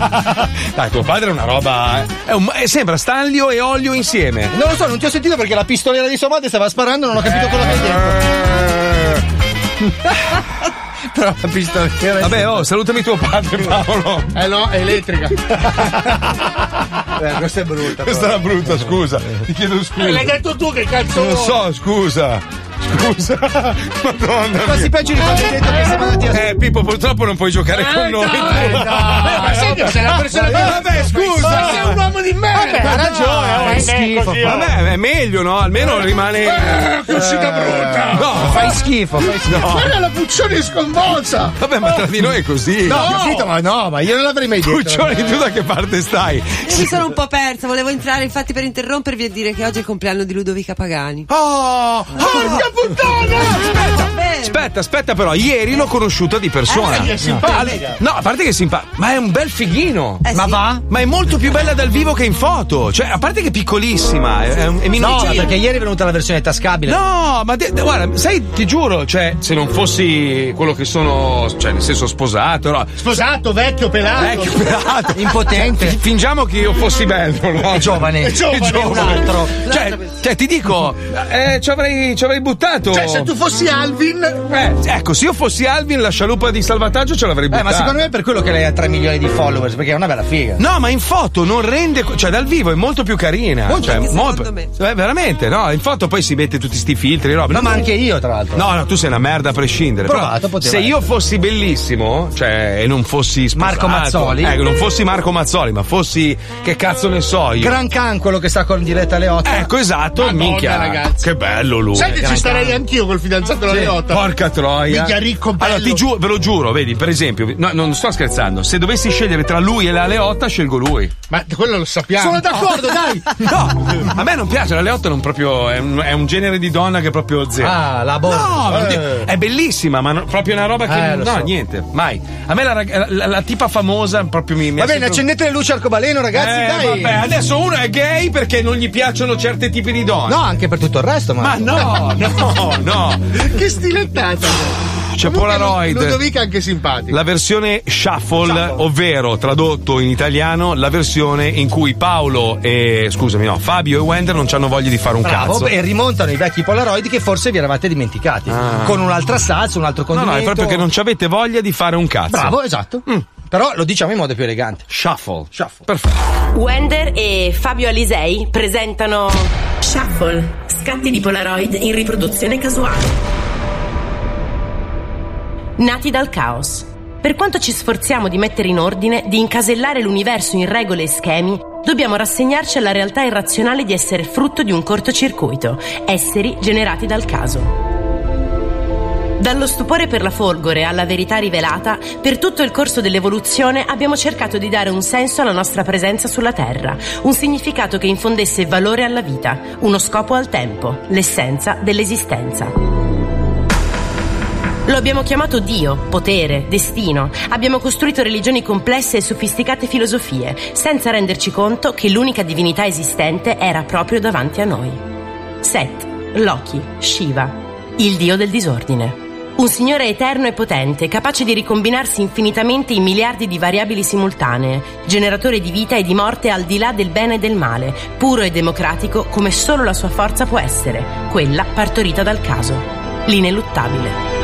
S2: Dai, tuo padre è una roba. eh. È un- eh, sembra Stanlio e Olio insieme.
S4: <laughs> Non lo so, non ti ho sentito perché la pistolera di sua madre stava sparando, non ho capito quello che hai
S2: Eh,
S4: detto. Però la pistolera.
S2: Vabbè, oh, salutami tuo padre, Paolo.
S3: Eh no, è elettrica.
S4: <laughs> Eh, questa è brutta. Eh,
S6: Eh,
S2: Questa è una brutta, scusa. Ti chiedo scusa.
S3: L'hai detto tu che cazzo
S2: Non so, scusa. Scusa, <laughs> madonna.
S13: Quasi peggio di quando hai detto che siamo andati a.
S2: Eh, Pippo, purtroppo non puoi giocare
S13: Eh,
S2: con
S13: no,
S2: noi.
S13: eh,
S2: <laughs>
S13: no.
S2: Beh,
S13: ma senti, sei una persona
S2: vabbè,
S13: che-
S2: Vabbè, scusa.
S13: Ma sei un uomo di merda,
S2: Vabbè, ha
S13: dai,
S2: ragione. oh,
S13: è
S2: è
S13: schifo,
S2: schifo.
S13: fa.
S2: Vabbè, è meglio, no? Almeno rimane. Eh, che uscita brutta. No,
S12: Fai schifo, fai schifo.
S2: No.
S3: Guarda la puccione sconvolta!
S2: Vabbè, ma tra di noi è così.
S12: No, capito, ma no, ma io non l'avrei mai detto.
S2: Puccioni, tu da che parte stai?
S5: Io mi sono un po' persa, volevo entrare infatti per interrompervi e dire che oggi è il compleanno di Ludovica Pagani. Ah.
S2: Oh! Porca
S5: puttana!
S2: Eh, Aspetta, aspetta, però, ieri l'ho conosciuta di persona.
S5: Eh, sì, è simpatica.
S2: No, a parte che è simpatica, ma è un bel fighino.
S5: Eh, Ma sì. va?
S2: Ma è molto più bella dal vivo che in foto. Cioè, a parte che è piccolissima, è, è, un- è
S4: No, ma
S2: minicina.
S4: perché ieri è venuta la versione tascabile.
S2: No, ma de- de- guarda, sai, ti giuro, cioè, se non fossi quello che sono, cioè, nel senso sposato, no.
S21: Sposato, vecchio, pelato.
S2: Vecchio, pelato.
S21: Impotente.
S2: Fi- Fingiamo che io fossi bello, no? È
S4: giovane.
S2: È giovane.
S21: È giovane.
S2: L'altro. Cioè, cioè, ti dico, eh, ci, avrei, ci avrei buttato.
S3: Cioè, se tu fossi Alvin.
S2: Eh, ecco, se io fossi Alvin, la scialuppa di salvataggio ce l'avrei
S4: Eh,
S2: buttata.
S4: ma secondo me è per quello che lei ha 3 milioni di followers, perché è una bella figa.
S2: No, ma in foto non rende. Cioè, dal vivo è molto più carina.
S4: Molto,
S2: cioè,
S4: anche
S2: molto-
S4: secondo
S2: Eh, veramente, no? In foto poi si mette tutti sti filtri, roba.
S4: No, ma anche io, tra l'altro.
S2: No, no, tu sei una merda a prescindere.
S4: Provato,
S2: però
S4: poteva
S2: se io fossi bellissimo, cioè, e non fossi sposato,
S4: Marco Mazzoli.
S2: Ecco, non fossi Marco Mazzoli, ma fossi. Che cazzo ne so io.
S4: Gran Can, quello che sta con diretta alle 8.
S2: Ecco, esatto,
S4: Madonna,
S2: minchia.
S4: ragazzi.
S2: Che bello lui.
S3: Sai che
S2: Gran
S3: ci starei anch'io col fidanzato della
S2: Sì,
S3: Leotta?
S2: Porca troia.
S3: Minchia, ricco, bello.
S2: Allora, ti giu- ve lo giuro, vedi, per esempio, no, non sto scherzando, se dovessi scegliere tra lui e la Leotta, scelgo lui.
S3: Ma quello lo sappiamo.
S2: Sono d'accordo, dai. No, a me non piace, la Leotta non proprio, è un, è un genere di donna che è proprio zero.
S4: Ah, la boh.
S2: No, ma
S4: Eh.
S2: oddio, è bellissima, ma no- proprio una roba che...
S4: Eh, lo
S2: no,
S4: so.
S2: niente, mai. A me la, rag- la- la- la tipa famosa proprio mi... mi
S4: Va
S2: ha
S4: bene,
S2: sempre-
S4: accendete le luci arcobaleno, ragazzi,
S2: Eh,
S4: dai.
S2: vabbè, adesso uno è gay perché non gli piacciono certi tipi di donne.
S4: No, anche per tutto il resto, ma.
S2: Ma no, no, no.
S3: Che stilettata!
S2: C'è
S3: Comunque,
S2: Polaroid.
S3: Ludovica è anche simpatica.
S2: La versione shuffle, ovvero tradotto in italiano, la versione in cui Paolo e scusami, no, Fabio e Wender non hanno voglia di fare un
S4: Bravo,
S2: cazzo.
S4: e rimontano i vecchi Polaroid che forse vi eravate dimenticati. Con un'altra salsa, un altro
S2: Ah. No,
S4: condimento.
S2: no, è proprio che non ci avete voglia di fare un cazzo. Mm.
S4: Bravo, esatto. Però lo diciamo in modo più elegante.
S2: Shuffle. Perfetto.
S7: Wender e Fabio Alisei presentano Shuffle, scatti di Polaroid in riproduzione casuale. Nati dal caos. Per quanto ci sforziamo di mettere in ordine, di incasellare l'universo in regole e schemi, dobbiamo rassegnarci alla realtà irrazionale di essere frutto di un cortocircuito, esseri generati dal caso. Dallo stupore per la folgore alla verità rivelata, per tutto il corso dell'evoluzione abbiamo cercato di dare un senso alla nostra presenza sulla Terra, un significato che infondesse valore alla vita, uno scopo al tempo, l'essenza dell'esistenza. Lo abbiamo chiamato Dio, potere, destino. Abbiamo costruito religioni complesse e sofisticate filosofie, senza renderci conto che l'unica divinità esistente era proprio davanti a noi. Set, Loki, Shiva, il dio del disordine. Un signore eterno e potente, capace di ricombinarsi infinitamente in miliardi di variabili simultanee, generatore di vita e di morte al di là del bene e del male, puro e democratico come solo la sua forza può essere, quella partorita dal caso, l'ineluttabile.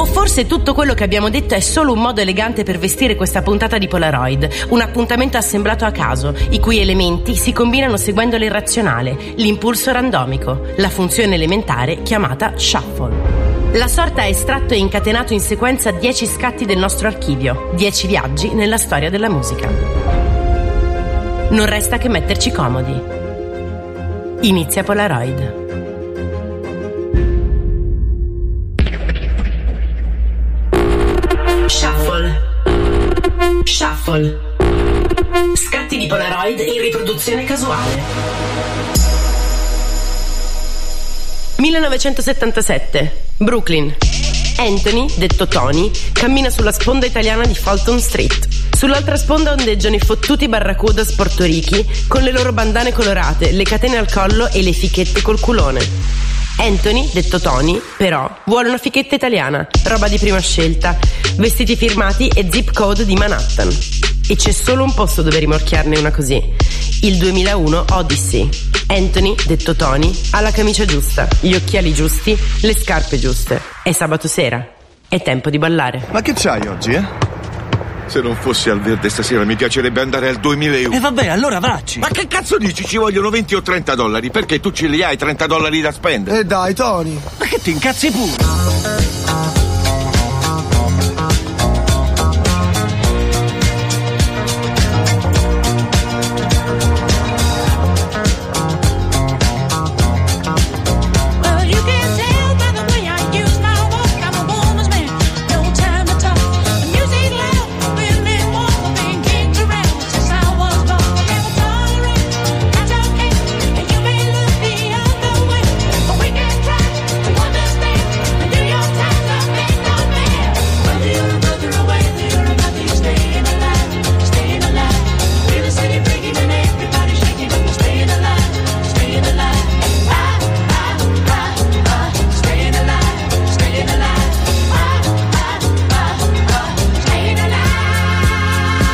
S7: O forse tutto quello che abbiamo detto è solo un modo elegante per vestire questa puntata di Polaroid, un appuntamento assemblato a caso, i cui elementi si combinano seguendo l'irrazionale, l'impulso randomico, la funzione elementare chiamata shuffle. La sorta ha estratto e incatenato in sequenza 10 scatti del nostro archivio, 10 viaggi nella storia della musica. Non resta che metterci comodi. Inizia Polaroid. Shuffle. Shuffle. Scatti di Polaroid in riproduzione casuale. 1977. Brooklyn. Anthony, detto Tony, cammina sulla sponda italiana di Fulton Street. Sull'altra sponda ondeggiano i fottuti barracudas portorichi con le loro bandane colorate, le catene al collo e le fichette col culone. Anthony, detto Tony, però, vuole una fichetta italiana, roba di prima scelta, vestiti firmati e zip code di Manhattan. E c'è solo un posto dove rimorchiarne una così. Il 2001 Odyssey. Anthony, detto Tony, ha la camicia giusta, gli occhiali giusti, le scarpe giuste. È sabato sera. È tempo di ballare.
S25: Ma che c'hai oggi, eh?
S4: Se non fossi al verde stasera mi piacerebbe andare al 2001.
S6: Eh,
S26: E vabbè, allora vacci.
S4: Ma che cazzo dici? Ci vogliono 20 o 30 dollari? Perché tu ce li hai 30 dollari da spendere?
S26: E dai, Tony. Ma che ti incazzi pure?
S11: Well, you can tell by the way I use my walk. I'm a woman's man, no time to talk. The music loud, women walk, being kicked around since I was born. Never tolerate, that's okay. And you may look the other way, but we can try to understand. The New York Times are made no man. Whether you're a brother or whether you're a mother, you're staying alive, staying alive. Feel the city breaking and everybody shaking, but you're staying alive, staying alive. I, I, I, I, staying alive, staying alive. I, I, I, I, staying alive.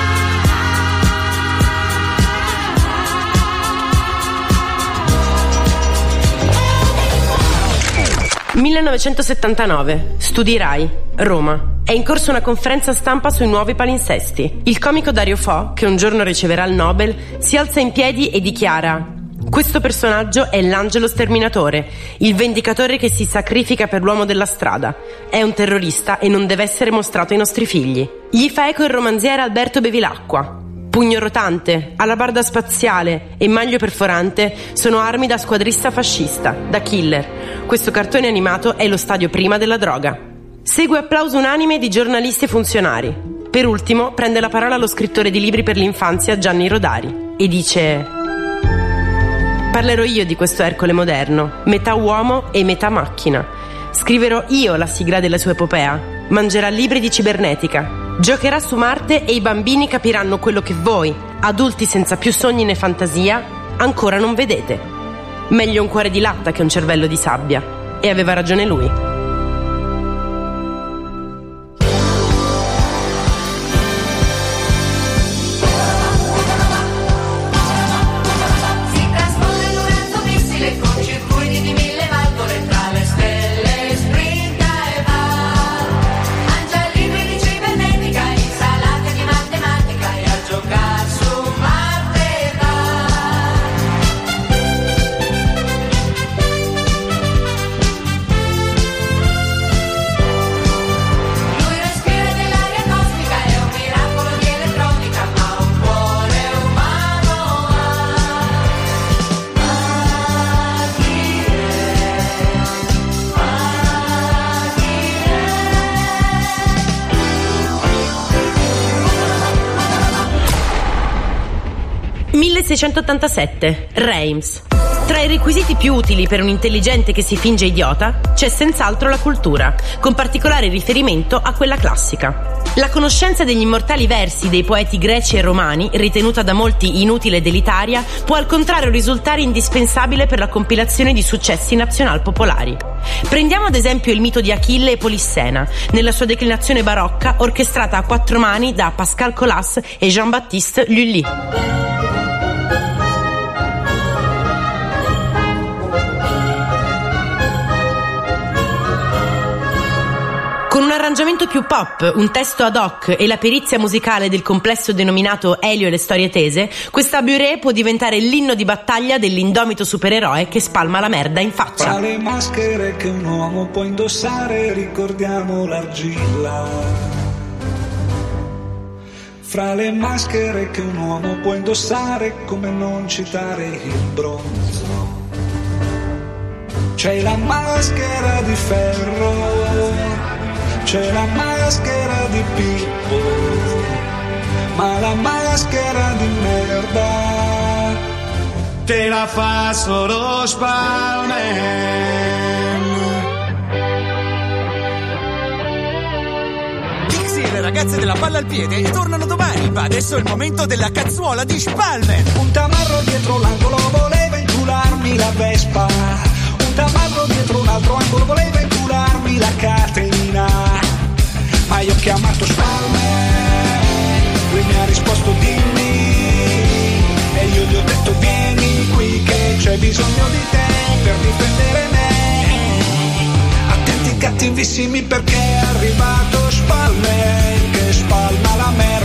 S7: Hey. 1979, studi Rai, Roma. È in corso una conferenza stampa sui nuovi palinsesti. Il comico Dario Fo, che un giorno riceverà il Nobel, si alza in piedi e dichiara questo personaggio è l'angelo sterminatore, il vendicatore che si sacrifica per l'uomo della strada. È un terrorista e non deve essere mostrato ai nostri figli. Gli fa eco il romanziere Alberto Bevilacqua. Pugno rotante, alabarda spaziale e maglio perforante sono armi da squadrista fascista, da killer. Questo cartone animato è lo stadio prima della droga. Segue applauso unanime di giornalisti e funzionari. Per ultimo prende la parola lo scrittore di libri per l'infanzia Gianni Rodari e dice Parlerò io di questo Ercole moderno, metà uomo e metà macchina. Scriverò io la sigla della sua epopea. Mangerà libri di cibernetica. Giocherà su Marte e i bambini capiranno quello che voi, adulti senza più sogni né fantasia, ancora non vedete. Meglio un cuore di latta che un cervello di sabbia. E aveva ragione lui.
S11: Si trasforma in un razzo missile con circuiti di mille valvole tra le stelle, sprinta e va. Mangia libri di cibernetica, insalate di matematica e a giocare su Marte va. Lui respira dell'aria cosmica, è un miracolo di elettronica, ma un cuore umano ha.
S7: Thank you. 1687. Reims. Tra i requisiti più utili per un intelligente che si finge idiota c'è senz'altro la cultura, con particolare riferimento a quella classica. La conoscenza degli immortali versi dei poeti greci e romani, ritenuta da molti inutile e delitaria, può al contrario risultare indispensabile per la compilazione di successi nazionalpopolari. Prendiamo ad esempio il mito di Achille e Polissena, nella sua declinazione barocca orchestrata a quattro mani da Pascal Colas e Jean-Baptiste Lully. Con un arrangiamento più pop, un testo ad hoc e la perizia musicale del complesso denominato Elio e le storie tese, questa burée può diventare l'inno di battaglia dell'indomito supereroe che spalma la merda in
S6: Tra
S7: faccia.
S6: le maschere che un uomo può indossare ricordiamo l'argilla. Fra le maschere che un uomo può indossare come non citare il bronzo. C'è la maschera di ferro, c'è la maschera di Pippo, ma la maschera di merda te la fa solo
S27: Pixie, le ragazze della palla al piede tornano domani, ma adesso è il momento della cazzuola di Spalmer.
S6: Un tamarro dietro l'angolo voleva incularmi la Vespa. Un tamarro dietro un altro angolo voleva incularmi la Caterina. Ma io ho chiamato Spalmer, lui mi ha risposto dimmi. E io gli ho detto vieni qui che c'è bisogno di te per difendere me. Attenti cattivissimi perché è arrivato Spalmer che spalma la merda.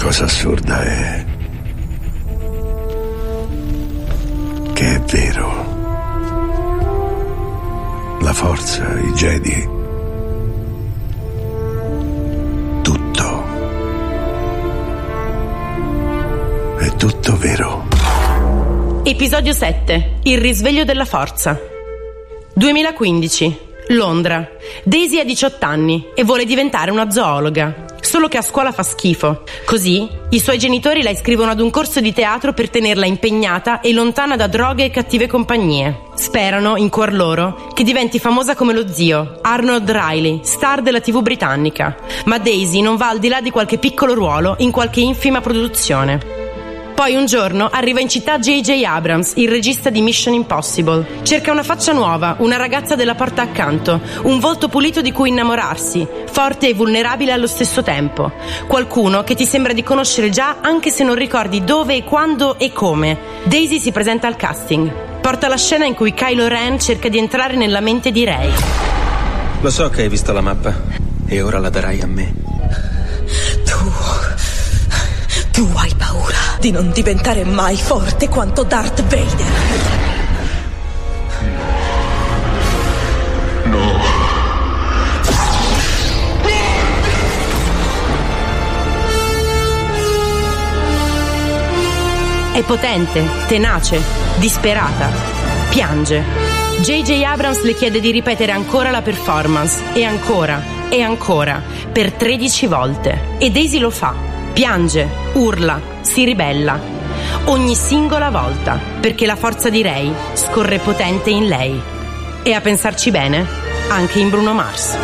S9: cosa assurda è che è vero. La forza, i Jedi, tutto. È tutto vero.
S7: Episodio 7. Il risveglio della forza. 2015. Londra. Daisy ha 18 anni e vuole diventare una zoologa. Solo che a scuola fa schifo. Così i suoi genitori la iscrivono ad un corso di teatro per tenerla impegnata e lontana da droghe e cattive compagnie. Sperano, in cuor loro, che diventi famosa come lo zio, Arnold Riley, star della TV britannica. Ma Daisy non va al di là di qualche piccolo ruolo in qualche infima produzione. Poi un giorno arriva in città J.J. Abrams, il regista di Mission Impossible. Cerca una faccia nuova, una ragazza della porta accanto, un volto pulito di cui innamorarsi, forte e vulnerabile allo stesso tempo. Qualcuno che ti sembra di conoscere già anche se non ricordi dove e quando e come. Daisy si presenta al casting. Porta la scena in cui Kylo Ren cerca di entrare nella mente di Rey.
S15: Lo so che hai visto la mappa e ora la darai a me.
S16: Tu hai paura di non diventare mai forte quanto Darth Vader.
S7: È potente, tenace, disperata. Piange. JJ Abrams le chiede di ripetere ancora la performance e ancora e ancora per 13 volte. E Daisy lo fa. Piange, urla, si ribella. Ogni singola volta, perché la forza di Ray scorre potente in lei. E a pensarci bene, anche in Bruno Mars.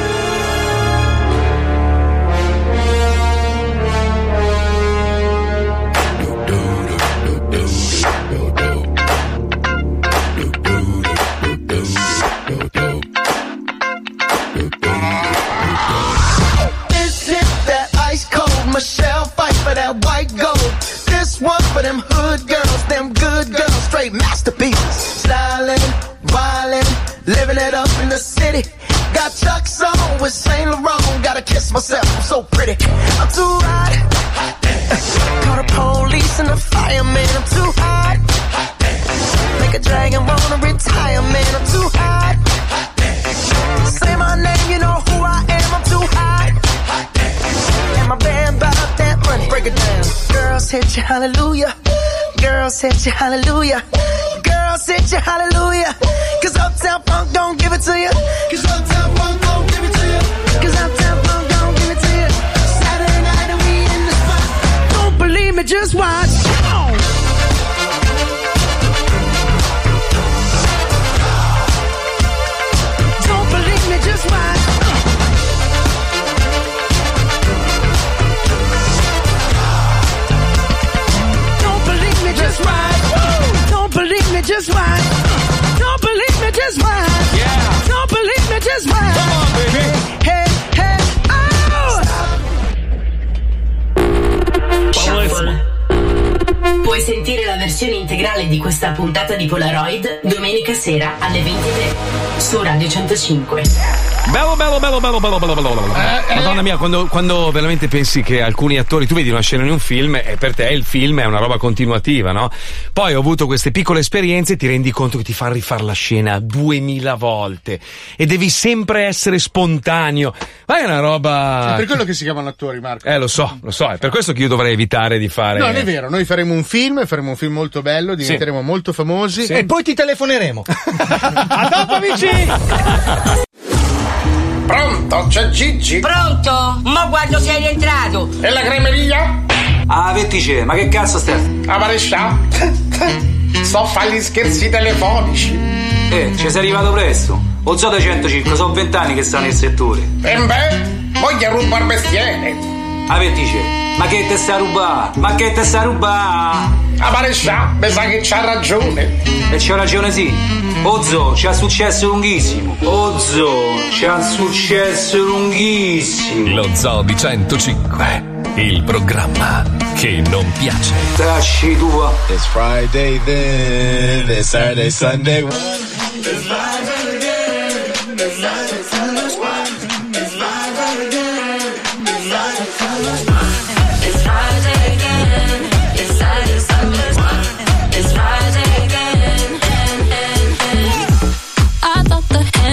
S23: This hit that ice cold. Michelle fight for that white gold. This one for them hood girls, them good girls, straight masterpieces. Stylin', violin, living it up in the city. Got Chuck's on with Saint Laurent. Gotta kiss myself, I'm so pretty. I'm too hot. Call the police and the fireman. I'm too hot. Make a dragon wanna retire, man. I'm too hot. Say my name, you know who I am. I'm too hot. And my band bought that money. Break it down. Girls hit you, hallelujah. Girls hit you, hallelujah. Girls hit you, hallelujah. Cause Uptown Funk don't give it to you. Cause Uptown Funk don't give it to you. Cause Uptown Funk don't give it to you. Saturday night and we in the spot. Don't believe me, just watch. Come on. Don't believe me, just watch. Don't believe me, just watch. Don't believe me, just watch. Don't believe me, just watch. Yeah. Don't believe me, just watch. Come on, baby. Hey, hey, oh.
S7: Puoi sentire la versione integrale di questa puntata di Polaroid domenica sera alle 23 su Radio 105.
S2: Bello, bello, bello, bello, bello, bello, bello. bello. Madonna mia, quando, quando veramente pensi che alcuni attori, tu vedi una scena in un film e per te il film è una roba continuativa, no? Poi ho avuto queste piccole esperienze e ti rendi conto che ti fa rifare la scena duemila volte e devi sempre essere spontaneo. Ma è una roba...
S3: È per quello che si chiamano attori, Marco.
S2: Eh, lo so, lo so, è per questo che io dovrei evitare di fare...
S3: No, non è vero, noi faremo un film, faremo un film molto bello, diventeremo molto famosi
S4: E poi ti telefoneremo.
S3: A dopo, amici!
S19: Pronto, c'è Gigi? Pronto? Ma quando sei rientrato? E la cremeria?
S15: Ah, vettice, ma che cazzo stai?
S19: A Marescià? Ah, <laughs> Sto a fare gli scherzi telefonici.
S15: Eh, ci sei arrivato presto. Ho già da 105, sono 20 anni che sta nel settore.
S19: E beh, voglio rubare il mestiere.
S15: Ah, vettice, ma che te sta ruba? Ma che te sta ruba?
S19: A Marescià, mi Ah, sa che c'ha ragione.
S15: E c'ha ragione sì. Ozzo, c'ha successo lunghissimo. Oh, Ozzo, c'ha successo lunghissimo.
S1: Lo Zoo di 105, il programma che non piace.
S15: Trasci tua.
S28: It's Friday then, it's Saturday, Sunday.
S19: Friday.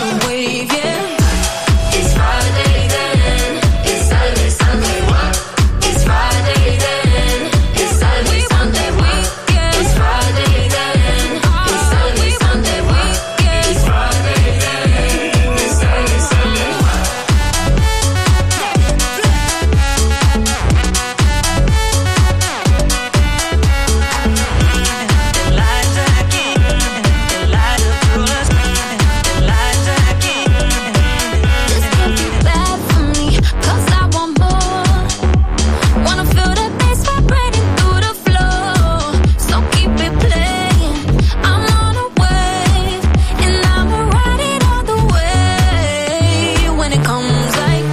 S6: a wave, yeah. It's Friday then, it's Saturday, Sunday, what? It's Friday then, it's Saturday, Sunday, what? It's Friday then, it's Saturday, Sunday, what? It's Friday then, it's Saturday, Sunday, what? This can't be bad for me, 'cause I want more. Wanna feel that bass vibrating through the floor. So keep it playing. I'm on a wave, and I'ma ride it all the way. When it comes like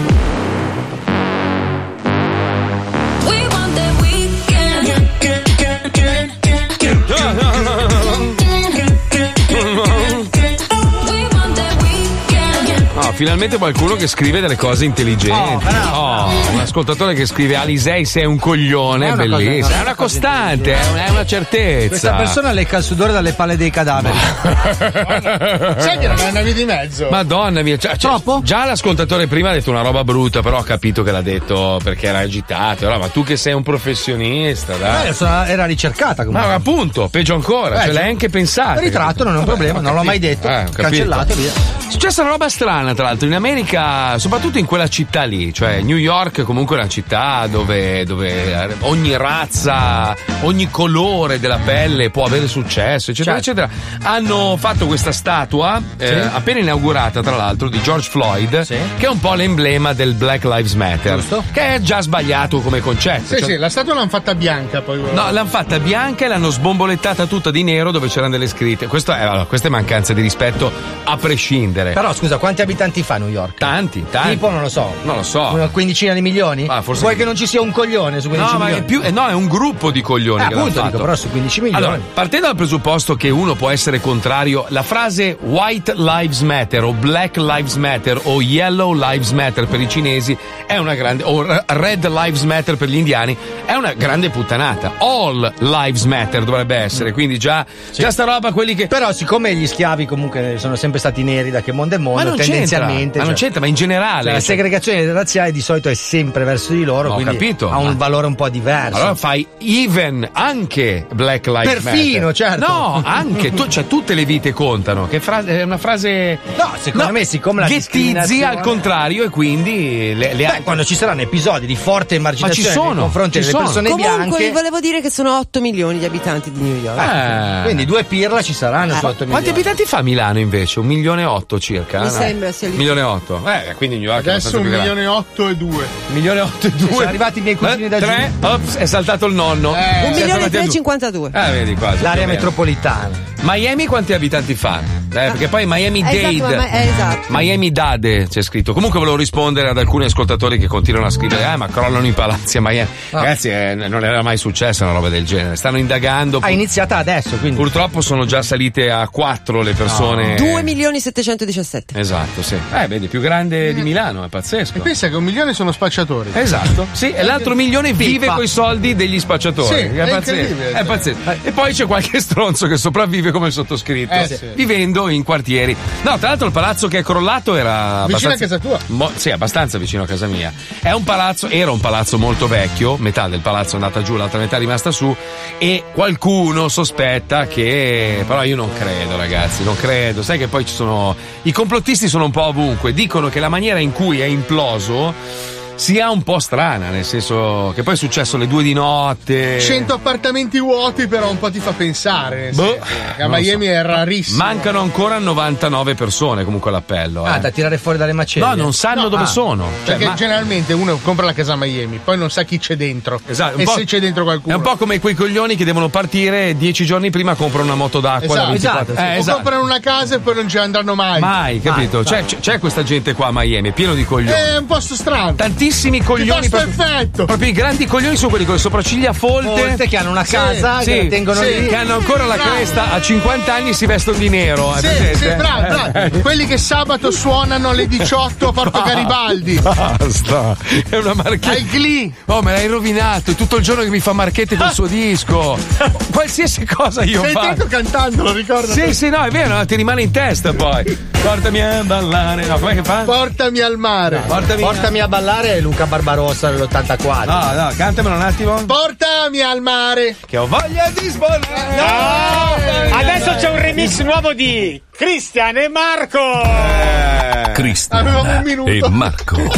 S6: we want that weekend. We want that weekend.
S2: No, finalmente qualcuno che scrive delle cose intelligenti. Oh, un ascoltatore che scrive Alisei sei un coglione,
S4: È
S2: è
S4: una cosa-
S2: bellissimo.
S4: no,
S2: è una costante, è una, è una certezza.
S4: Questa persona lecca il sudore dalle palle dei cadaveri.
S3: Sai che non è una via di mezzo?
S2: Madonna mia, cioè, cioè, già l'ascoltatore prima ha detto una roba brutta, però ho capito che l'ha detto perché era agitato. Allora, ma tu che sei un professionista, dai.
S4: Eh, sono- era ricercata comunque.
S2: Ma appunto, peggio ancora,
S4: Eh,
S2: cioè,
S4: sì.
S2: l'hai anche pensato.
S4: Ritratto, non è un problema, non l'ho mai
S2: Ah,
S4: detto. Cancellato, via.
S2: È successa una roba strana, tra l'altro, in America, soprattutto in quella città lì, cioè New York comunque è una città dove, dove ogni razza, ogni colore della pelle può avere successo, eccetera, eccetera. Hanno fatto questa statua, eh,
S14: Sì.
S2: appena inaugurata, tra l'altro, di George Floyd, che è un po' l'emblema del Black Lives Matter, che è già sbagliato come concetto.
S3: Sì,
S2: Cioè,
S3: sì, la statua l'hanno fatta bianca poi.
S2: No, l'hanno fatta bianca e l'hanno sbombolettata tutta di nero dove c'erano delle scritte. Questo è, allora, questa è mancanza di rispetto a prescindere.
S4: Però scusa, quanti abitanti fa New York?
S2: Tanti, tanti.
S4: Tipo, non lo so.
S2: Non lo so.
S4: Una quindicina di milioni?
S2: Ah, forse-
S4: Vuoi che non ci sia un coglione su 15
S2: No, ma
S4: milioni?
S2: è più, eh, no, è un gruppo di coglioni.
S4: Eh,
S2: che l'hanno
S4: appunto,
S2: fatto.
S4: dico, però su 15 milioni.
S2: Allora, partendo dal presupposto che uno può essere contrario, la frase White Lives Matter o Black Lives Matter o Yellow Lives Matter per i cinesi è una grande, o R- Red Lives Matter per gli indiani è una grande puttanata. All Lives Matter dovrebbe essere, quindi già, già sta roba quelli che...
S4: Però siccome gli schiavi comunque sono sempre stati neri da che mondo è mondo,
S2: Ma non
S4: tendenzialmente...
S2: c'entra, ma non
S4: cioè-
S2: c'entra, ma in
S4: Cioè,
S2: generale...
S4: la
S2: cioè-
S4: segregazione razziale di solito è sempre verso di loro,
S2: Ho
S4: quindi
S2: capito,
S4: ha un
S2: ma-
S4: valore un po' diverso.
S2: Allora fai even anche Black Lives
S4: Perfino,
S2: Matter.
S4: certo.
S2: No, anche, tu- cioè tutte le vite contano. Che frase, è una frase.
S4: No, secondo me, siccome la
S2: Ghettizzi
S4: discriminazione-
S2: al contrario e quindi le, le
S4: Beh, quando ci saranno episodi di forte emarginazione
S2: ci sono,
S4: nei confronti
S2: ci
S4: delle
S2: sono.
S4: persone
S5: Comunque, vi
S4: bianche, Ah,
S5: volevo dire che sono 8 milioni di abitanti di New York.
S2: Eh.
S4: quindi due pirla ci saranno su 8
S2: Quanti
S4: milioni.
S2: abitanti fa Milano invece? Un milione e otto circa?
S5: Mi
S2: no?
S5: sembra sia lì.
S2: Un milione e otto. Eh, quindi New York è
S3: Adesso
S2: abbastanza
S3: un
S2: più grande.
S3: milione e otto e due.
S2: milione e otto e due.
S4: Sono arrivati i miei cugini
S2: Eh,
S4: da giù.
S2: Tre, ops, è saltato il nonno.
S5: Un
S2: Siamo
S5: milione e
S2: arrivati a due.
S5: 352.
S2: Eh, vedi quasi.
S4: L'area
S2: più o meno.
S4: metropolitana.
S2: Miami quanti abitanti fa? Eh, perché poi Miami Dade.
S5: Esatto, ma- eh, esatto.
S2: Miami Dade c'è scritto. Comunque volevo rispondere ad alcuni ascoltatori che continuano a scrivere: Ah, ma crollano i palazzi a Miami.
S4: Ah.
S2: Ragazzi, eh, non era mai successa una roba del genere. Stanno indagando.
S4: Ha iniziata adesso, quindi. Ah.
S2: Purtroppo sono già salite a quattro le persone.
S5: 2 milioni 717.
S2: Esatto, sì. Eh, vedi, più grande di Milano, è pazzesco.
S3: E pensa che un milione sono spacciatori.
S2: Esatto, sì, e l'altro milione vive coi soldi degli spacciatori.
S3: Sì, è
S2: pazzesco.
S3: incredibile.
S2: È pazzesco. E poi c'è qualche <laughs> stronzo che sopravvive come il sottoscritto,
S3: Eh, sì.
S2: vivendo in quartieri. No, tra l'altro il palazzo che è crollato era
S3: Vicino a
S2: abbastanza-
S3: casa tua.
S2: Mo- sì, abbastanza vicino a casa mia. È un palazzo, era un palazzo molto vecchio, metà del palazzo è andata giù, l'altra metà è rimasta su e qualcuno sospetta che però io non credo, ragazzi, non credo. Sai che poi ci sono i complottisti sono un po' ovunque, dicono che la maniera in cui è imploso sia un po' strana, nel senso che poi è successo alle due di notte.
S3: 100 Eh. appartamenti vuoti, però un po' ti fa pensare. nel
S2: Boh,
S3: senso che a
S2: non lo
S3: Miami è rarissimo.
S2: Mancano ancora 99 persone comunque all'appello,
S4: Ah,
S2: eh.
S4: da tirare fuori dalle macerie.
S2: No, non sanno dove
S3: ah,
S2: sono. Cioè,
S3: perché
S2: ma-
S3: generalmente uno compra la casa a Miami, poi non sa chi c'è dentro.
S2: Esatto, un
S3: E
S2: po'-
S3: se c'è dentro
S2: È
S3: qualcuno.
S2: un po' come quei coglioni che devono partire dieci giorni prima comprano una moto d'acqua da 24. Eh,
S3: o
S2: esatto.
S3: comprano una casa e poi non ci andranno mai. Ah.
S2: Mai, capito? C'è, c'è- c'è questa gente qua a Miami, è pieno di coglioni.
S3: È un posto strano.
S2: grandissimi coglioni.
S3: costa
S2: proprio- Proprio i grandi coglioni sono quelli con le sopracciglia folte.
S4: Folte, che hanno una casa, che le tengono lì.
S2: Che hanno ancora la
S3: Bravo.
S2: cresta a 50 anni e si vestono di nero. hai
S3: Sì,
S2: presente?
S3: sì, bravo,
S2: <laughs> Eh.
S3: bravo. Quelli che sabato suonano alle 18 a Porto Garibaldi.
S2: Basta, è una marchetta.
S3: Ai Glee.
S2: Oh, me l'hai rovinato. È tutto il giorno che mi fa marchette col
S3: <laughs>
S2: suo disco. Qualsiasi cosa io
S3: Sei
S2: faccio.
S3: tanto cantando, lo ricordo.
S2: Sì, sì, no, è vero, no, ti rimane in testa poi. Portami a ballare. No, com'è che fa?
S3: Portami al mare.
S2: Portami-
S4: a ballare Luca Barbarossa dell'84.
S2: No, no, cantamelo un attimo.
S3: Portami al mare.
S2: Che ho voglia di sballare.
S13: No! Adesso c'è un remix nuovo di Cristian e Marco!
S14: Eh.
S13: Avevamo un
S1: Cristian
S13: minuto.
S1: e Marco.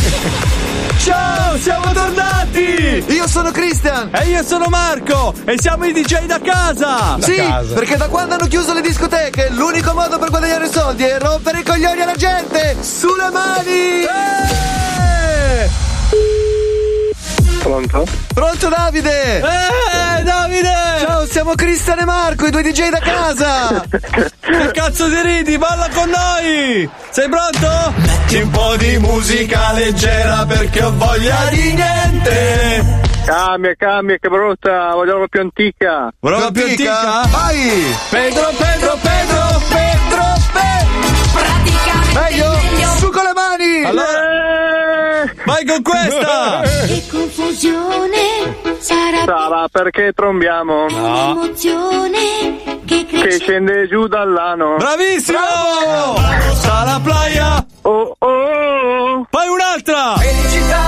S14: Ciao, siamo tornati! Io sono Christian! E io sono Marco! E siamo i DJ Ah, da casa!
S4: Da
S14: sì,
S4: casa.
S14: perché da quando hanno chiuso le discoteche, l'unico modo per guadagnare soldi è rompere i coglioni alla gente! Sulle Eh! mani!
S20: Pronto?
S14: Pronto Davide? Eh, Davide! Ciao, siamo Cristian e Marco, i due DJ da casa! che cazzo ti ridi? Balla con noi! Sei pronto? Metti un po' di musica leggera perché ho voglia di niente!
S20: Cambia, cambia, che brutta, voglio la più antica.
S14: Volevo più antica? Vai!
S20: Pedro,
S14: Pedro, Pedro, Pedro, Pedro! Praticamente meglio! Su con le mani! Allora! Vai con questa!
S6: Che Eh! confusione sarà
S20: Sara, perché trombiamo?
S6: l'emozione che
S20: Che scende giù dall'ano.
S14: Bravissimo! Sala playa!
S20: Oh oh, oh!
S14: Fai un'altra!
S20: Felicità!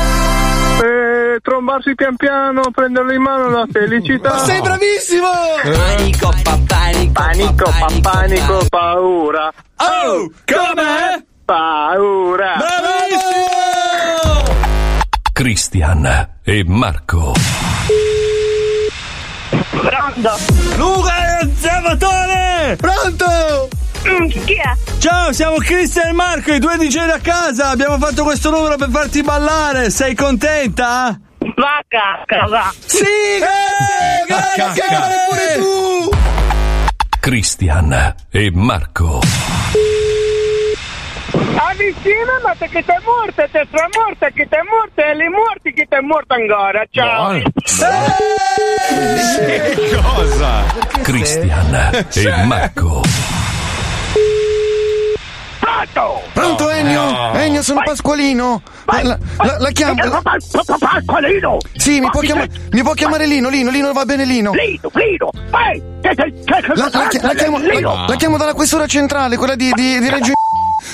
S20: Eh, trombarsi pian piano, prenderlo in mano la felicità.
S14: Ma sei bravissimo!
S20: Panico, pa, panico, panico, pa, panico, paura. Oh, com'è? Paura.
S1: Cristian e Marco.
S14: Pronto! Luca Zavatore! Pronto!
S20: Mm,
S6: chi è?
S14: Ciao, siamo Cristian e Marco, i due DJ da casa. Abbiamo fatto questo numero per farti ballare. Sei contenta?
S6: Va a cacca, va.
S14: Sì! Eh, grazie! Fare pure tu!
S1: Cristian e Marco.
S20: Avvicina, ma te che te morta, te stra morta, che te morta, e le morti che te morta ancora. Ciao.
S14: Eh.
S2: Che cosa?
S1: Cristian e Marco.
S14: Pronto Ennio?
S1: No.
S14: Ennio, sono Pasqualino. la, la- la chiamo.
S6: Vai, vai, vai, Pasqualino!
S14: Sì, mi può,
S6: Vai,
S14: chiama-
S6: vai.
S14: mi può chiamare Lino, Lino, Lino va bene Lino.
S6: Lino, Lino, vai! Che, che, che, che,
S14: La, la chi- la chiamo, la- la chiamo dalla questura centrale, quella di, di, di Reggio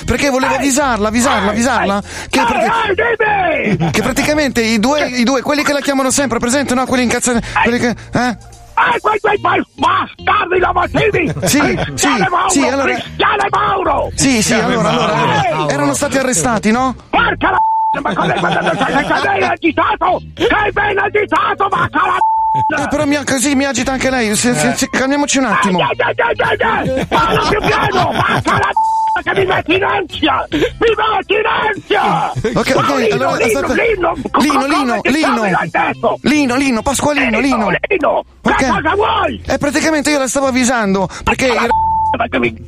S14: perché volevo avvisarla, avvisarla, avvisarla. Che,
S6: perché-
S14: che praticamente i due, i due, quelli che la chiamano sempre, presente, no? Quelli incazzati. Quelli che. Eh?
S6: Eh, vai, vai, vai! Bastardi lavativi!
S14: Sì, sì,
S6: Cristiano Mauro,
S14: sì, allora-
S6: Cristiano Mauro!
S14: Sì, sì, allora, allora, allora.
S6: Ehi,
S14: Erano stati arrestati, no?
S6: Porca la ma cosa hai fatto? Sei agitato! Sei ben agitato, ma cala
S14: Eh, però mi, così mi agita anche lei. Se, se-
S6: Eh.
S14: se- calmiamoci un attimo.
S6: Parla più piano, ma cala che mi metti in ansia! Mi metti in ansia!
S14: Ok,
S6: Ma
S14: ok,
S6: Lino,
S14: allora
S6: Lino,
S14: aspetta.
S6: Lino, co- co-
S14: Lino, Lino,
S6: come ti chiami là
S14: Lino,
S6: adesso?
S14: Lino, Lino, Pasqualino, Lino.
S6: Lino, che
S14: Ok.
S6: cosa vuoi?
S14: Eh, praticamente io la stavo avvisando perché. i r-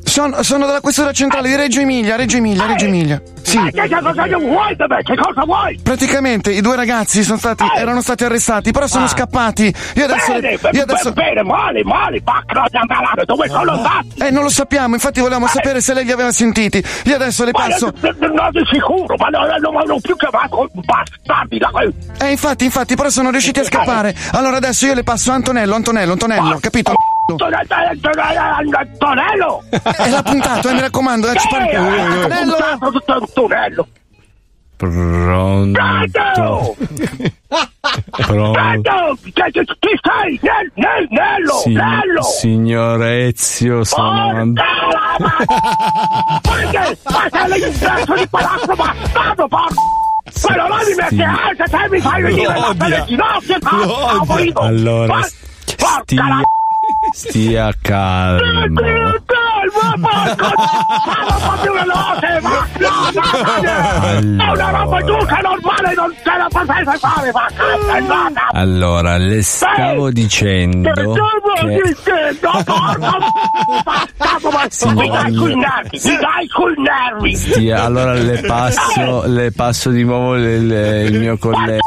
S14: Sono, sono dalla questura centrale di Reggio Emilia, Reggio Emilia, Reggio Emilia. Sì.
S6: Eh, Che cosa vuoi da me? Che cosa vuoi?
S14: Praticamente i due ragazzi sono stati, erano stati arrestati, però sono
S6: Ah.
S14: scappati. Io adesso.
S6: bene,
S14: io adesso...
S6: bene, bene, male, male, ma cosa malato, dove sono andati?
S14: Eh, non lo sappiamo, infatti
S6: Eh.
S14: volevamo sapere se lei li aveva sentiti. Io adesso le passo.
S6: Non eh, di sicuro, ma non non vanno più che va oh, con bastardi da quel...
S14: Eh, infatti, infatti, però sono riusciti a
S6: Eh,
S14: scappare. Allora adesso io le passo Antonello, Antonello, Antonello, capito?
S6: Tonello!
S14: Eh, l'ha puntato, eh, mi raccomando, eh, ci parli. Antonello!
S6: Tonello! Tonello! Pronto! Pronto! Chi chi sei? Nel- nel- Nello!
S22: Si-
S6: Nello!
S22: signor Ezio, sono And-
S6: Perché? Ma sei l'ingresso di palazzo bastardo, porco! Quello là mi mette
S22: sì.
S6: ansia, te mi fai
S22: Lo
S6: venire la
S22: odia.
S6: ginocchia,
S22: Lo odia. Allora, stia, stia calmo.
S6: Calma, porco! Parla un po' più veloce, ma no, ma- È una roba giusta, normale, non ce la potete fare, ma cazzo, no, no!
S22: Allora, le stavo
S6: Che
S22: dicendo
S6: cavolo
S22: che
S6: dici? No, porco! Bastardo, ma
S13: Sì.
S6: mi dai col nervi, mi dai col nervi.
S13: Stia, allora le passo, le passo di nuovo le- le- il mio collega.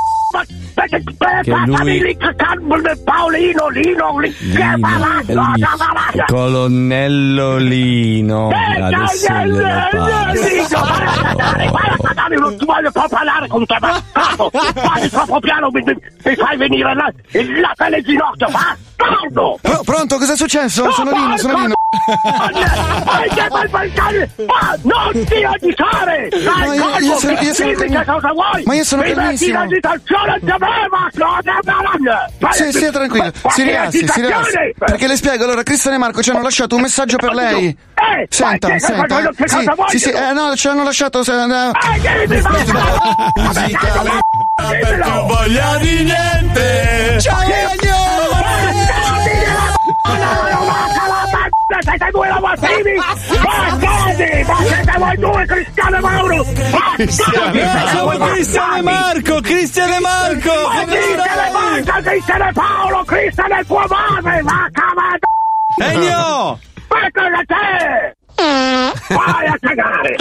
S13: Che
S6: Passami
S13: lui,
S6: lì, che calmo, Paolino, Lino, lì, che
S13: Lino,
S6: malato,
S13: Lino.
S6: da malato.
S13: colonnello Lino,
S6: Eh,
S13: adesso
S6: dai, dai,
S13: glielo
S6: dai,
S13: passo.
S6: Lino, guarda, guarda, guarda, guarda, non ti voglio proprio parlare con te, ma capo, vai troppo piano, mi, mi- mi fai venire la, la pelle in ginocchio, bastardo!
S14: Pro- Oh, pronto, cosa è successo?
S6: No,
S14: sono Lino, sono Lino.
S6: Vai, che vai, vai, cane, ma non ti agitare!
S14: No,
S6: Dai,
S14: io-
S6: calmo,
S14: io sono- io sono
S6: dimmi
S14: calmissimo.
S6: che cosa vuoi!
S14: Ma io sono
S6: Mi metti
S14: calmissimo.
S6: l'agitazione di me, ma cosa parla? é Vai,
S14: <laughs> Sì, stia tranquillo,
S6: ma
S14: si
S6: che
S14: rilassi, si rilassi.
S6: agitazione?
S14: Perché le spiego, allora Cristian e Marco ci hanno lasciato un messaggio per lei.
S6: Eh,
S14: Senta,
S6: ma che- ma
S14: senta.
S6: che- che
S14: Sì,
S6: cosa
S14: sì, sì,
S6: vogliono?
S14: eh, no, ci hanno lasciato. se- eh,
S6: Non
S14: voglia
S6: di niente! Ciao, siete voi lavativi! Bastardi! Ma siete voi due, Cristiano e Mauro! Bastardi!
S14: Sono Cristiano e Marco, Cristiano e Marco!
S6: Ma Cristiano e Marco, Cristiano e Paolo, Cristiano e tua madre! Ma cavada!
S14: Ennio!
S6: Ecco da te! Vai a cagare!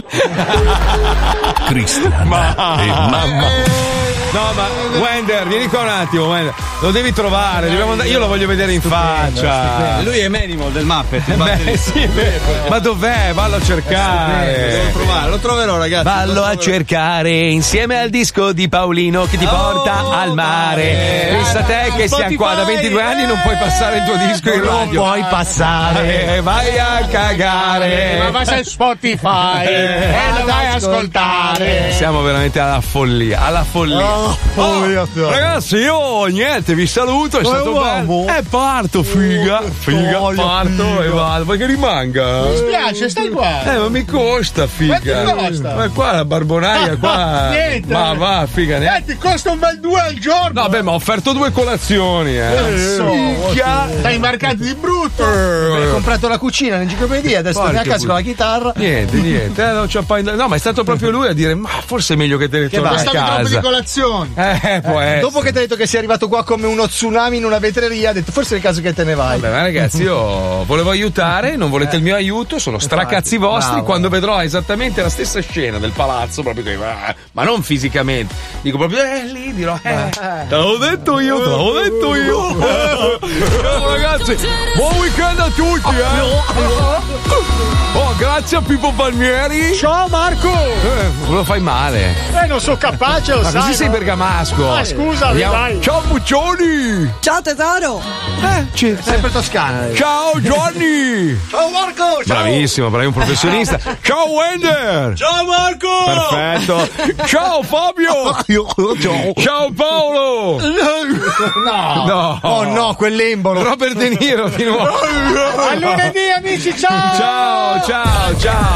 S29: Christian e mamma.
S2: No, ma Wender, vieni qua un attimo, Wender. Lo devi trovare, dobbiamo andare- io lo voglio vedere in faccia. Eh,
S30: Lui è Manimal del Muppet. il
S2: Beh,
S30: batterista.
S2: sì, beh. Ma dov'è? Vallo a cercare.
S30: Devo trovare, lo troverò, ragazzi.
S2: Vallo
S30: lo
S2: a
S30: troverò. Oh,
S2: cercare insieme al disco di Paolino che ti porta al mare. Pensa a te che siamo qua da 22 anni non puoi passare il tuo disco in radio. Non puoi passare. vai a cagare. Eh,
S3: Ma vai su Spotify e lo vai a ascoltare.
S2: Siamo veramente alla follia, alla follia.
S3: Oh,
S2: Oh, ragazzi, io niente, vi saluto, è
S3: Dove
S2: stato
S3: uomo? Oh,
S2: bello. E parto, figa, figa,
S3: voglio,
S2: parto e vado, vuoi che rimanga?
S3: Mi spiace, stai qua.
S2: Eh, ma mi costa, figa.
S3: Ma ti costa?
S2: Ma qua la
S3: <laughs>
S2: barbonaia, qua.
S3: Niente.
S2: Ma va, figa,
S3: Eh,
S2: neanche.
S3: ti costa un bel due al giorno.
S2: Vabbè, ma ho offerto due colazioni, eh.
S3: Minchia. Stai marcato di brutto.
S4: Ho comprato la cucina l'enciclopedia, adesso torni a
S2: Eh. Porca
S4: casa con la chitarra.
S2: Niente, niente. eh, non c'ho pa- no, ma è stato proprio lui a dire: Ma forse è meglio che te ne
S4: Che
S2: torni a
S4: basta, mi trovo di
S2: casa.
S3: colazione.
S2: Eh, può essere.
S4: Dopo che ti ha detto che sei arrivato qua come uno tsunami in una vetreria, ha detto forse è il caso che te ne vai.
S2: Vabbè, ma Eh, ragazzi, io volevo aiutare, non volete il mio aiuto, sono stracazzi vostri.
S4: bravo.
S2: Quando vedrò esattamente la stessa scena del palazzo, proprio qui, ah, ma non fisicamente, dico proprio, eh, lì dirò, eh, te l'avevo detto io, te l'avevo detto io. <laughs> Ciao Oh, ragazzi, buon weekend a tutti, eh. Oh, grazie a Pippo Palmieri.
S31: Ciao Marco!
S2: Eh, lo fai male.
S31: Eh, non sono capace, lo
S2: Ma
S31: sai.
S2: così sei
S31: no?
S2: bergamasco.
S31: Ah, scusa,
S2: Andiamo-
S31: dai.
S2: Ciao Puccioni.
S32: Ciao tesoro!
S2: Eh, c'è
S4: sempre
S2: eh.
S4: toscana.
S2: Ciao Johnny.
S4: Ciao Marco!
S2: Bravissimo, bravi un <laughs> professionista. Ciao Wender!
S30: Ciao Marco!
S4: <laughs>
S2: Perfetto. Ciao
S4: Ah,
S2: Fabio! Ciao. Paolo!
S4: No!
S2: No.
S4: Oh no, quell'embolo! <laughs>
S2: Robert De Niro di nuovo.
S31: A lunedì amici, ciao!
S2: Ciao, ciao, ciao.